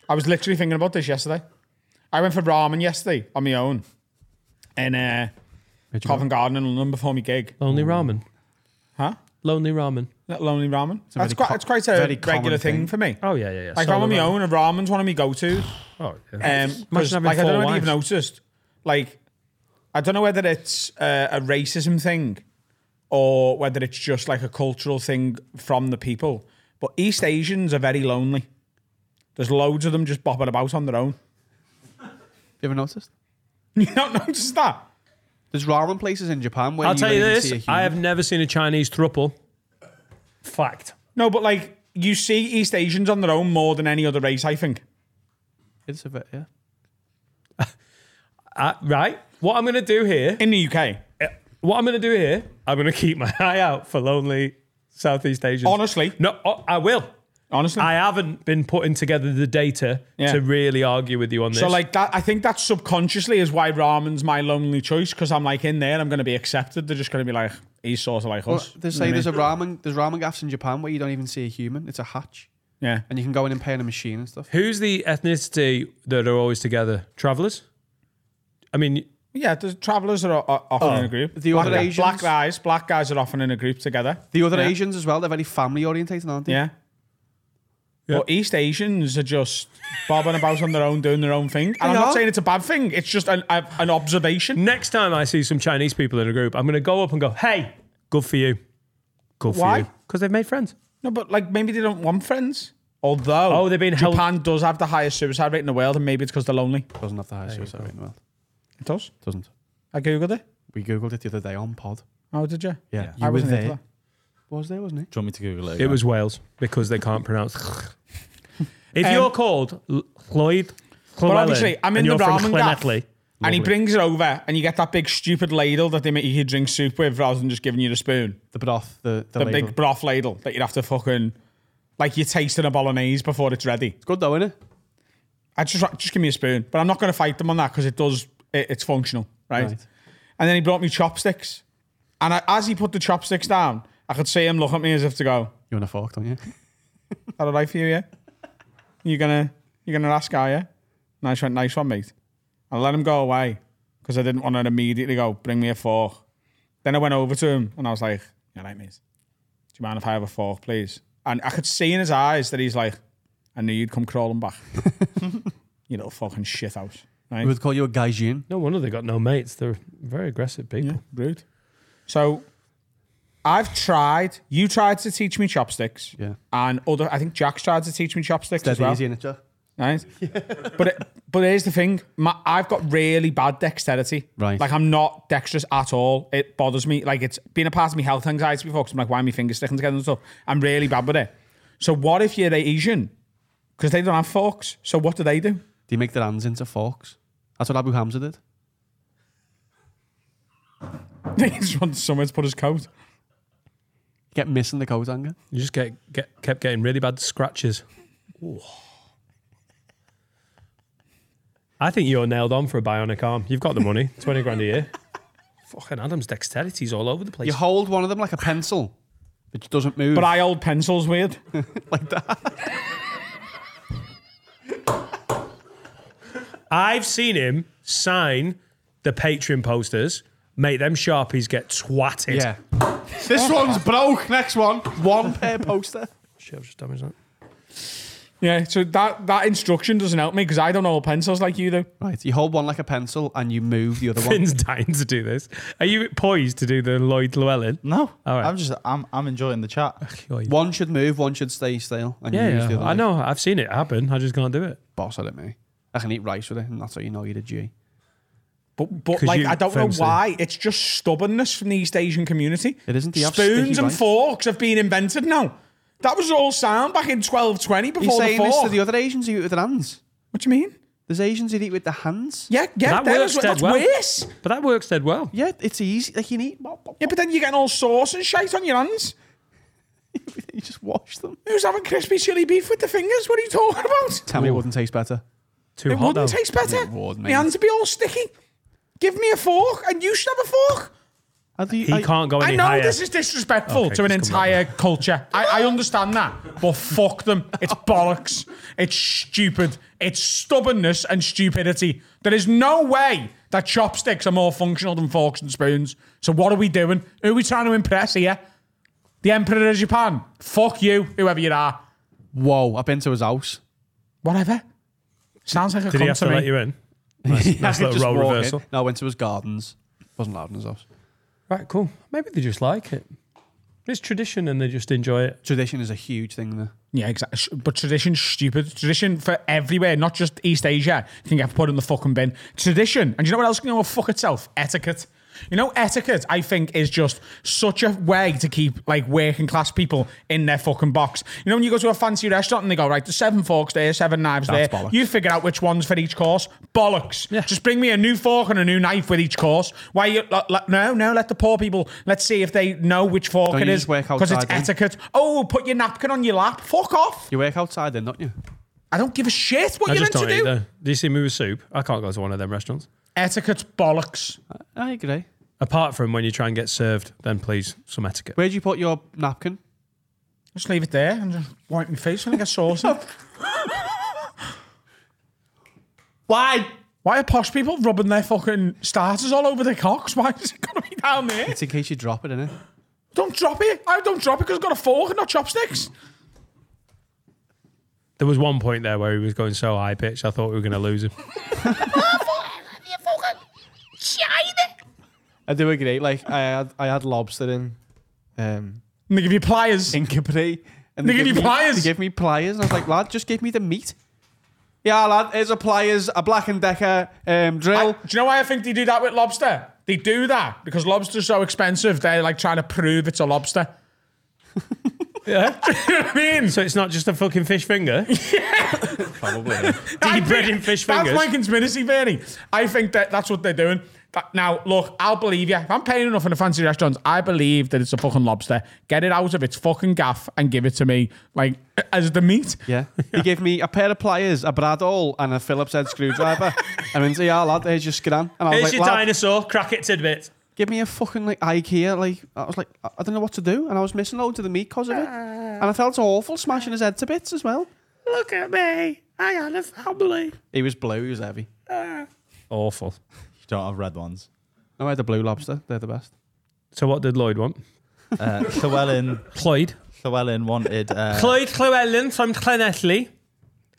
I was literally thinking about this yesterday. I went for ramen yesterday on my own in uh, Covent Garden in London before my gig. Lonely ramen. Huh? Lonely ramen. That lonely ramen. a That's very quite, co- it's quite a very regular common thing, thing. for me. Oh yeah, yeah, yeah. Like if I'm on my own, and ramen's one of my go-tos. Oh, yeah. Um, 'cause, having like I four don't know whether you've wives. noticed. Like I don't know whether it's uh, a racism thing or whether it's just like a cultural thing from the people. But East Asians are very lonely. There's loads of them just bopping about on their own. You ever noticed? You don't notice that? There's ramen places in Japan where I'll tell you really this: See a I human. have never seen a Chinese thruple. Fact. No, but like you see East Asians on their own more than any other race, I think. It's a bit, yeah. Uh, right. What I'm gonna do here? In the UK. What I'm gonna do here? I'm gonna keep my eye out for lonely Southeast Asians. Honestly. no, oh, I will. Honestly. I haven't been putting together the data Yeah. to really argue with you on this. So like that, I think that subconsciously is why ramen's my lonely choice because I'm like in there, I'm going to be accepted. They're just going to be like, he's sort of like Well, us. they You know say what there's I a ramen there's ramen gaffs in Japan where you don't even see a human. It's a hatch, mean? yeah. and you can go in and pay on a machine and stuff. who's the ethnicity that are always together? Travelers. I mean, Yeah, the travellers are, are often in a group. The black, other guy- Asians- black guys, black guys are often in a group together. The other Yeah. Asians as well. They're very family orientated, aren't they? Yeah. But East Asians are just bobbing about on their own, doing their own thing. And I'm not are. saying it's a bad thing. It's just an, a- an observation. next time I see some Chinese people in a group, I'm gonna go up and go, "Hey, good for you, good for Why? you," because they've made friends. No, but like maybe they don't want friends. Although Oh, they've been held- Japan does have the highest suicide rate in the world, and maybe it's because they're lonely. Doesn't have the highest suicide rate in the world. It does. Doesn't. I googled it. We googled it the other day on pod. Oh, did you? Yeah, you I were wasn't there. there. for that. Was there, wasn't it? Do you want me to Google it? It again? was Wales because they can't pronounce. if Um, you're called L- Lloyd, Llewellyn, obviously, I'm in and the you're from ramen gaff. Llanelli, And he brings it over, and you get that big stupid ladle that they make you drink soup with, rather than just giving you the spoon, The broth, the the, the ladle. big broth ladle that you'd have to fucking like you're tasting a bolognese before it's ready. It's good though, isn't it? I just just give me a spoon, but I'm not going to fight them on that because it does it, it's functional, right? Right. And then he brought me chopsticks, and I, as he put the chopsticks down, I could see him look at me as if to go, You want a fork, don't you? "That all right for you? Yeah? You gonna you gonna ask, are you?" Nice one, nice one, mate. I let him go away because I didn't want to immediately go bring me a fork. Then I went over to him and I was like, "All right, mate. Do you mind if I have a fork, please?" And I could see in his eyes that he's like, "I knew you'd come crawling back, you little fucking shit house." Right? We would call you a gaijin. No wonder they got no mates. They're very aggressive people. rude. So I've tried. You tried to teach me chopsticks. Yeah. And other, I think Jack's tried to teach me chopsticks as Dead well. easy, innit, Jack? Right. but it, but here's the thing. My, I've got really bad dexterity. Right. Like I'm not dexterous at all. It bothers me. Like it's been a part of my health anxiety before. Cause I'm like, why are my fingers sticking together and stuff? I'm really bad with it. So what if you're Asian? Because they don't have forks. So what do they do? Do you make their hands into forks? That's what Abu Hamza did. They just want somewhere to put his coat. Get missing the coat hanger. You just get, get kept getting really bad scratches. I think you're nailed on for a bionic arm. You've got the money, twenty grand a year. Fucking Adam's dexterity's all over the place. You hold one of them like a pencil It doesn't move. But I hold pencils weird. I've seen him sign the Patreon posters, make them sharpies get twatted. yeah. this one's broke. Next one. One pair poster. Shit, I've just damaged that. Yeah, so that, that instruction doesn't help me because I don't hold pencils like you do. Right. You hold one like a pencil and you move the other one. Finn's dying to do this. Are you poised to do the Lloyd Llewellyn? Mm, No, All right. I'm just I'm I'm enjoying the chat. One should move, one should stay still. And you use Yeah, the yeah. other I leg. know. I've seen it happen. I just can't do it. Boss at it, me. I can eat rice with it, and that's how you know you're a G. But but 'Cause like you I don't know famously- why it's just stubbornness from the East Asian community. It isn't, they have spoons sticky and rice. forks have been invented now. That was all sound back in twelve twenty He's before the saying this to fork. the other Asians who eat with their hands. what do you mean? There's Asians who eat with their hands. Yeah, yeah, That that works was, dead that's well. worse. But that works dead well. Yeah, it's easy. Like you can eat. Bop, bop, Yeah, but then you're getting all sauce and shite on your hands. bop. You just wash them. Who's having crispy chili beef with the fingers? What are you talking about? Tell me it wouldn't taste better. Too It hot wouldn't though. taste better. It would, My mate. hands would be all sticky. Give me a fork, and you should have a fork. How do you- He I- can't go any I know higher. this is disrespectful Okay, to an just come back. entire culture. I, I understand that, but fuck them. It's bollocks. It's stupid. It's stubbornness and stupidity. There is no way that chopsticks are more functional than forks and spoons. So what are we doing? Who are we trying to impress here? The Emperor of Japan. Fuck you, whoever you are. Whoa! I've been to his house. Whatever. Sounds like a Did he cunt have to to me. let you in? Nice, nice I little just role walk in. reversal. No, I went to his gardens. Wasn't allowed in his house. Right, cool. Maybe they just like it. It's tradition and they just enjoy it. Tradition is a huge thing there. Yeah, exactly. But tradition's stupid. Tradition for everywhere, not just East Asia, can get put in the fucking bin. Tradition, and you know what else can go fuck itself? Etiquette. You know, etiquette, I think, is just such a way to keep like working class people in their fucking box. You know, when you go to a fancy restaurant and they go, right, there's seven forks there, seven knives That's there. bollocks. You figure out which one's for each course. Bollocks. Just bring me a new fork and a new knife with each course. Why you, l- l- no, no, let the poor people, let's see if they know which fork Don't it you is. just work Because it's outside then? etiquette. Oh, put your napkin on your lap. Fuck off. You work outside then, don't you? I don't give a shit what I you're just meant don't to eat do. though. Do you see me with soup? I can't go to one of them restaurants. Etiquette's bollocks. I agree. Apart from when you try and get served, then please some etiquette. Where'd you put your napkin? Just leave it there and just wipe my face when I get saucy. Why? Why are posh people rubbing their fucking starters all over their cocks? Why is it going to be down there? It's in case you drop it, innit? Don't drop it. I don't drop it because I've got a fork and not chopsticks. There was one point there where he was going so high pitched, I thought we were going to lose him. I do agree. Like I had, I had lobster in, um, And they give you pliers. in Capri, and They give gave you me- pliers? They gave me pliers, and I was like, lad, just give me the meat. Yeah, lad, here's a pliers, a Black and Decker um, I- drill. do you know why I think they do that with lobster? They do that because lobster's so expensive. They're like trying to prove it's a lobster. yeah. you know what I mean? So it's not just a fucking fish finger. Probably. I bread think- and fish That's fingers. my conspiracy theory. I think that that's what they're doing. That- now, look, I'll believe you. If I'm paying enough in a fancy restaurant, I believe that it's a fucking lobster. Get it out of its fucking gaff and give it to me, like, as the meat. yeah. He gave me a pair of pliers, a Bradall, and a Phillips head screwdriver. and I went, yeah, lad, here's your scran. And I was Here's like, your lad, dinosaur, crack it tidbit. give me a fucking like IKEA. Like I was like, I I don't know what to do, and I was missing loads of the meat because of it, and I felt awful smashing his head to bits as well. Ah. Look at me. I had a family. He was blue. He was heavy. Awful. You don't have red ones. No, I had a blue lobster. They're the best. So what did Lloyd want? Uh, Llewellyn Lloyd. Llewellyn wanted uh, Lloyd Llewellyn from Clenetley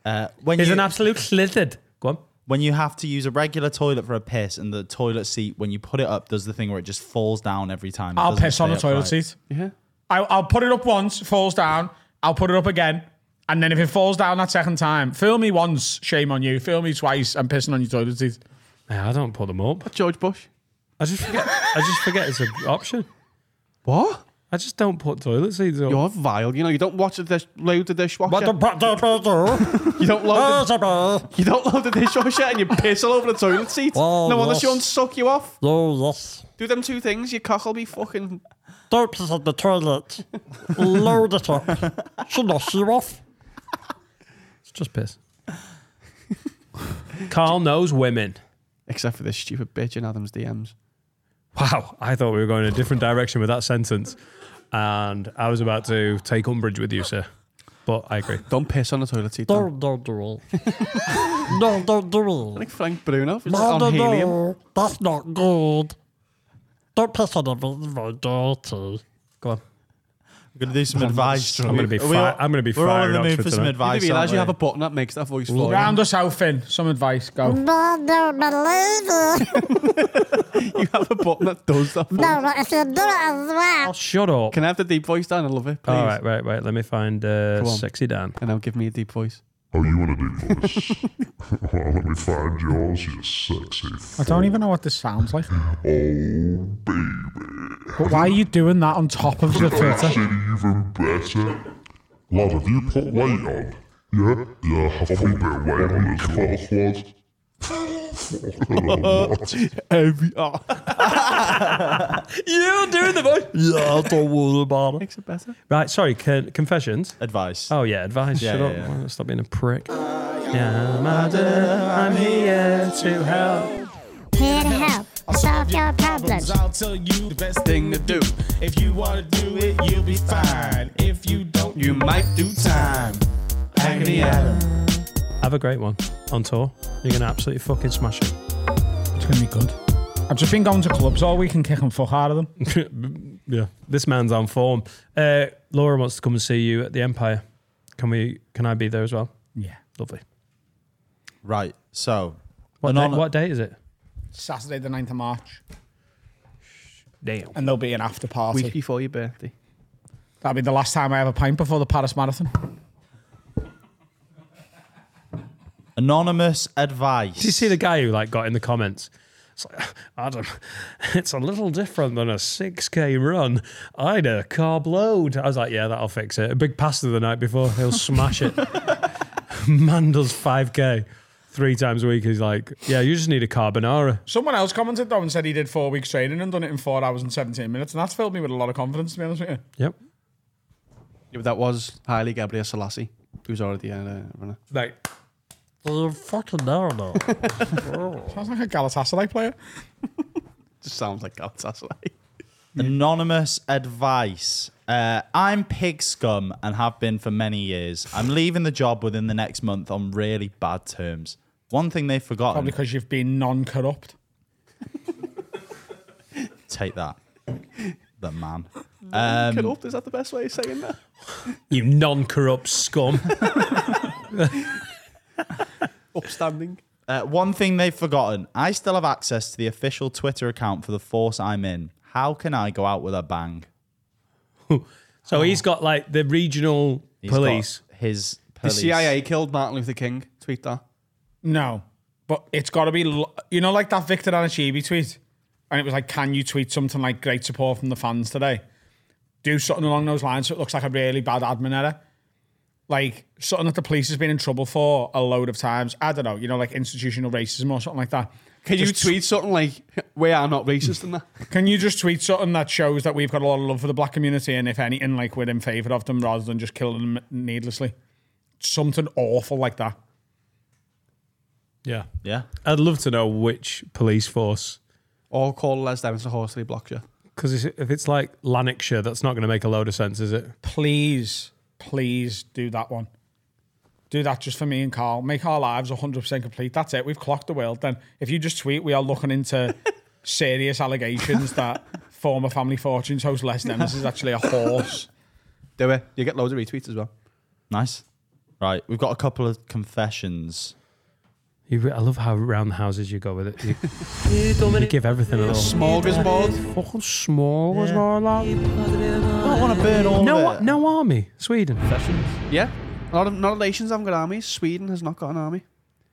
uh, when is you an absolute slithered. Go on. when you have to use a regular toilet for a piss, and the toilet seat when you put it up does the thing where it just falls down every time. It I'll doesn't piss on stay the toilet upright. seat. Yeah. I, I'll put it up once, falls down. I'll put it up again. And then if it falls down that second time, fill me once, shame on you. Fill me twice, I'm pissing on your toilet seat. Nah, I don't put them up. George Bush. I just forget. I just forget it's an option. What? I just don't put toilet seats up. You're vile. You know you don't watch the dish, load the dishwasher. you don't Ah. load. The, Possible. you don't load the dishwasher, and you piss all over the toilet seat. Oh, no wonder yes. she won't suck you off. Oh, yes. Do them two things, your cock will be fucking. Don't piss on the toilet. Load it up. Should not you off. It's just piss. Carl knows women. Except for this stupid bitch in Adam's DMs. Wow, I thought we were going in a different direction with that sentence. and I was about to take umbrage with you, sir. But I agree. Don't piss on the toilet seat. No, no, no. No, no, no. Like Frank Bruno. It's No, on no, helium. no. That's not good. Don't piss on everything very dirty. Go on. We're gonna do some advice. I'm gonna be Are we fi- all- I'm gonna be We're all in firing the up mood for for some tonight. You advice. realise you have aren't we? a button that makes that voice floor. Round us out, Finn. Some advice. Go. No, no, believe me. You have a button that does that. for you. No, no, if you do it as well. Shut up. Can I have the deep voice, Dan? I love it. Please. All right, right, right. Let me find uh, Come on. sexy Dan. And now give me a deep voice. Oh, you want a deep voice? well, let me find yours, you sexy. I don't even know what this sounds like. Oh, baby. But why are you doing that on top of the Makes filter? it even better. Lad, have you put weight on? Yeah? Yeah, have I put a bit of weight on as well, lad? Fucking hell, what? Every oh, You doing the voice? yeah, don't worry about it. makes it better. Right, sorry. Con- confessions. advice. Oh yeah, advice. Yeah, Shut yeah, up. yeah. Why not Stop being a prick. Yeah, madam, I'm here to help. Here to help solve your problems. I'll tell you the best thing to do. If you want to do it, you'll be fine. If you don't, You might do time. Agony Adam. Have a great one on tour. You're gonna absolutely fucking smash it. It's gonna be good. I've just been going to clubs all week and kicking fuck out of them. Yeah, this man's on form. Uh, Laura wants to come and see you at the Empire. Can we? Can I be there as well? Yeah. Lovely. Right. So What, An day, honor- what day is it? Saturday the 9th of March, Damn. and there'll be an after party. Week before your birthday. That'll be the last time I have a pint before the Paris Marathon. anonymous advice. Did you see the guy who like got in the comments? It's like, Adam, it's a little different than a 6K run. I had a carb load. I was like, yeah, that'll fix it. A big pasta the night before, he'll smash it. Man does 5K three times a week. He's like, yeah, you just need a carbonara. Someone else commented though and said he did four weeks training and done it in four hours and 17 minutes, and that's filled me with a lot of confidence, to be honest with you. Yep. Yeah, but that was Haile Gabriel Selassie, who's already a uh, runner. Like, You fucking know now. Sounds like a Galatasaray player. Just sounds like Galatasaray. Anonymous advice. Uh, I'm pig scum and have been for many years. I'm leaving the job within the next month on really bad terms. One thing they've forgotten. Probably because you've been non-corrupt. Take that. The man. Cut up, is that the best way of saying that? you non corrupt scum. Upstanding. Uh, one thing they've forgotten. I still have access to the official Twitter account for the force I'm in. How can I go out with a bang? so he's got like the regional He's police. got His The police. CIA killed Martin Luther King. Tweet that. No, but it's got to be, lo- you know, like that Victor Anachibi tweet, and it was like, "Can you tweet something like great support from the fans today? Do something along those lines so it looks like a really bad admin error." Like something that the police has been in trouble for a load of times. I don't know, you know, like institutional racism or something like that. Can you Just- tweet something like, we are not racist in that? Can you just tweet something that shows that we've got a lot of love for the black community and if anything, like we're in favour of them rather than just killing them needlessly? Something awful like that. Yeah. Yeah. I'd love to know which police force Or call Les Devins a horse till he blocks you. Because if it's like Lanarkshire, that's not going to make a load of sense, is it? Please, please do that one. Do that just for me and Carl. Make our lives 100% complete. That's it. We've clocked the world. Then if you just tweet, we are looking into serious allegations that former Family Fortunes host Les Dennis is actually a horse. Do it. You get loads of retweets as well. Nice. Right. We've got a couple of confessions. You, I love how round the houses you go with it. You, you give everything a little. Smorgasbord. Fucking small was all that. I don't want to burn all of No, it. no army, Sweden. Yeah. A lot of, not nations haven't got armies. Sweden has not got an army.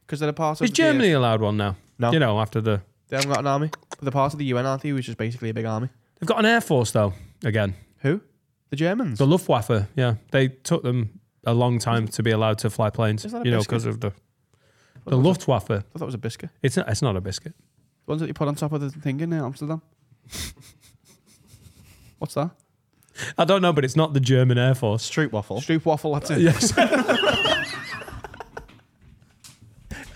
Because they're a part of Is the- Germany allowed one now? No. You know, after the They haven't got an army. But they're part of the UN, aren't they? Which is basically a big army. they've got an air force though. Again, Who? The Germans. the Luftwaffe. Yeah, they took them a long time to be allowed to fly planes. Isn't that a You know, biscuit? because of the the Luftwaffe. I thought that was a biscuit. It's not. It's not a biscuit. The ones that you put on top of the thing in uh, Amsterdam. What's that? I don't know, but it's not the German air force. Street waffle. Stroop waffle, that's it. Yes.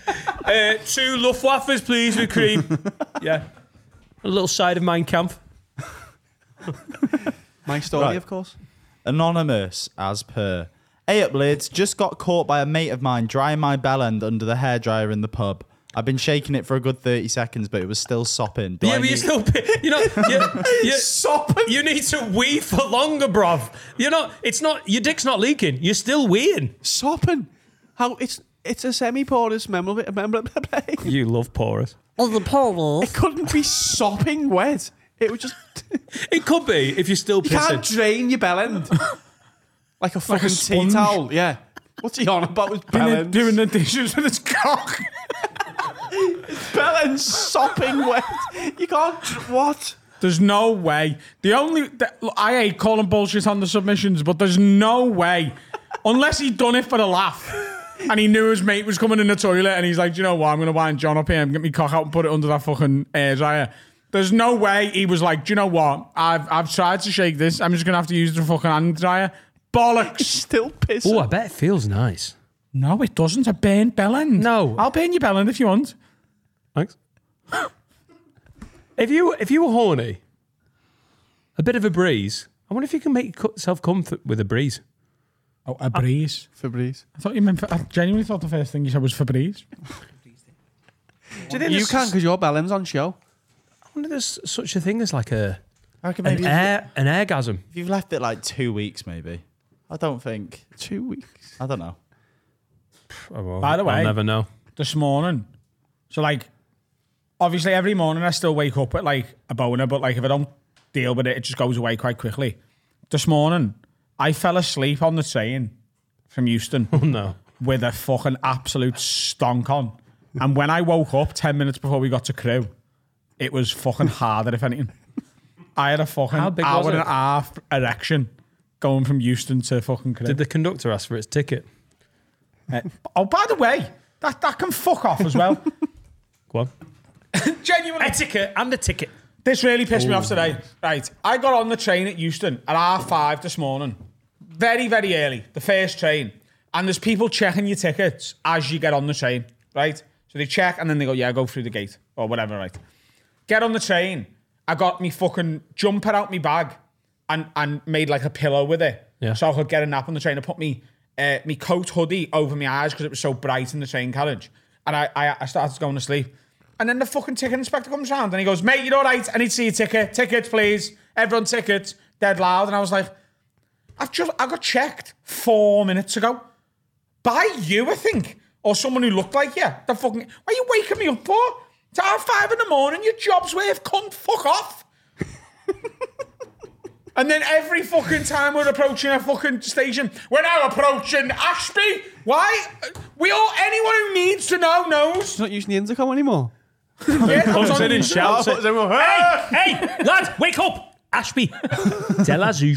uh, two Luftwaffers, please, with cream. yeah. A little side of Mein Kampf. My story, Right. of course. Anonymous, as per. Hey up, lads. Just got caught by a mate of mine drying my bell end under the hairdryer in the pub. I've been shaking it for a good 30 seconds, but it was still sopping. Do Yeah, I but need- you're still, you know, you, you, you need to wee for longer, bruv. You're not, it's not, your dick's not leaking. You're still weeing. Sopping. How it's it's a semi-porous memorable. memorable You love porous. On the portal. it couldn't be sopping wet. It was just It could be if you're still you can't pissing. drain your bell end like a fucking tea sponge. towel. Yeah. What's he on about with bell Doing the, end? doing the dishes with his cock. bell end sopping wet. You can't. dr- What? There's no way. The only the, look, I hate calling bullshit on the submissions, but there's no way, unless he'd done it for the laugh, and he knew his mate was coming in the toilet, and he's like, Do you know what? I'm gonna wind John up here and get me cock out and put it under that fucking hairdryer. There's no way he was like, Do you know what? I've I've tried to shake this. I'm just gonna have to use the fucking hand dryer. Bollocks. Still pissing. Oh, I bet it feels nice. No, it doesn't. A burnt bell end. No. I'll burn your bell end if you want. Thanks. if you if you were horny, a bit of a breeze. I wonder if you can make yourself comfort with a breeze. Oh, a breeze. Febreze. I thought you meant. I genuinely thought the first thing you said was Febreze. Do you think you can because your bell end's on show? I wonder if there's such a thing as like a I reckon maybe an if, air an airgasm. if you've left it like two weeks, maybe. I don't think. uh, Two weeks. I don't know. By the way- Oh, I'll never know. this morning. So like, obviously every morning I still wake up with like a boner, but like if I don't deal with it, it just goes away quite quickly. This morning, I fell asleep on the train from Houston Oh no. with a fucking absolute stonk on. And when I woke up 10 minutes before we got to crew, it was fucking harder, if anything. I had a fucking How big hour was and it? a half erection going from Houston to fucking crew. Did the conductor ask for its ticket? Uh, oh, by the way, that, that can fuck off as well. Go on. Genuinely. ticket and a ticket. This really pissed me off today. Right, I got on the train at Euston at half five this morning, very very early, the first train, and there's people checking your tickets as you get on the train. Right, so they check and then they go, yeah, go through the gate or whatever. Right, get on the train. I got me fucking jumper out my bag, and and made like a pillow with it, Yeah. so I could get a nap on the train. I put me uh, me coat hoodie over my eyes because it was so bright in the train carriage, and I I, I started going to sleep. And then the fucking ticket inspector comes round and he goes, mate, you're all right. I need to see your ticket. Tickets, please. Everyone, tickets. Dead loud. And I was like, I've just, I got checked four minutes ago by you, I think, or someone who looked like you. The fucking, what are you waking me up for? It's half five in the morning. Your job's worth. Come fuck off. and then every fucking time we're approaching a fucking station, we're now approaching Ashby. Why? We all, anyone who needs to know knows. He's not using the intercom anymore. Yeah, I was Comes on in and the- shouts it. Hey! Hey, lad, wake up! Ashby, tell us who.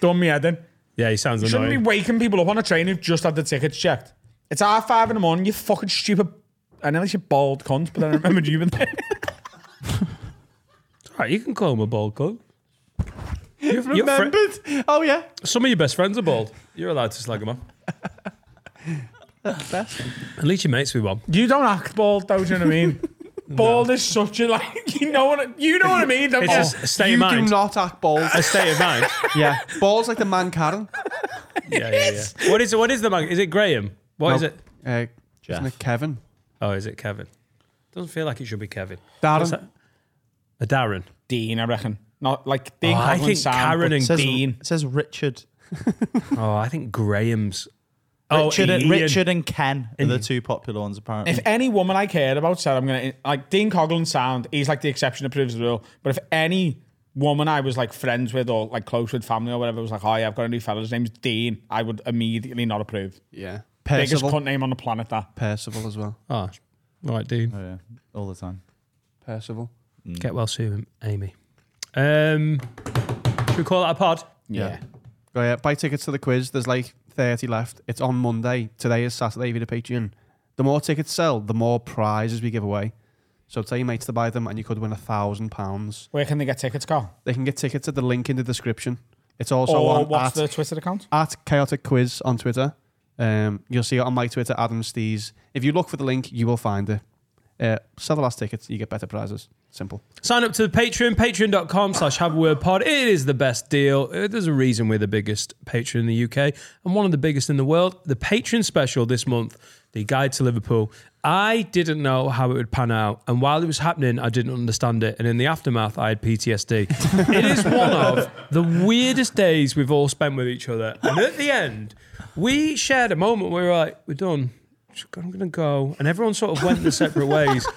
Done me head in. Yeah, he sounds Shouldn't be annoying. waking people up on a train who've just had the tickets checked. It's half five in the morning, you fucking stupid. I know you're bald cunt, but then I remembered you were there. Right, you can call him a bald cunt. You've Remembered? Oh yeah. Some of your best friends are bald. You're allowed to slag them off. At least your mates with one. You don't act bald though, do you know what I mean? Bald is such a like you know what I- you know what I mean. don't It's you? a s- state You of mind. do not act balls. A state of mind. yeah. Balls like the man Karen. yeah, yeah, yeah. What is it? What is the man? Is it Graham? What is Nope. it? Uh, Jeff. isn't it Kevin? Oh, is it Kevin? Doesn't feel like it should be Kevin. What's Darren. that? A Darren. Dean, I reckon. Not like Dean. Oh, I Coughlin, think Sam, Karen but and- It says, Dean. it says Richard. Oh, I think Graham's. Richard, oh, and, Ian. Richard and Ken are the two popular ones, apparently. If any woman I cared about said I'm gonna like Dean Coughlin sound, he's like the exception that proves the rule. But if any woman I was like friends with or like close with family or whatever was like, oh yeah, I've got a new fella, his name's Dean, I would immediately not approve. Yeah. Biggest Percival. cunt name on the planet that. Percival as well. Oh, right, dude. Oh, yeah. All the time. Percival. Get well soon, Amy. Um, should we call that a pod? Yeah. Go yeah. Buy tickets to the quiz. There's like 30 left. It's on Monday. Today is Saturday via the Patreon. The more tickets sell, the more prizes we give away. So tell your mates to buy them, and you could win a thousand pounds. Where can they get tickets, Carl? They can get tickets at the link in the description. It's also or on what's the at, Twitter account? at chaotic quiz on Twitter. Um, you'll see it on my Twitter, Adam Stees. If you look for the link, you will find it. Uh, sell the last tickets, you get better prizes. Simple. Sign up to the Patreon, patreon.com slash have a word pod. It is the best deal. Uh, There's a reason we're the biggest patron in the UK and one of the biggest in the world. The patron special this month, the guide to Liverpool. I didn't know how it would pan out. And while it was happening, I didn't understand it. And in the aftermath, I had PTSD. it is one of the weirdest days we've all spent with each other. And at the end, we shared a moment where we were like, we're done. I'm going to go. And everyone sort of went their separate ways.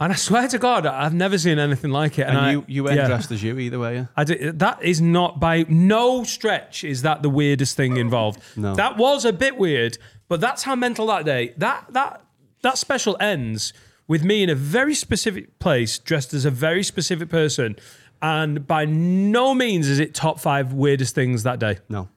And I swear to God, I've never seen anything like it. And, I- you, you weren't yeah. dressed as you either way. Yeah? I did, that is not by no stretch is that the weirdest thing involved. No. That was a bit weird, but that's how mental that day. That that that special ends with me in a very specific place, dressed as a very specific person, and by no means is it top five weirdest things that day. No.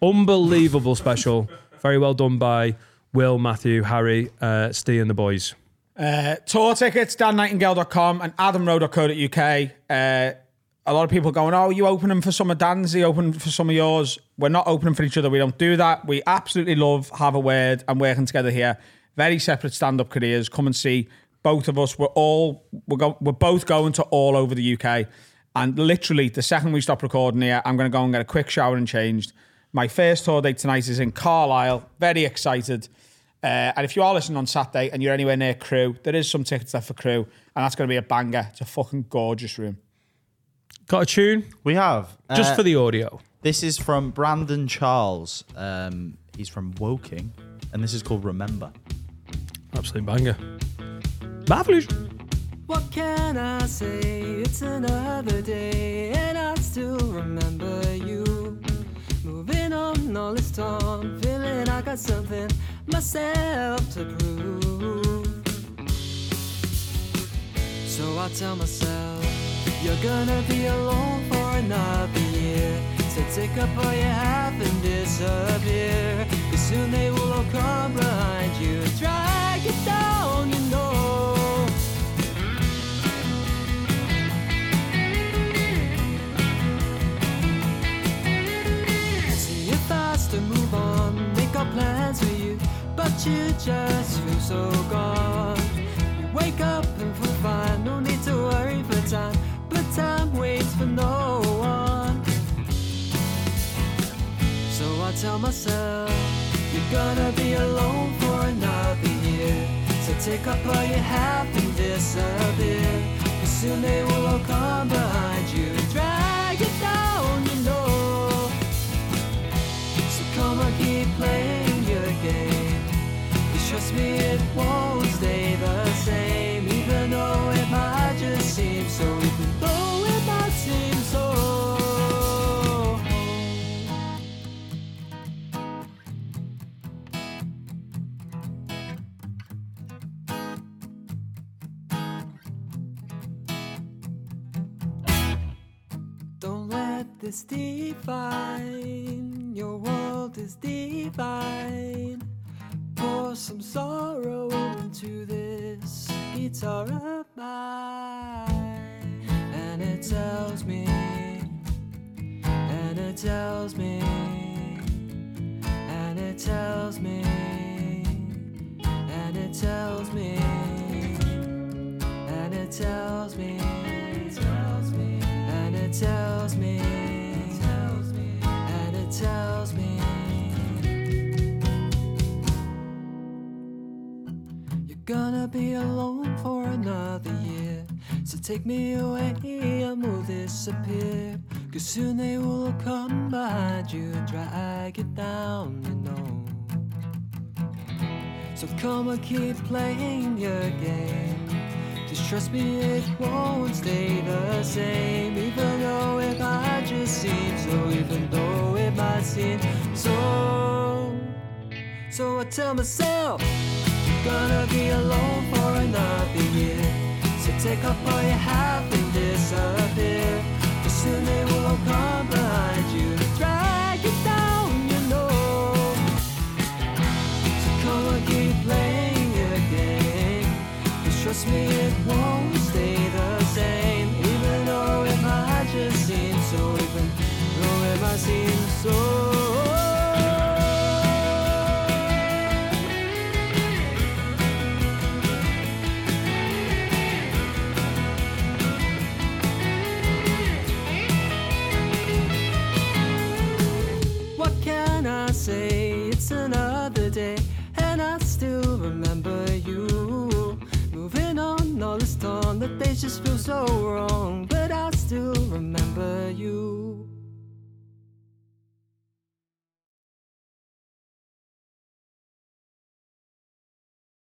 Unbelievable special. Very well done by Will, Matthew, Harry, uh, Steve, and the boys. Uh, tour tickets, dannightingale.com and adamrow.co.uk. Uh, a lot of people going, oh, you open them for some of Dan's, you open them for some of yours. We're not opening for each other. We don't do that. We absolutely love Have a Word and working together here. Very separate stand-up careers. Come and see both of us. We're all, we're, go- we're both going to all over the UK. And literally, the second we stop recording here, I'm going to go and get a quick shower and changed. My first tour date tonight is in Carlisle. Very excited. Uh, and if you are listening on Saturday and you're anywhere near Crew, there is some tickets left for Crew, and that's going to be a banger. It's a fucking gorgeous room. Got a tune? We have. Just uh, for the audio. This is from Brandon Charles. Um, he's from Woking, and this is called Remember. Absolute banger. Marvelous. What can I say? It's another day, and I still remember you. Moving on, all this time, feeling I got something myself to prove. So I tell myself, you're gonna be alone for another year. So take up all you have and disappear. 'Cause soon they will all come behind you, drag you down, you know. See if I still move on, make our plans for you, but you just feel so gone. You wake up and feel fine, no need to worry for time, but time waits for no one. So I tell myself, you're gonna be alone for another year. So take up all you have and disappear. 'Cause soon they will all come behind you, drag you down, you know. So come on, keep playing your game. You trust me, it won't stay the same. Even though it might just seem so, even though it might seem so. Don't let this define your world is divine. Pour some sorrow into this guitar of mine, and it tells me, and it tells me, and it tells me, and it tells me, and it tells me, tells me, and it tells me, tells me, and it tells me. You're gonna be alone for another year. So take me away and we'll disappear. Cause soon they will come behind you and drag it down, you know. So come and keep playing your game. Just trust me, it won't stay the same. Even though it might just seem so, even though it might seem so. So I tell myself, you're gonna be alone for another year. So take up all you have and disappear. 'Cause soon they will all come behind you, drag you down, you know. So come and keep playing your game. Just trust me, it won't stay the same. Even though it might just seem so, even though it might seem so. It just feels so wrong, but I still remember you.